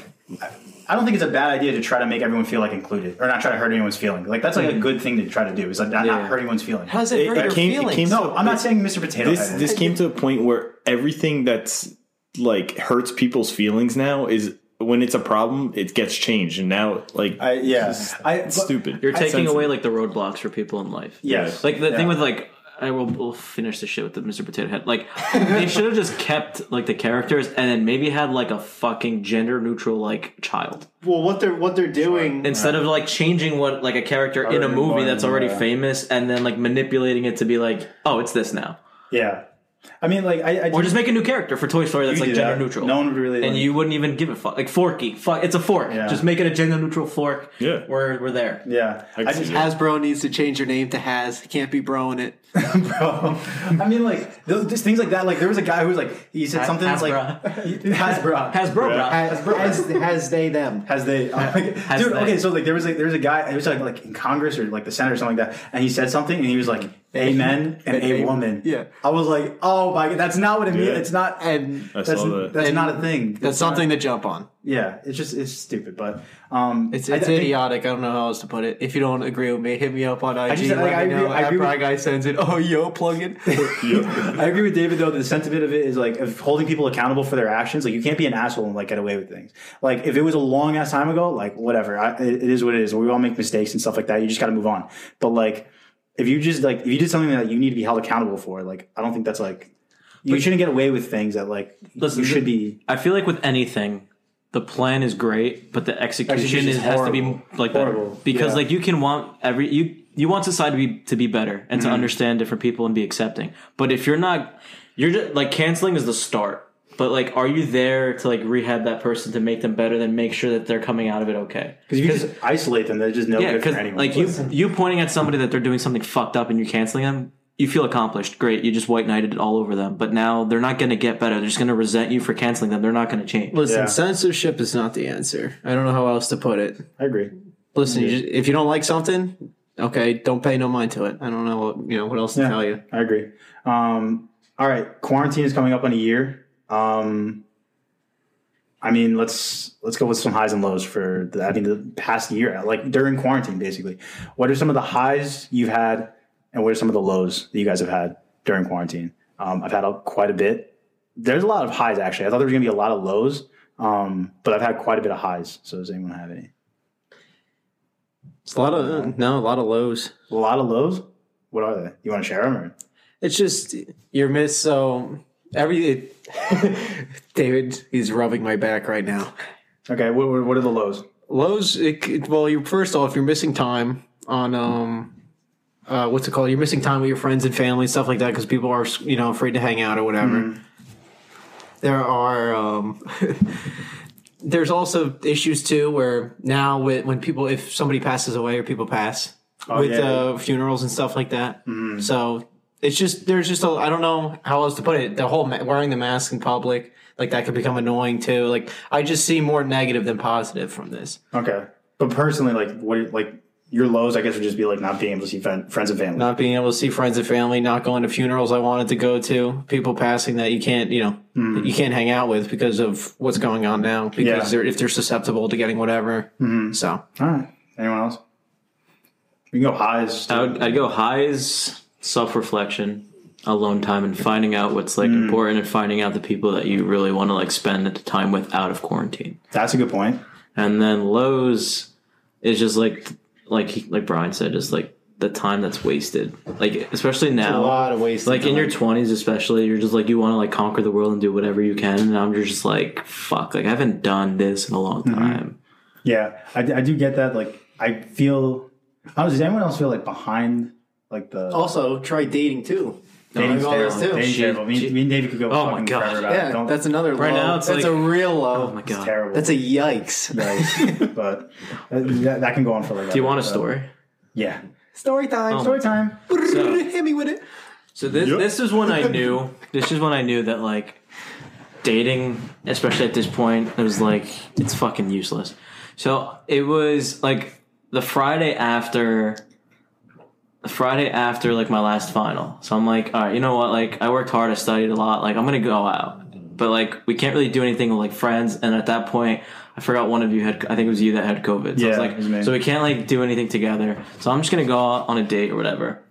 Speaker 1: I- I don't think it's a bad idea to try to make everyone feel like included, or not try to hurt anyone's feeling. Like that's like a good thing to try to do. Is like not, not
Speaker 3: Yeah.
Speaker 1: hurt anyone's feeling.
Speaker 2: Mm-hmm. How's it,
Speaker 4: It-
Speaker 2: hurt
Speaker 4: it
Speaker 2: your
Speaker 4: came- it
Speaker 2: feelings?
Speaker 4: came-
Speaker 1: no, I'm not saying Mr. Potato
Speaker 4: This
Speaker 1: Head.
Speaker 4: this came to a point where everything that's like hurts people's feelings now is when it's a problem, it gets changed, and now like
Speaker 1: I, yeah,
Speaker 4: it's
Speaker 1: I, but-
Speaker 4: stupid.
Speaker 3: You're taking
Speaker 4: Sensitive.
Speaker 3: away like the roadblocks for people in life.
Speaker 1: Yes.
Speaker 3: Like the
Speaker 1: Yeah.
Speaker 3: thing with like I will we'll finish the shit with the Mr. Potato Head. Like they should have just kept like the characters and then maybe had like a fucking gender neutral like child
Speaker 2: Well, what they're what they're doing.
Speaker 3: instead of like changing what like a character in a
Speaker 1: Already
Speaker 3: movie
Speaker 1: born,
Speaker 3: that's already
Speaker 1: yeah.
Speaker 3: famous and then like manipulating it to be like oh it's this now
Speaker 1: Yeah, I mean, like I, I
Speaker 3: or just make a new character for Toy Story that's
Speaker 1: You
Speaker 3: like
Speaker 1: do
Speaker 3: gender
Speaker 1: that.
Speaker 3: neutral.
Speaker 1: No one would really
Speaker 3: and
Speaker 1: like-
Speaker 3: you wouldn't even give a fuck. Like Forky, fuck, it's a fork.
Speaker 1: Yeah.
Speaker 3: Just make it a gender neutral fork.
Speaker 4: Yeah.
Speaker 3: we're we're there.
Speaker 1: yeah, I,
Speaker 4: I can
Speaker 1: just
Speaker 4: see
Speaker 2: Hasbro needs to change their name to Has. Can't be broing it.
Speaker 1: bro. I mean, like those, just things like that. Like there was a guy who was like, he said
Speaker 3: Has-
Speaker 1: something
Speaker 3: has
Speaker 1: like Hasbro.
Speaker 3: Has bro, bro.
Speaker 2: Has, has, has they them?
Speaker 1: Has they, oh my God. dude?
Speaker 3: they.
Speaker 1: Okay, so like there was like there was a guy. It was like like in Congress or like the Senate or something like that, and he said something, and he was like, "A men and a woman."
Speaker 2: Yeah.
Speaker 1: I was like, "Oh my god, that's not what it means.
Speaker 4: Yeah.
Speaker 1: It's not."
Speaker 2: And
Speaker 4: I
Speaker 1: That's
Speaker 4: saw that.
Speaker 1: that's
Speaker 2: And-
Speaker 1: not a thing.
Speaker 2: that's
Speaker 1: It's not-
Speaker 2: something to jump on.
Speaker 1: Yeah, it's just it's stupid, but um,
Speaker 2: It's,
Speaker 1: I-
Speaker 2: it's
Speaker 1: I think-
Speaker 2: idiotic. I don't know how else to put it. If you don't agree with me, hit me up on IG.
Speaker 1: just-
Speaker 2: let
Speaker 1: like,
Speaker 2: me
Speaker 1: I agree-
Speaker 2: know.
Speaker 1: I agree
Speaker 2: After
Speaker 1: with-
Speaker 2: our guy sends it, oh yo, plug it.
Speaker 1: I agree with David though. The sentiment of it is like of holding people accountable for their actions. Like you can't be an asshole and like get away with things. Like if it was a long ass time ago, like whatever, I, it it is what it is. We all make mistakes and stuff like that. You just got to move on. But like if you just like if you did something that you need to be held accountable for, like I don't think that's like you shouldn't get away with things that like
Speaker 3: Listen,
Speaker 1: you should
Speaker 3: the-
Speaker 1: be.
Speaker 3: I feel like with anything, the plan is great, but the execution
Speaker 1: Execution is
Speaker 3: is, has
Speaker 1: horrible.
Speaker 3: to be like better.
Speaker 1: Horrible.
Speaker 3: because
Speaker 1: Yeah.
Speaker 3: like you can want every you you want society to be to be better and
Speaker 1: Mm-hmm.
Speaker 3: to understand different people and be accepting. But if you're not, you're just like canceling is the start. But like, are you there to like rehab that person to make them better, then make sure that they're coming out of it okay?
Speaker 1: Because you just isolate them, they're just no
Speaker 3: Yeah,
Speaker 1: good
Speaker 3: because
Speaker 1: for anyone.
Speaker 3: like you you pointing at somebody that they're doing something fucked up and you're canceling them, you feel accomplished. Great, you just white knighted it all over them. But now they're not going to get better. They're just going to resent you for canceling them. They're not going to change.
Speaker 2: Listen,
Speaker 1: Yeah.
Speaker 2: censorship is not the answer. I don't know how else to put it.
Speaker 1: I agree.
Speaker 2: Listen, you just, if you don't like something, okay, don't pay no mind to it. I don't know what you know what else to tell you.
Speaker 1: I agree. Um, all right, quarantine is coming up in a year. Um, I mean, let's let's go with some highs and lows for the, I mean the past year, like during quarantine, basically. What are some of the highs you've had, and what are some of the lows that you guys have had during quarantine? Um, I've had a, quite a bit. There's a lot of highs actually. I thought there was gonna be a lot of lows, um, but I've had quite a bit of highs. So does anyone have any?
Speaker 2: It's a lot of no, a lot of lows.
Speaker 1: A lot of lows. What are they? You want to share them? Or?
Speaker 2: It's just your miss. So every David, he's rubbing my back right now.
Speaker 1: Okay. What, what what are the lows?
Speaker 2: Lows. It, c- well, you first off, you're missing time on um, uh, what's it called? You're missing time with your friends and family stuff like that because people are you know afraid to hang out or whatever. There are um, there's also issues too where now with, when people if somebody passes away or people pass with
Speaker 1: yeah.
Speaker 2: uh, funerals and stuff like that. So it's just there's just a I don't know how else to put it. The whole ma- wearing the mask in public like that could become annoying too. Like I just see more negative than positive from this.
Speaker 1: Okay. But personally, like what like your lows? I guess would just be like not being able to see fen- friends and family.
Speaker 2: Not being able to see friends and family, not going to funerals I wanted to go to, people passing that you can't you know you can't hang out with because of what's going on now because
Speaker 1: Yeah.
Speaker 2: they're if they're susceptible to getting whatever. So
Speaker 1: All right. Anyone else? We can go highs.
Speaker 3: I would, I'd go highs, self reflection, alone time, and finding out what's like
Speaker 1: Hmm.
Speaker 3: important, and finding out the people that you really want to like spend the time with out of quarantine.
Speaker 1: That's a good point.
Speaker 3: And then lows is just like like he, like Brian said, just like the time that's wasted. Like especially now,
Speaker 2: of waste.
Speaker 3: like in your twenties, especially you're just like you want to like conquer the world and do whatever you can. And now you're just like fuck, like I haven't done this in a long
Speaker 1: Mm-hmm.
Speaker 3: time. Oh
Speaker 1: Yeah, I, I do get that. Like, I feel. I was, does anyone else feel like behind like the
Speaker 5: Also, try dating too.
Speaker 1: dating
Speaker 5: all this too.
Speaker 1: terrible? Dating
Speaker 3: She-
Speaker 1: terrible. Me,
Speaker 3: she-
Speaker 1: me and David could go
Speaker 3: Oh my
Speaker 1: fucking
Speaker 3: God.
Speaker 1: forever about it.
Speaker 5: Yeah,
Speaker 1: Don't,
Speaker 5: that's another
Speaker 3: Right
Speaker 5: low.
Speaker 3: now it's
Speaker 5: that's
Speaker 3: like-
Speaker 5: a real low.
Speaker 3: Oh my
Speaker 1: it's
Speaker 3: god,
Speaker 1: terrible.
Speaker 5: That's a yikes.
Speaker 1: Yikes. but uh, that, that can go on for like.
Speaker 3: do you want a story?
Speaker 1: Yeah. Story time. story time.
Speaker 2: Oh,
Speaker 3: So-
Speaker 5: Hit me with it.
Speaker 3: So this this is when I knew this is when I knew that like dating, especially at this point, it was like it's fucking useless. So it was like the Friday after the Friday after like my last final. So I'm like, all right, you know what? Like I worked hard, I studied a lot. Like I'm gonna go out, but like we can't really do anything with like friends. And at that point, I forgot one of you had. I think it was you that had COVID. So I
Speaker 1: Yeah,
Speaker 3: was
Speaker 1: it was me.
Speaker 3: like, so we can't like do anything together. So I'm just gonna go out on a date or whatever.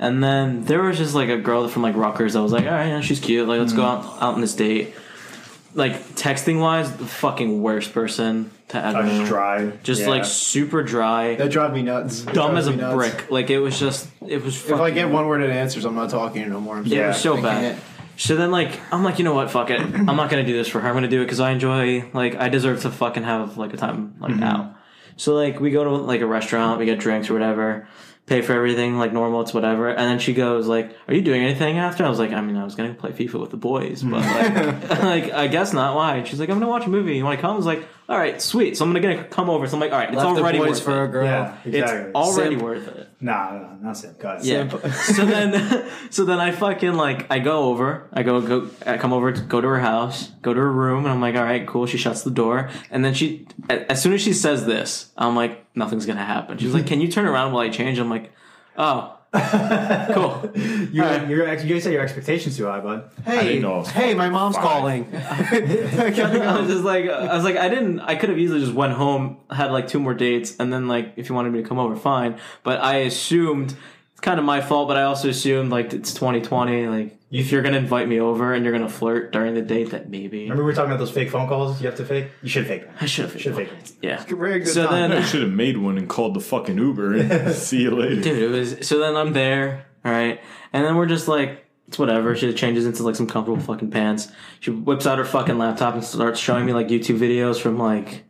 Speaker 3: And then there was just like a girl from like Rockers. I was like, all right, yeah, she's cute. Like let's go
Speaker 2: Mm.
Speaker 3: out out on this date. Like texting wise, the fucking worst person to ever.
Speaker 1: I was just dry.
Speaker 3: Just
Speaker 1: Yeah.
Speaker 3: like super dry
Speaker 2: that drive me nuts.
Speaker 3: dumb as a brick. Like it was just it was
Speaker 2: If
Speaker 3: fucking,
Speaker 2: I get one word that answers, I'm not talking no more. I'm
Speaker 3: it
Speaker 1: Yeah.
Speaker 3: was so
Speaker 2: I
Speaker 3: bad.
Speaker 2: can't.
Speaker 3: So then like I'm like you know what fuck it I'm not gonna do this for her I'm gonna do it because I enjoy like I deserve to fucking have like a time like now. So like we go to like a restaurant we get drinks or whatever. Pay for everything like normal, it's whatever. And then she goes like, "Are you doing anything after?" I was like, "I mean, I was gonna play FIFA with the boys, but like, like I guess not. Why?" And she's like, "I'm gonna watch a movie. You want to come?" I was like, "All right, sweet." So I'm gonna gonna come over. So I'm like, "All right, it's
Speaker 2: Left the
Speaker 3: already
Speaker 2: boys
Speaker 3: worth
Speaker 2: for a
Speaker 3: it.
Speaker 2: girl.
Speaker 1: Yeah. Exactly.
Speaker 3: It's already
Speaker 2: Simp.
Speaker 3: worth it."
Speaker 1: nah, nah, not Sam. God.
Speaker 3: Yeah. so then, so then I fucking like I go over. I go go. I come over to go to her house, go to her room, and I'm like, all right, cool. She shuts the door, and then she, a- as soon as she says this, I'm like, nothing's gonna happen. She's like, can you turn around while I change? I'm like, oh, cool.
Speaker 1: You, you're, ex- you say your expectations too high, bud.
Speaker 2: Hey,
Speaker 4: didn't know.
Speaker 2: hey, my mom's calling.
Speaker 3: I
Speaker 2: Um,
Speaker 3: was just like, I was like, I didn't. I could have easily just went home, had like two more dates, and then like, if you wanted me to come over, fine. But I assumed it's kind of my fault. But I also assumed like it's 2020. Like, if you're gonna invite me over and you're gonna flirt during the date, that maybe
Speaker 1: Remember we were talking about those fake phone calls you have to fake? You should fake them.
Speaker 3: I should have.
Speaker 1: should fake them.
Speaker 3: Yeah.
Speaker 2: Very good
Speaker 3: So
Speaker 2: time.
Speaker 3: then,
Speaker 4: should have made one and called the fucking Uber and see you later.
Speaker 3: dude, it was. So then I'm there, all right, and then we're just like. It's whatever. She changes into like some comfortable fucking pants. She whips out her fucking laptop and starts showing me like YouTube videos from like,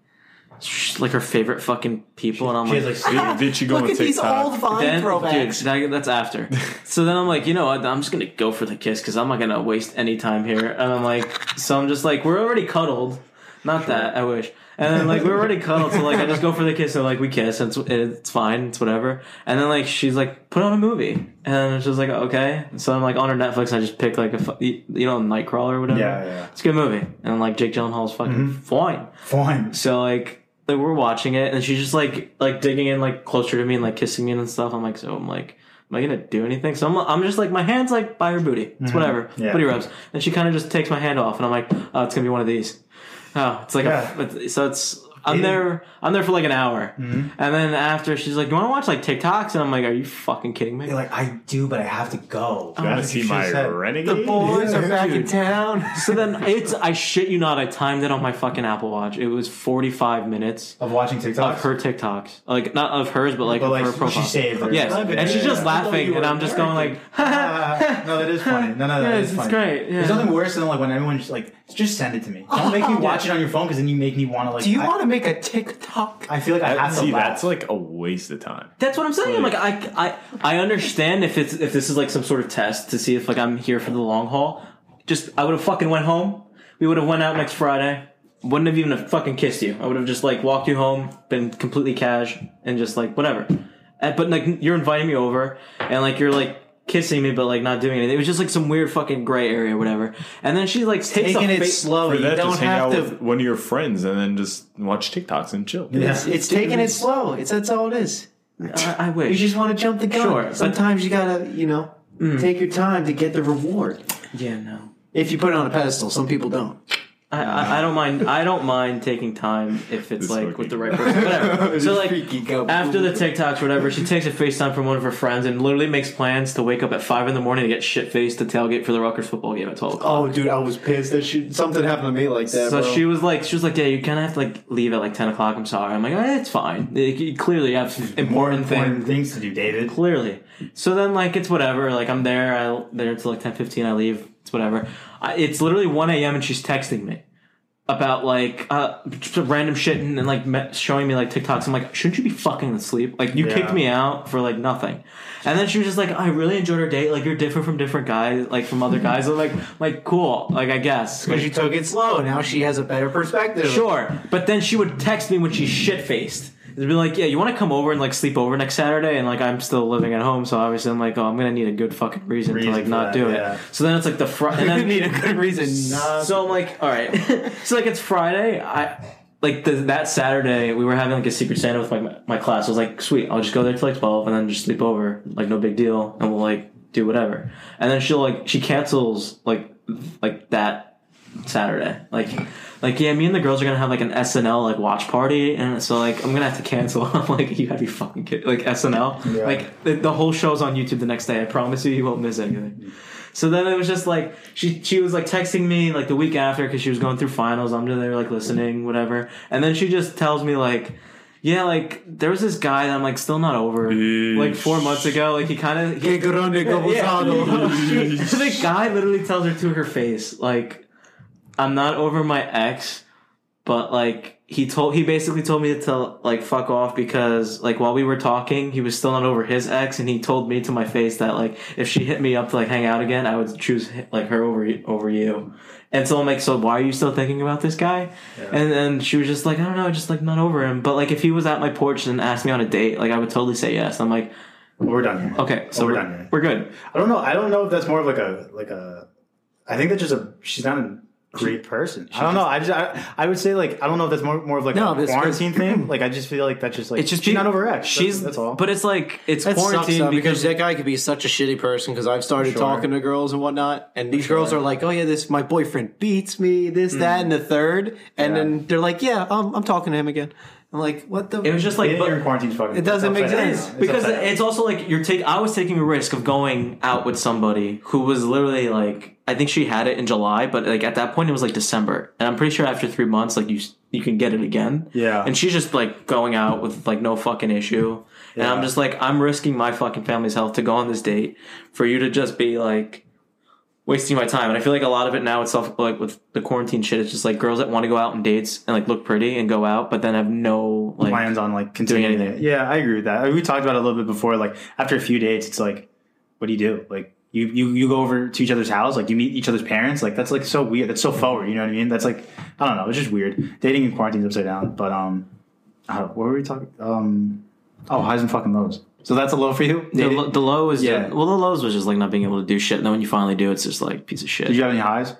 Speaker 3: sh- like her favorite fucking people. And
Speaker 4: Oh
Speaker 3: I'm
Speaker 1: She
Speaker 3: like,
Speaker 1: has like sweet-
Speaker 4: Did, did she go
Speaker 2: Look
Speaker 4: on
Speaker 2: at these
Speaker 4: TikTok?
Speaker 2: old Vine
Speaker 3: then, dude,
Speaker 2: throwbacks.
Speaker 3: that- that's after. so then I'm like, you know what? I'm just gonna go for the kiss because I'm not gonna waste any time here. And I'm like, so I'm just like, we're already cuddled. Not that I wish. And then like we're already cuddled, so like I just go for the kiss and like we kiss and it's, it's fine, it's whatever. And then like she's like, put on a movie, and she's like, okay. So I'm like on her Netflix, I just pick like a fu- you you know Nightcrawler or whatever.
Speaker 1: Yeah, Mm-hmm. yeah.
Speaker 3: It's a good movie, and like Jake Gyllenhaal's fucking fine.
Speaker 1: fine.
Speaker 3: So like, like, we're watching it, and she's just like like digging in like closer to me and like kissing me and stuff. I'm like, so I'm like, am I gonna do anything? So I'm, I'm just like my hands like by her booty. It's whatever.
Speaker 1: Mm-hmm. Yeah.
Speaker 3: Booty rubs, and she kind of just takes my hand off, and I'm like, oh, it's gonna be one of these. Oh, it's like
Speaker 1: Yeah.
Speaker 3: a, it's- so it's I'm there. I'm there for like an hour,
Speaker 1: Mm-hmm.
Speaker 3: and then after she's like, "Do you want to watch like TikToks?" And I'm like, "Are you fucking kidding me?"
Speaker 1: You're like, I do, but I have to go.
Speaker 4: You gotta
Speaker 1: Like
Speaker 4: see
Speaker 1: she
Speaker 4: my
Speaker 1: said.
Speaker 4: renegade.
Speaker 2: Boys are back in
Speaker 3: Dude.
Speaker 2: town.
Speaker 3: so then it's I shit you not. I timed it on my fucking Apple Watch. It was 45 minutes
Speaker 1: of watching
Speaker 3: of
Speaker 1: TikTok.
Speaker 3: her TikToks, like not of hers, but like
Speaker 1: But,
Speaker 3: of
Speaker 1: like,
Speaker 3: her
Speaker 1: she
Speaker 3: profile.
Speaker 1: saved her.
Speaker 3: Yes,
Speaker 1: Okay.
Speaker 3: and she's
Speaker 1: Yeah.
Speaker 3: just laughing, and I'm just going like,
Speaker 1: Ah, no, that is funny. No, no, that
Speaker 3: Yes,
Speaker 1: is
Speaker 3: it's
Speaker 1: funny.
Speaker 3: great, yeah.
Speaker 1: There's nothing worse than like when everyone's like, just send it to me. Don't make me watch it on your phone because then you make me want to like.
Speaker 2: Do you
Speaker 1: I-
Speaker 2: want to make a TikTok?
Speaker 1: I feel like I have to
Speaker 4: See,
Speaker 1: laugh.
Speaker 4: that's like a waste of time.
Speaker 3: That's what I'm saying. I'm like, I, I, I understand if it's if this is like some sort of test to see if like I'm here for the long haul. Just I would have fucking went home. We would have went out next Friday. Wouldn't have even have fucking kissed you. I would have just like walked you home, been completely cash, and just like whatever. And- but like you're inviting me over, and like you're like kissing me, but like not doing anything. It was just like some weird fucking gray area, or whatever. And then she like takes
Speaker 2: Taking
Speaker 3: a
Speaker 2: it
Speaker 3: fa-
Speaker 2: slow.
Speaker 4: For
Speaker 2: You
Speaker 4: that,
Speaker 2: don't
Speaker 4: just hang out
Speaker 2: have to.
Speaker 4: with one of your friends and then just watch TikToks and chill.
Speaker 1: Yeah.
Speaker 5: It's, it's taking it slow. It's that's all it is.
Speaker 3: I, I
Speaker 5: You
Speaker 3: wish.
Speaker 5: just want to jump the gun.
Speaker 3: Sure, but-
Speaker 5: Sometimes you gotta, you know, take your time to get the reward.
Speaker 3: yeah, no.
Speaker 5: If you put it on a pedestal, some people don't.
Speaker 3: I, I, I don't mind. I don't mind taking time if it's
Speaker 4: This
Speaker 3: like
Speaker 4: fucking-
Speaker 3: with the right person. Whatever. so like after the TikToks, whatever, she takes a FaceTime from one of her friends and literally makes plans to wake up at five in the morning to get shit faced to tailgate for the Rutgers football game at twelve. o'clock.
Speaker 5: Oh, dude, I was pissed. That she, something happened to me like
Speaker 1: Oh,
Speaker 5: that.
Speaker 3: so
Speaker 5: bro.
Speaker 3: she was like, she was like, yeah, you kind of have to like leave at like ten o'clock. I'm sorry. I'm like, eh, it's fine. Like, you clearly have important,
Speaker 1: more
Speaker 3: things.
Speaker 1: important things to do, David.
Speaker 3: Clearly. So then, like, it's whatever. Like, I'm there. I there until like ten fifteen. I leave. It's whatever. I, it's literally one a.m. and she's texting me about like uh just random shit and, and like me- showing me like TikToks. I'm like, shouldn't you be fucking asleep? Like, you
Speaker 1: Yeah.
Speaker 3: kicked me out for like nothing. And then she was just like, I really enjoyed our date. Like, you're different from different guys, like from other guys. I'm like, like cool. Like, I guess.
Speaker 5: But she took it slow. Now she has a better perspective.
Speaker 3: Sure, but then she would text me when she's shit faced. It'd be like, yeah, you want to come over and like sleep over next Saturday, and like I'm still living at home, so obviously I'm like, oh, I'm gonna need a good fucking reason,
Speaker 1: Reason
Speaker 3: to like
Speaker 1: for
Speaker 3: not
Speaker 1: that,
Speaker 3: do
Speaker 1: yeah.
Speaker 3: it. So then it's like the front, and
Speaker 2: You
Speaker 3: then
Speaker 2: need a good reason. Not
Speaker 3: so I'm like, all right. so like it's Friday. I like the, that Saturday we were having like a secret Santa with my my class. I was like, sweet, I'll just go there till like twelve and then just sleep over. Like no big deal, and we'll like do whatever. And then she'll like she cancels like like that Saturday. Like like yeah, me and the girls are gonna have like an SNL like watch party, and so like I'm gonna have to cancel. I'm like, you gotta be fucking kidding. Like SNL,
Speaker 1: Yeah.
Speaker 3: like the, the whole show's on YouTube the next day. I promise you, you won't miss anything. So then it was just like she she was like texting me like the week after because she was going through finals. I'm just there like listening, whatever. And then she just tells me like, yeah, like there was this guy that I'm like still not over. Like four months ago, like he kind of
Speaker 2: get good on the Gobosado.
Speaker 3: so the guy literally tells her to her face, like, I'm not over my ex, but like he told he basically told me to tell like fuck off because like while we were talking, he was still not over his ex, and he told me to my face that like if she hit me up to like hang out again, I would choose like her over y- over you. And so I'm like, so why are you still thinking about this guy? And then she was just like, I don't know, just like not over him. But like if he was at my porch and asked me on a date, like I would totally say yes. I'm like,
Speaker 1: We're done here.
Speaker 3: okay, so
Speaker 1: Oh,
Speaker 3: we're,
Speaker 1: we're done here.
Speaker 3: we're good.
Speaker 1: I don't know. I don't know if that's more of like a like a. I think that's just a. She's not a great person. I don't know. I just I, I would say like I don't know if that's more more of like
Speaker 2: No,
Speaker 1: a
Speaker 2: that's 'cause-
Speaker 1: quarantine thing. Like I just feel like that's just like
Speaker 3: It's just
Speaker 1: she's
Speaker 3: be-
Speaker 1: not over ex.
Speaker 3: She's
Speaker 1: that's, that's all.
Speaker 3: But it's like it's
Speaker 2: That sucks
Speaker 3: quarantine
Speaker 2: though,
Speaker 3: because
Speaker 2: because that guy could be such a shitty person. Because I've started
Speaker 1: Sure.
Speaker 2: talking to girls and whatnot, and these girls are like, "Oh yeah, this my boyfriend beats me, this, that, and the third. and
Speaker 1: Hmm. Yeah.
Speaker 2: then they're like, "Yeah, um, I'm talking to him again." I'm like, "What the?"
Speaker 3: it was just
Speaker 1: like,
Speaker 3: like
Speaker 1: you're in
Speaker 3: but,
Speaker 1: quarantine's fucking.
Speaker 2: It doesn't
Speaker 1: it's
Speaker 2: make
Speaker 1: upside
Speaker 2: sense.
Speaker 1: down.
Speaker 3: because
Speaker 1: upside down.
Speaker 3: it's also like you're take. I was taking a risk of going out with somebody who was literally like I think she had it in July, but like at that point it was like December, and I'm pretty sure after three months like you s- you can get it again.
Speaker 1: Yeah.
Speaker 3: and she's just like going out with like no fucking issue, and
Speaker 1: Yeah.
Speaker 3: I'm just like I'm risking my fucking family's health to go on this date for you to just be like. wasting my time. And I feel like a lot of it now, it's self, like with the quarantine shit, it's just like girls that want to go out on dates and like look pretty and go out, but then have no like
Speaker 1: plans on like continuing
Speaker 3: anything.
Speaker 1: it. Yeah, I agree with that. I mean, we talked about it a little bit before. Like after a few dates, it's like, what do you do? Like you you you go over to each other's house, like you meet each other's parents. Like that's like so weird. That's so forward. You know what I mean? That's like I don't know. It's just weird. Dating in quarantine is upside down. But um, uh, what were we talking? Um, oh highs and fucking lows. So that's a low for you.
Speaker 3: The,
Speaker 1: Dating?
Speaker 3: lo- the low is
Speaker 1: Yeah.
Speaker 3: well, the lows was just like not being able to do shit. And then when you finally do, it's just like piece of shit.
Speaker 1: Did you have any highs?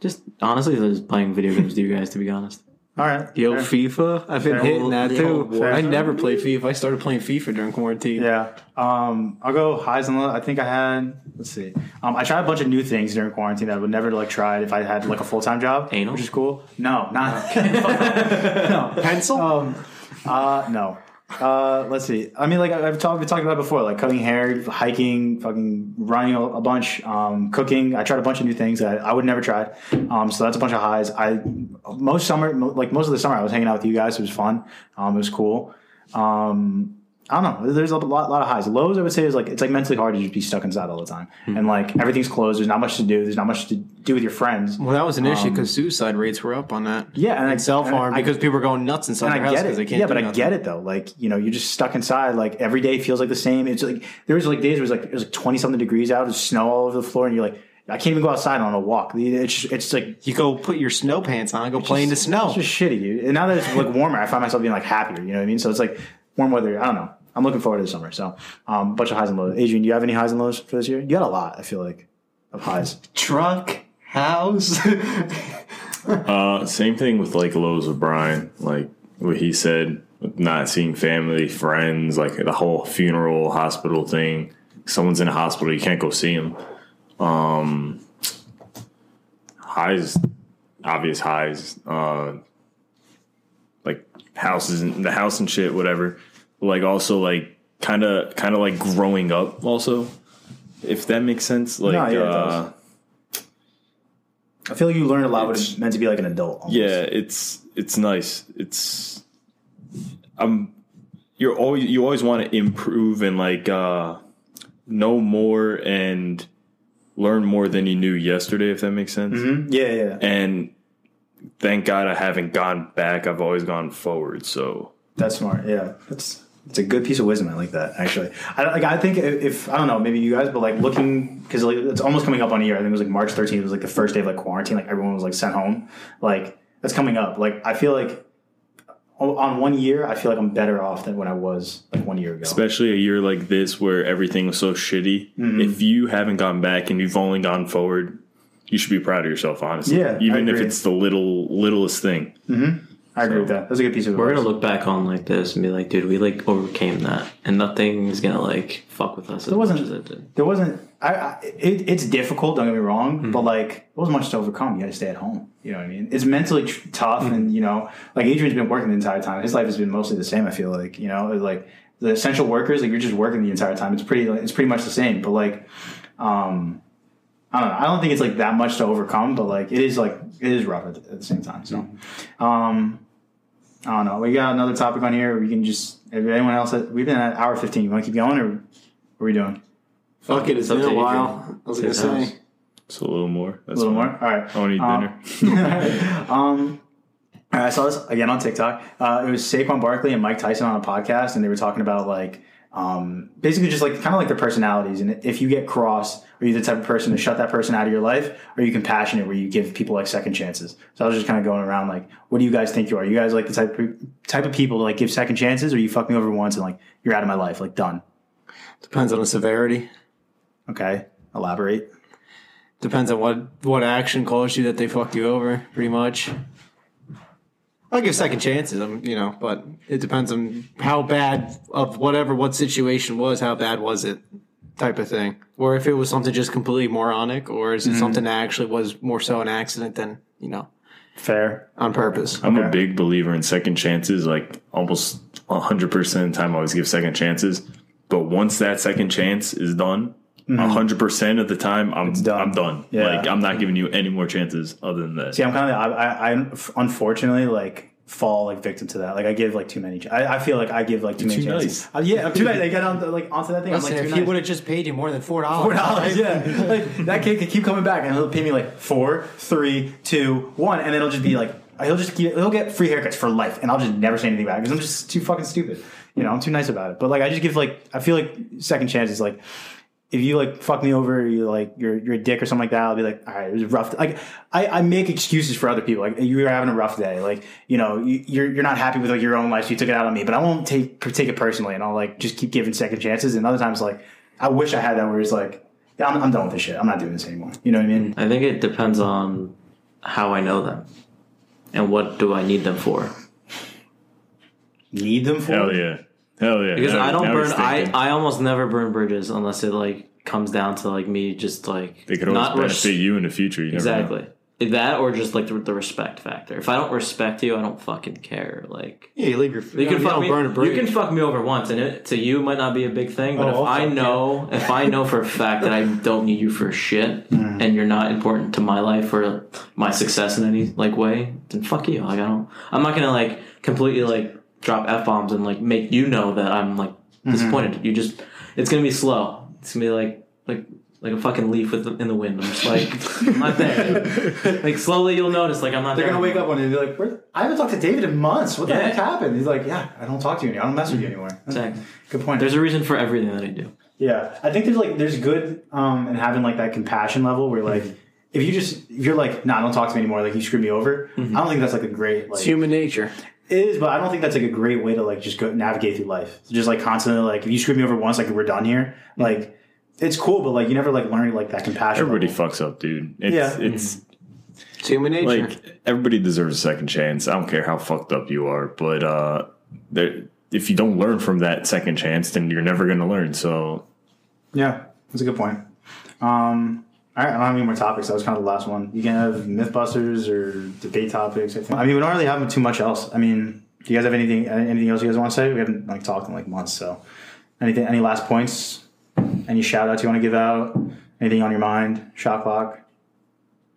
Speaker 3: just honestly, just playing video games with you guys, to be honest.
Speaker 1: All right.
Speaker 3: Yo,
Speaker 1: Fair.
Speaker 2: FIFA. I've been
Speaker 1: Fair.
Speaker 2: hitting that
Speaker 3: Fair.
Speaker 2: too.
Speaker 3: Fair.
Speaker 2: I never played FIFA. I started playing FIFA during quarantine.
Speaker 1: Yeah. Um, I'll go highs and lows. I think I had. Let's see. Um, I tried a bunch of new things during quarantine that I would never like tried if I had like a full time job.
Speaker 3: Anal?
Speaker 1: which is cool. No, not no pencil. Um, uh, no. Uh, let's see. I mean, like I- I've talked, we talked about it before, like cutting hair, hiking, fucking running a, a bunch, um, cooking. I tried a bunch of new things that I would never tried. Um, so that's a bunch of highs. I most summer, mo- like most of the summer, I was hanging out with you guys. It was fun. Um, it was cool. Um, I don't know. There's a lot, lot of highs. Lows, I would say, is like it's like mentally hard to just be stuck inside all the time, and like everything's closed. There's not much to do. There's not much to do with your friends.
Speaker 2: Well, that was an issue because suicide rates were up on that.
Speaker 1: um, Yeah, and I-
Speaker 2: and self harm
Speaker 1: and I-
Speaker 2: because people were going nuts inside
Speaker 1: and
Speaker 2: their
Speaker 1: I
Speaker 2: house
Speaker 1: get
Speaker 2: because
Speaker 1: it.
Speaker 2: they can't.
Speaker 1: yeah,
Speaker 2: do
Speaker 1: but I
Speaker 2: nothing.
Speaker 1: get it though. Like you know, you're just stuck inside. Like every day feels like the same. It's like there was like days where it was like it was like twenty something degrees out, it's snow all over the floor, and you're like, I can't even go outside on a walk. It's just, it's like
Speaker 2: You go put your snow pants on. Go play in the
Speaker 1: it's
Speaker 2: snow.
Speaker 1: just shitty, dude. And now that it's like warmer, I find myself being like happier. You know what I mean? So it's like warm weather. I don't know. I'm looking forward to the summer. So um, bunch of highs and lows. Adrian, do you have any highs and lows for this year? You got a lot. I feel like of highs.
Speaker 5: Truck, house.
Speaker 4: Uh, same thing with like lows with Brian, like what he said, with not seeing family, friends, like the whole funeral, hospital thing. Someone's in a hospital, you can't go see him. Um, highs, obvious highs, uh, like houses and the house and shit, whatever. Like also like kind of kind of like growing up also. If that makes sense, like
Speaker 1: yeah, it does.
Speaker 4: uh,
Speaker 1: I feel like you learned a lot what it's meant to be like an adult. Almost.
Speaker 4: Yeah, it's it's nice. It's um you're always you always want to improve and like uh know more and learn more than you knew yesterday if that makes sense.
Speaker 1: Hmm? yeah, yeah. yeah.
Speaker 4: And thank God I haven't gone back. I've always gone forward. So
Speaker 1: That's smart. Yeah, that's it's a good piece of wisdom. I like that actually. I like. I think if, if I don't know, maybe you guys, but like looking because like it's almost coming up on a year. I think it was like March 13th. It was like the first day of like quarantine. Like everyone was like sent home. Like that's coming up. Like I feel like o- on one year, I feel like I'm better off than when I was like one year ago.
Speaker 4: especially a year like this where everything was so shitty,
Speaker 1: Mm-hmm.
Speaker 4: if you haven't gone back and you've only gone forward, you should be proud of yourself, honestly.
Speaker 1: Yeah, I
Speaker 4: even if
Speaker 1: agree.
Speaker 4: it's the little littlest thing.
Speaker 1: I agree with that. That's a good piece of.
Speaker 3: We're
Speaker 1: advice.
Speaker 3: gonna look back on like this and be like, dude, we like overcame that, and nothing's gonna like fuck with us as
Speaker 1: wasn't-
Speaker 3: much as it did.
Speaker 1: There wasn't. I, I it, it's difficult. Don't get me wrong, but like there wasn't much to overcome. You got to stay at home. You know what I mean? It's mentally tr- tough, and you know, like Adrian's been working the entire time. His life has been mostly the same. I feel like you know, like the essential workers, like you're just working the entire time. It's pretty. Like, it's pretty much the same. But like, um, I don't know. I don't think it's like that much to overcome, but like it is like it is rough at, at the same time. So, um, I don't know. We got another topic on here. We can just if anyone else. Has, we've been at hour fifteen. You want to keep going, or what are we doing?
Speaker 2: Fuck it, it's
Speaker 3: Up
Speaker 2: been a
Speaker 3: to you,
Speaker 2: while. I was gonna
Speaker 3: His house.
Speaker 2: say.
Speaker 4: So a little more. That's
Speaker 1: A little
Speaker 4: fine.
Speaker 1: more. All right.
Speaker 4: I want to eat
Speaker 1: Um,
Speaker 4: dinner.
Speaker 1: um, all right, I saw this again on TikTok. Uh, it was Saquon Barkley and Mike Tyson on a podcast, and they were talking about like um, basically just like kind of like their personalities. And if you get crossed, are you the type of person to shut that person out of your life? Or are you compassionate, where you give people like second chances? So I was just kind of going around like, what do you guys think you are? You guys like the type of, type of people to like give second chances, or you fuck me over once and like you're out of my life, like done?
Speaker 2: Depends on the severity.
Speaker 1: Okay, elaborate.
Speaker 2: Depends on what what action caused you that they fucked you over. Pretty much. I'll give second chances. I'm, you know, but it depends on how bad of whatever what situation was. How bad was it? Type of thing, or if it was something just completely moronic, or is it something that actually was more so an accident than you know
Speaker 1: Fair.
Speaker 2: on purpose?
Speaker 4: I'm a big believer in second chances. Like almost 100% of the time, I always give second chances. But once that second chance is done, 100% of the time, I'm
Speaker 1: Mm-hmm. done.
Speaker 4: done. I'm done.
Speaker 1: Yeah.
Speaker 4: Like I'm not giving you any more chances other than that.
Speaker 1: See, I'm kind of I, I, I unfortunately like fall like victim to that. Like I give like too many. ch- I, I feel like I give like too many
Speaker 4: too
Speaker 1: chances.
Speaker 4: nice.
Speaker 1: Uh, yeah, I'm too nice. I get on like onto that thing. I'm
Speaker 2: Listen,
Speaker 1: like
Speaker 2: if
Speaker 1: too
Speaker 2: he
Speaker 1: nice.
Speaker 2: would have just paid you more than four
Speaker 1: Four
Speaker 2: dollars,
Speaker 1: dollars, yeah. Like that kid could keep coming back, and he'll pay me like four, three, two, one, and then it'll just be like he'll just keep, he'll get free haircuts for life, and I'll just never say anything about it because I'm just too fucking stupid. You know, I'm too nice about it. But like, I just give like I feel like second chances. Like if you like fuck me over, you like you're you're a dick or something like that. I'll be like, all right, it was a rough. Like I, I make excuses for other people. Like you were having a rough day. Like you know you, you're you're not happy with like your own life, so you took it out on me. But I won't take take it personally, and I'll like just keep giving second chances. And other times, like I wish I had that where it's like. Yeah, I'm, I'm done with this shit. I'm not doing this anymore. You know what I mean?
Speaker 3: I think it depends on how I know them. and what do I need them for?
Speaker 1: Need them for
Speaker 4: Hell yeah. Hell yeah.
Speaker 3: Because
Speaker 4: Now-
Speaker 3: I don't
Speaker 4: now he's
Speaker 3: burn. I,
Speaker 4: thinking.
Speaker 3: I almost never burn bridges unless it like comes down to like me just like
Speaker 4: they could always
Speaker 3: not res-
Speaker 4: benefit you in the future. You never know.
Speaker 3: exactly that or just like the, the respect factor. If I don't respect you, I don't fucking care. Like
Speaker 2: Yeah, you leave your.
Speaker 3: you can fuck
Speaker 2: don't
Speaker 3: me.
Speaker 2: burn a
Speaker 3: you
Speaker 2: bridge.
Speaker 3: can fuck me over once, and it to you might not be a big thing. But if
Speaker 2: Oh,
Speaker 3: I
Speaker 2: okay.
Speaker 3: know, if I know for a fact that I don't need you for shit,
Speaker 1: Mm.
Speaker 3: and you're not important to my life or my success in any like way, then fuck you. Like I don't. I'm not gonna like completely like drop f bombs and like make you know that I'm like
Speaker 1: Mm-hmm.
Speaker 3: disappointed. You just it's gonna be slow. It's gonna be like like. Like a fucking leaf with the, in the wind. I'm just like, I'm not there. Like slowly, you'll notice. Like I'm not.
Speaker 1: They're
Speaker 3: there.
Speaker 1: gonna wake up one day and be like, Where? "I haven't talked to David in months. What the
Speaker 3: Yeah.
Speaker 1: heck happened?" He's like, "Yeah, I don't talk to you anymore. I don't mess with you anymore." That's a
Speaker 3: Exactly.
Speaker 1: Good point.
Speaker 3: There's a reason for everything that I do.
Speaker 1: yeah, I think there's like there's good um and having like that compassion level where like
Speaker 2: Mm-hmm.
Speaker 1: if you just if you're like, "Nah, don't talk to me anymore," like you screwed me over. I don't think that's like a great like
Speaker 2: Mm-hmm. It's human nature.
Speaker 1: It is, but I don't think that's like a great way to like just go navigate through life. So just like constantly like if you screw me over once, like we're done here.
Speaker 2: Mm-hmm.
Speaker 1: Like it's cool, but like you never like learn like that compassion.
Speaker 4: Everybody
Speaker 1: level.
Speaker 4: fucks up, dude. It's,
Speaker 1: Yeah.
Speaker 4: It's
Speaker 3: Mm-hmm.
Speaker 2: It's human nature.
Speaker 4: like everybody deserves a second chance. I don't care how fucked up you are, but uh, there, if you don't learn from that second chance, then you're never going to learn. So
Speaker 1: Yeah, that's a good point. Um, all right, I don't have any more topics. That was kind of the last one. You can have MythBusters or debate topics. I think. I mean, we don't really have too much else. I mean, do you guys have anything anything else you guys want to say? We haven't like talked in like months. So, anything? Any last points? Any shout outs you want to give out? Anything on your mind? Shot clock.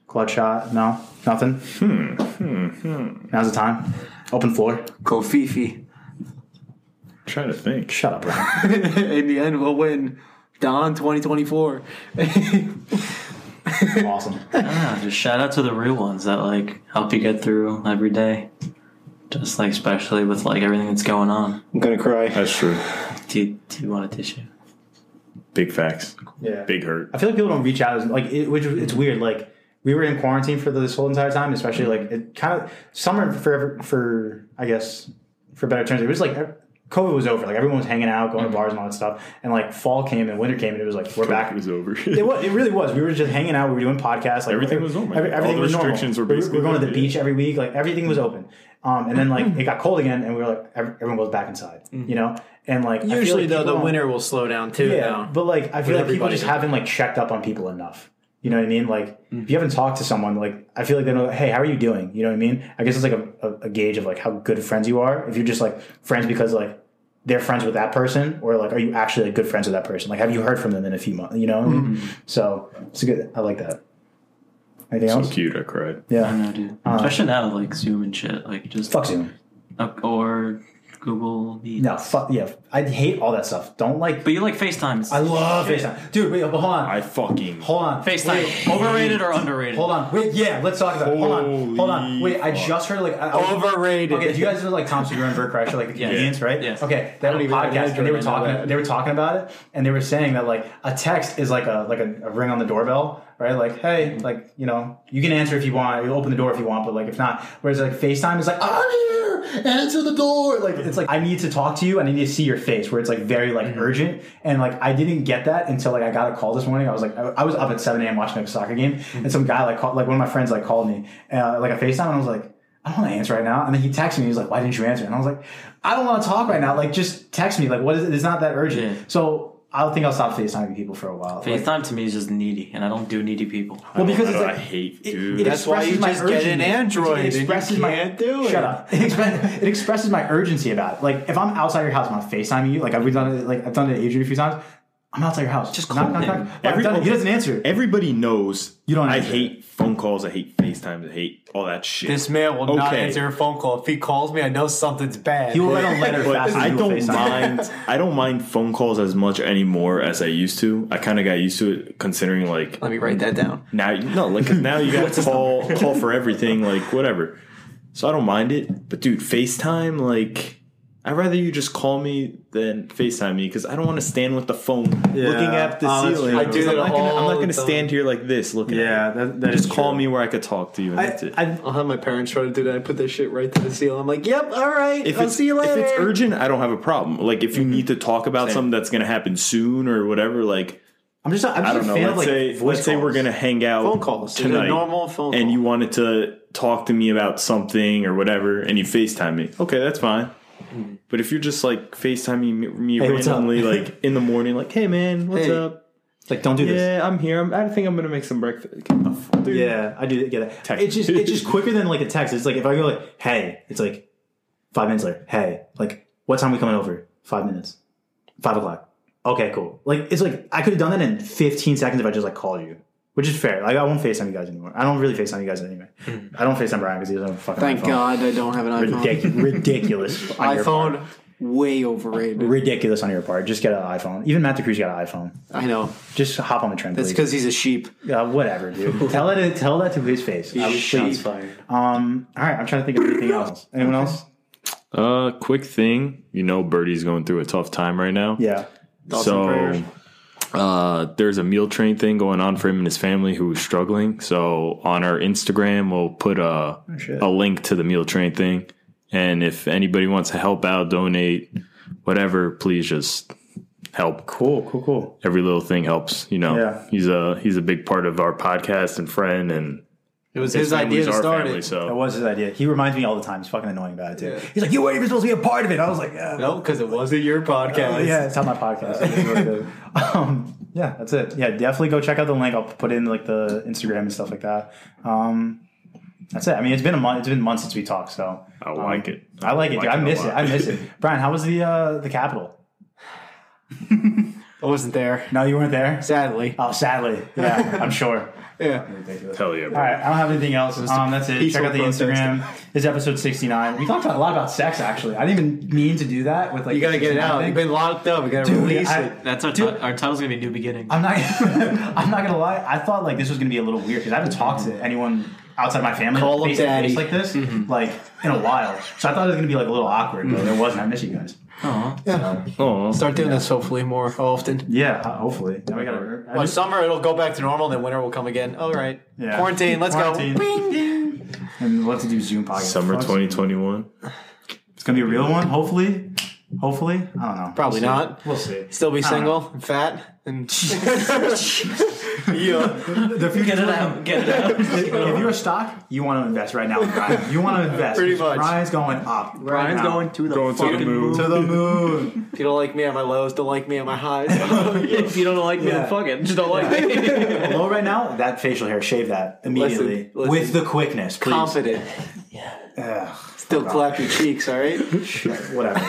Speaker 1: Clutch shot? No, nothing. Hmm. Now's the time. Open floor.
Speaker 2: Kofifi.
Speaker 4: I'm trying to think.
Speaker 1: Shut up, Ryan.
Speaker 2: In the end, we'll win. Don 2024.
Speaker 1: awesome.
Speaker 3: Yeah, just shout out to the real ones that like help you get through every day. Just like especially with like everything that's going on.
Speaker 5: I'm gonna cry.
Speaker 4: That's true.
Speaker 3: Do you, do you want a tissue?
Speaker 4: Big facts.
Speaker 1: Yeah.
Speaker 4: Big hurt.
Speaker 1: I feel like people don't reach out as like it, which it's
Speaker 4: Mm-hmm.
Speaker 1: weird. Like we were in quarantine for this whole entire time, especially
Speaker 4: Mm-hmm.
Speaker 1: like it kind of summer for for I guess for better terms. It was like COVID was over. Like everyone was hanging out, going to bars and all that stuff. And like fall came and winter came, and it was like we're back.
Speaker 4: Mm-hmm. It was over.
Speaker 1: It was. It really was. We were just hanging out. We were doing podcasts. Like
Speaker 4: Everything was normal.
Speaker 1: every-
Speaker 4: All
Speaker 1: everything
Speaker 4: the
Speaker 1: was normal.
Speaker 4: restrictions were
Speaker 1: We
Speaker 4: basically Mm-hmm.
Speaker 1: We were going to the
Speaker 4: lifted, yeah.
Speaker 1: beach every week. Like everything was open. Um, and then like it got cold again, and we were like, ev- everyone goes back inside.
Speaker 4: Mm-hmm.
Speaker 1: You know. And like I feel
Speaker 2: Usually,
Speaker 1: like
Speaker 2: though,
Speaker 1: people
Speaker 2: the
Speaker 1: don't-
Speaker 2: winter will slow down too.
Speaker 1: yeah,
Speaker 2: now.
Speaker 1: but like I feel like
Speaker 2: With
Speaker 1: people
Speaker 2: everybody.
Speaker 1: just haven't like checked up on people enough. You know what I mean? Like if you haven't talked to someone, like I feel like they know, hey, how are you doing? You know what I mean? I guess it's like a, a, a gauge of like how good friends you are. If you're just like friends because like they're friends with that person, or like are you actually like good friends with that person? Like have you heard from them in a few months? You know? what I mean? So it's a good. I like that. Anything
Speaker 4: so
Speaker 1: else?
Speaker 4: cute. I cried.
Speaker 3: I
Speaker 1: Yeah.
Speaker 3: don't know, dude. Especially now with like Zoom and shit. Like just
Speaker 1: Uh, Fuck Zoom.
Speaker 3: uh, or Google Meet.
Speaker 1: No. Fuck yeah. I hate all that stuff. Don't like.
Speaker 3: But you like FaceTime.
Speaker 1: I love FaceTime, dude. Wait, but hold on.
Speaker 4: I fucking.
Speaker 1: hold on.
Speaker 3: FaceTime.
Speaker 1: Wait.
Speaker 3: Overrated or underrated?
Speaker 1: Hold on. Wait, yeah, let's talk about it. Hold on. Hold on. Wait, I
Speaker 4: Holy
Speaker 1: just heard like I, I was-
Speaker 2: Overrated.
Speaker 1: Okay, do you guys know like Tom Segura and Bert Kreischer, like the comedians, right?
Speaker 3: Yes.
Speaker 1: Okay, that
Speaker 2: even- I don't
Speaker 1: podcast, and they
Speaker 2: even
Speaker 1: were
Speaker 2: know
Speaker 1: talking,
Speaker 2: that.
Speaker 1: they were talking about it, and they were saying that like a text is like a like a, a ring on the doorbell, right? Like, hey, like you know, you can answer if you want, you open the door if you want, but like if not, whereas like FaceTime is like I'm here, answer the door. Like it's like I need to talk to you, and I need to see your face, where it's like very like urgent, and like I didn't get that until like I got a call this morning. I was like, I, I was up at seven a.m. watching a soccer game, and some guy like called, like one of my friends like called me, uh, like a FaceTime, and I was like. I don't want to answer right now. And then he texted me. He was like, why didn't you answer? And I was like, I don't want to talk right now. Like, just text me. Like, what is it? It's not that urgent.
Speaker 3: Yeah.
Speaker 1: So I don't think I'll stop FaceTiming people for a while. Like,
Speaker 3: FaceTime to me is just needy, and I don't do needy people.
Speaker 1: well, because it's
Speaker 4: I,
Speaker 1: like,
Speaker 4: hate,
Speaker 1: it-
Speaker 4: dude.
Speaker 1: it
Speaker 2: That's why
Speaker 1: expresses
Speaker 2: you
Speaker 1: my
Speaker 2: just get an
Speaker 1: urgency.
Speaker 2: Android and
Speaker 1: It
Speaker 2: you
Speaker 1: expresses my
Speaker 2: can't do it.
Speaker 1: Shut up. It, expre- it expresses my urgency about it. Like if I'm outside your house, and I'm FaceTiming you. Like I've done it. Like I've done it, to Adrian, a few times. I'm outside your house. Just
Speaker 3: call him.
Speaker 4: Every-
Speaker 1: he doesn't answer.
Speaker 4: Everybody knows.
Speaker 1: You don't
Speaker 4: I
Speaker 1: answer.
Speaker 4: hate phone calls. I hate FaceTimes. I hate all that shit.
Speaker 2: This man will not
Speaker 4: Okay.
Speaker 2: answer a phone call. If he calls me, I know something's bad.
Speaker 1: he will write a letter
Speaker 4: But
Speaker 1: faster than
Speaker 4: I
Speaker 1: he will
Speaker 4: don't
Speaker 1: FaceTime.
Speaker 4: mind. I don't mind phone calls as much anymore as I used to. I kind of got used to it, considering like
Speaker 2: Let me write that down.
Speaker 4: now, no, like 'cause now you got to call call for everything, like whatever. So I don't mind it, but dude, FaceTime, like I'd rather you just call me than FaceTime me because I don't want to stand with the phone looking at the
Speaker 1: Oh, that's
Speaker 4: ceiling.
Speaker 1: true. I
Speaker 2: do
Speaker 4: I'm
Speaker 2: that
Speaker 4: not gonna, I'm
Speaker 2: all
Speaker 4: not
Speaker 2: the
Speaker 4: gonna
Speaker 2: time.
Speaker 4: stand here like this looking.
Speaker 1: Yeah,
Speaker 4: at you.
Speaker 1: that- that
Speaker 4: just
Speaker 1: is
Speaker 4: call
Speaker 1: true.
Speaker 4: me where I could talk to you. And that's
Speaker 1: I,
Speaker 4: it.
Speaker 1: I,
Speaker 2: I'll have my parents try to do that. I put this shit right to the seal. I'm like, yep, all right.
Speaker 4: if
Speaker 2: I'll
Speaker 4: it's,
Speaker 2: see you later.
Speaker 4: If it's urgent, I don't have a problem. Like if you need to talk about
Speaker 3: Same.
Speaker 4: something that's going to happen soon or whatever, like
Speaker 1: I'm just not, I'm just
Speaker 4: I don't
Speaker 1: a
Speaker 4: know.
Speaker 1: fan
Speaker 4: Let's
Speaker 1: of like
Speaker 4: say let's
Speaker 1: voice
Speaker 4: say we're
Speaker 1: calls.
Speaker 4: gonna hang out
Speaker 5: Phone calls. There's a
Speaker 4: tonight,
Speaker 5: normal phone
Speaker 4: and
Speaker 5: call.
Speaker 4: you wanted to talk to me about something or whatever, and you Facetime me. Okay, that's fine. But if you're just like Facetiming me, me
Speaker 1: Mm-hmm. Hey, what's up?
Speaker 4: randomly, like in the morning, like, "Hey man, what's
Speaker 5: Hey.
Speaker 4: up?
Speaker 1: like don't do this.
Speaker 4: Yeah, I'm here. I'm, I think I'm gonna make some breakfast." Get the fuck- dude.
Speaker 1: Yeah, I do get that.
Speaker 4: Text.
Speaker 1: It's just it's just quicker than like a text. It's like if I go like hey, it's like five minutes later. Hey, like what time we coming over? Five minutes. Five o'clock. Okay, cool. Like it's like I could have done that in 15 seconds if I just like called you, which is fair. Like I won't Facetime you guys anymore. I don't really Facetime you guys anymore. I don't Facetime Brian because he doesn't have a fucking.
Speaker 2: Thank
Speaker 1: iPhone.
Speaker 2: God I don't have an iPhone.
Speaker 1: Ridiculous. ridiculous. on your part.
Speaker 2: iPhone, way overrated.
Speaker 1: Ridiculous on your part. Just get an iPhone. Even Matt DeCruz got an iPhone.
Speaker 2: I know.
Speaker 1: Just hop on the trend.
Speaker 2: That's because he's a sheep.
Speaker 1: Uh, whatever, dude. tell that tell that to his face. I was
Speaker 3: Shots
Speaker 1: pleased.
Speaker 3: fired.
Speaker 1: Um. All right. I'm trying to think of anything else. Anyone else?
Speaker 4: Uh, quick thing. You know, Birdie's going through a tough time right now.
Speaker 1: Yeah.
Speaker 2: Thoughts and
Speaker 4: so
Speaker 2: prayers.
Speaker 4: uh, there's a meal train thing going on for him and his family who's struggling. So on our Instagram, we'll put a
Speaker 1: shit.
Speaker 4: a link to the meal train thing, and if anybody wants to help out, donate, whatever, please just help.
Speaker 1: Cool. Cool. Cool.
Speaker 4: Every little thing helps. You know,
Speaker 1: Yeah.
Speaker 4: he's a he's a big part of our podcast and friend, and
Speaker 2: It was his, idea
Speaker 4: family's
Speaker 2: to
Speaker 4: our
Speaker 2: start
Speaker 4: family,
Speaker 2: it.
Speaker 1: That
Speaker 4: so
Speaker 1: was his idea. He reminds me all the time. He's fucking annoying about it too.
Speaker 2: Yeah.
Speaker 1: He's like, "You weren't even supposed to be a part of it." I was like, "Yeah,
Speaker 2: No, because it wasn't your
Speaker 1: Oh,
Speaker 2: podcast.
Speaker 1: yeah, it's on my podcast." It is what it is. um, yeah, that's it. Yeah, definitely go check out the link. I'll put in like the Instagram and stuff like that. Um, that's it. I mean, it's been a month. It's been months since we talked, so um,
Speaker 4: I like it.
Speaker 1: I like it. dude. I
Speaker 4: a
Speaker 1: miss it.
Speaker 4: lot.
Speaker 1: I miss it. Brian, how was the uh, the Capitol?
Speaker 2: I wasn't there.
Speaker 1: No, you weren't there.
Speaker 2: Sadly.
Speaker 1: Oh, sadly. Yeah, I'm sure.
Speaker 2: Yeah.
Speaker 4: Hell yeah, bro.
Speaker 1: All right, I don't have anything else. Um, that's it. Check
Speaker 2: peaceful
Speaker 1: out the
Speaker 2: protest.
Speaker 1: Instagram. This is episode 69. We talked a lot about sex, actually. I didn't even mean to do that with like.
Speaker 2: You gotta
Speaker 1: the
Speaker 2: get it
Speaker 1: 69
Speaker 2: out.
Speaker 1: thing.
Speaker 2: You've been locked up. You gotta
Speaker 1: Dude,
Speaker 2: release
Speaker 1: I-
Speaker 2: it.
Speaker 3: That's our
Speaker 1: Dude.
Speaker 3: ti- our title's gonna be new beginning.
Speaker 1: I'm not. I'm not gonna lie. I thought like this was gonna be a little weird because I haven't talked to anyone outside my family
Speaker 2: Call
Speaker 1: like,
Speaker 2: him
Speaker 1: face to face
Speaker 2: daddy. Mm-hmm.
Speaker 1: like this, like in a while. So I thought it was gonna be like a little awkward, but it wasn't. I miss you guys.
Speaker 3: Aw.
Speaker 4: Aw.
Speaker 2: Start doing this hopefully more often.
Speaker 1: Yeah, ho- hopefully. Now we gotta. I
Speaker 2: By
Speaker 1: just-
Speaker 2: summer it'll go back to normal, then winter will come again. All right.
Speaker 1: yeah.
Speaker 2: Quarantine, let's
Speaker 1: Quarantine.
Speaker 2: go.
Speaker 1: And we'll have to do Zoom podcast.
Speaker 4: Summer
Speaker 1: Fuck.
Speaker 4: 2021.
Speaker 1: It's gonna be a real one, hopefully. Hopefully, I don't know.
Speaker 2: Probably not.
Speaker 1: We'll see.
Speaker 2: Still be
Speaker 1: I don't
Speaker 2: single and fat and yeah.
Speaker 1: The future.
Speaker 3: Get it out. Get it out.
Speaker 1: If if you're a stock, you want to invest right now, Brian. You want to invest.
Speaker 2: Pretty much.
Speaker 1: Brian's going up.
Speaker 3: Brian's going to the
Speaker 4: Going to the
Speaker 3: fucking
Speaker 4: moon.
Speaker 3: moon.
Speaker 1: to the moon.
Speaker 2: If you don't like me at my lows, don't like me at my highs.
Speaker 3: if you don't like me,
Speaker 1: Yeah.
Speaker 3: then fuck it. Just don't like me.
Speaker 1: Low right now. That facial hair. Shave that immediately
Speaker 2: Listen, listen.
Speaker 1: with the quickness, please.
Speaker 2: Confident.
Speaker 1: Ugh,
Speaker 2: Still clap your cheeks, all right?
Speaker 1: shit, whatever.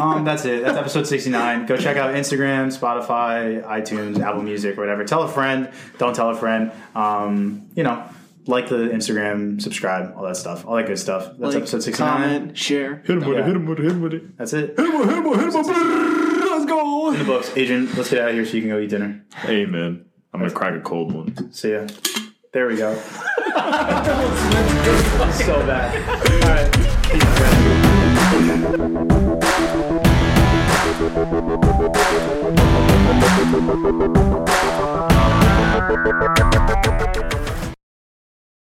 Speaker 1: um, that's it. That's episode sixty-nine. Go check out Instagram, Spotify, iTunes, Apple Music, whatever. Tell a friend. Don't tell a friend. Um, you know, like the Instagram, subscribe, all that stuff, all that good stuff. That's
Speaker 2: Like,
Speaker 1: episode sixty-nine.
Speaker 2: comment, share.
Speaker 4: Hit him with
Speaker 1: Yeah.
Speaker 4: it. Hit him with it. Hit him with it.
Speaker 1: That's it.
Speaker 4: Hit him with it. Hit him with it. Hit him with it. Let's go.
Speaker 1: The books. Agent, let's get out of here so you can go eat dinner.
Speaker 4: Hey man, I'm gonna crack a cold one.
Speaker 1: See ya. There we go. so bad. All right. Peace, guys.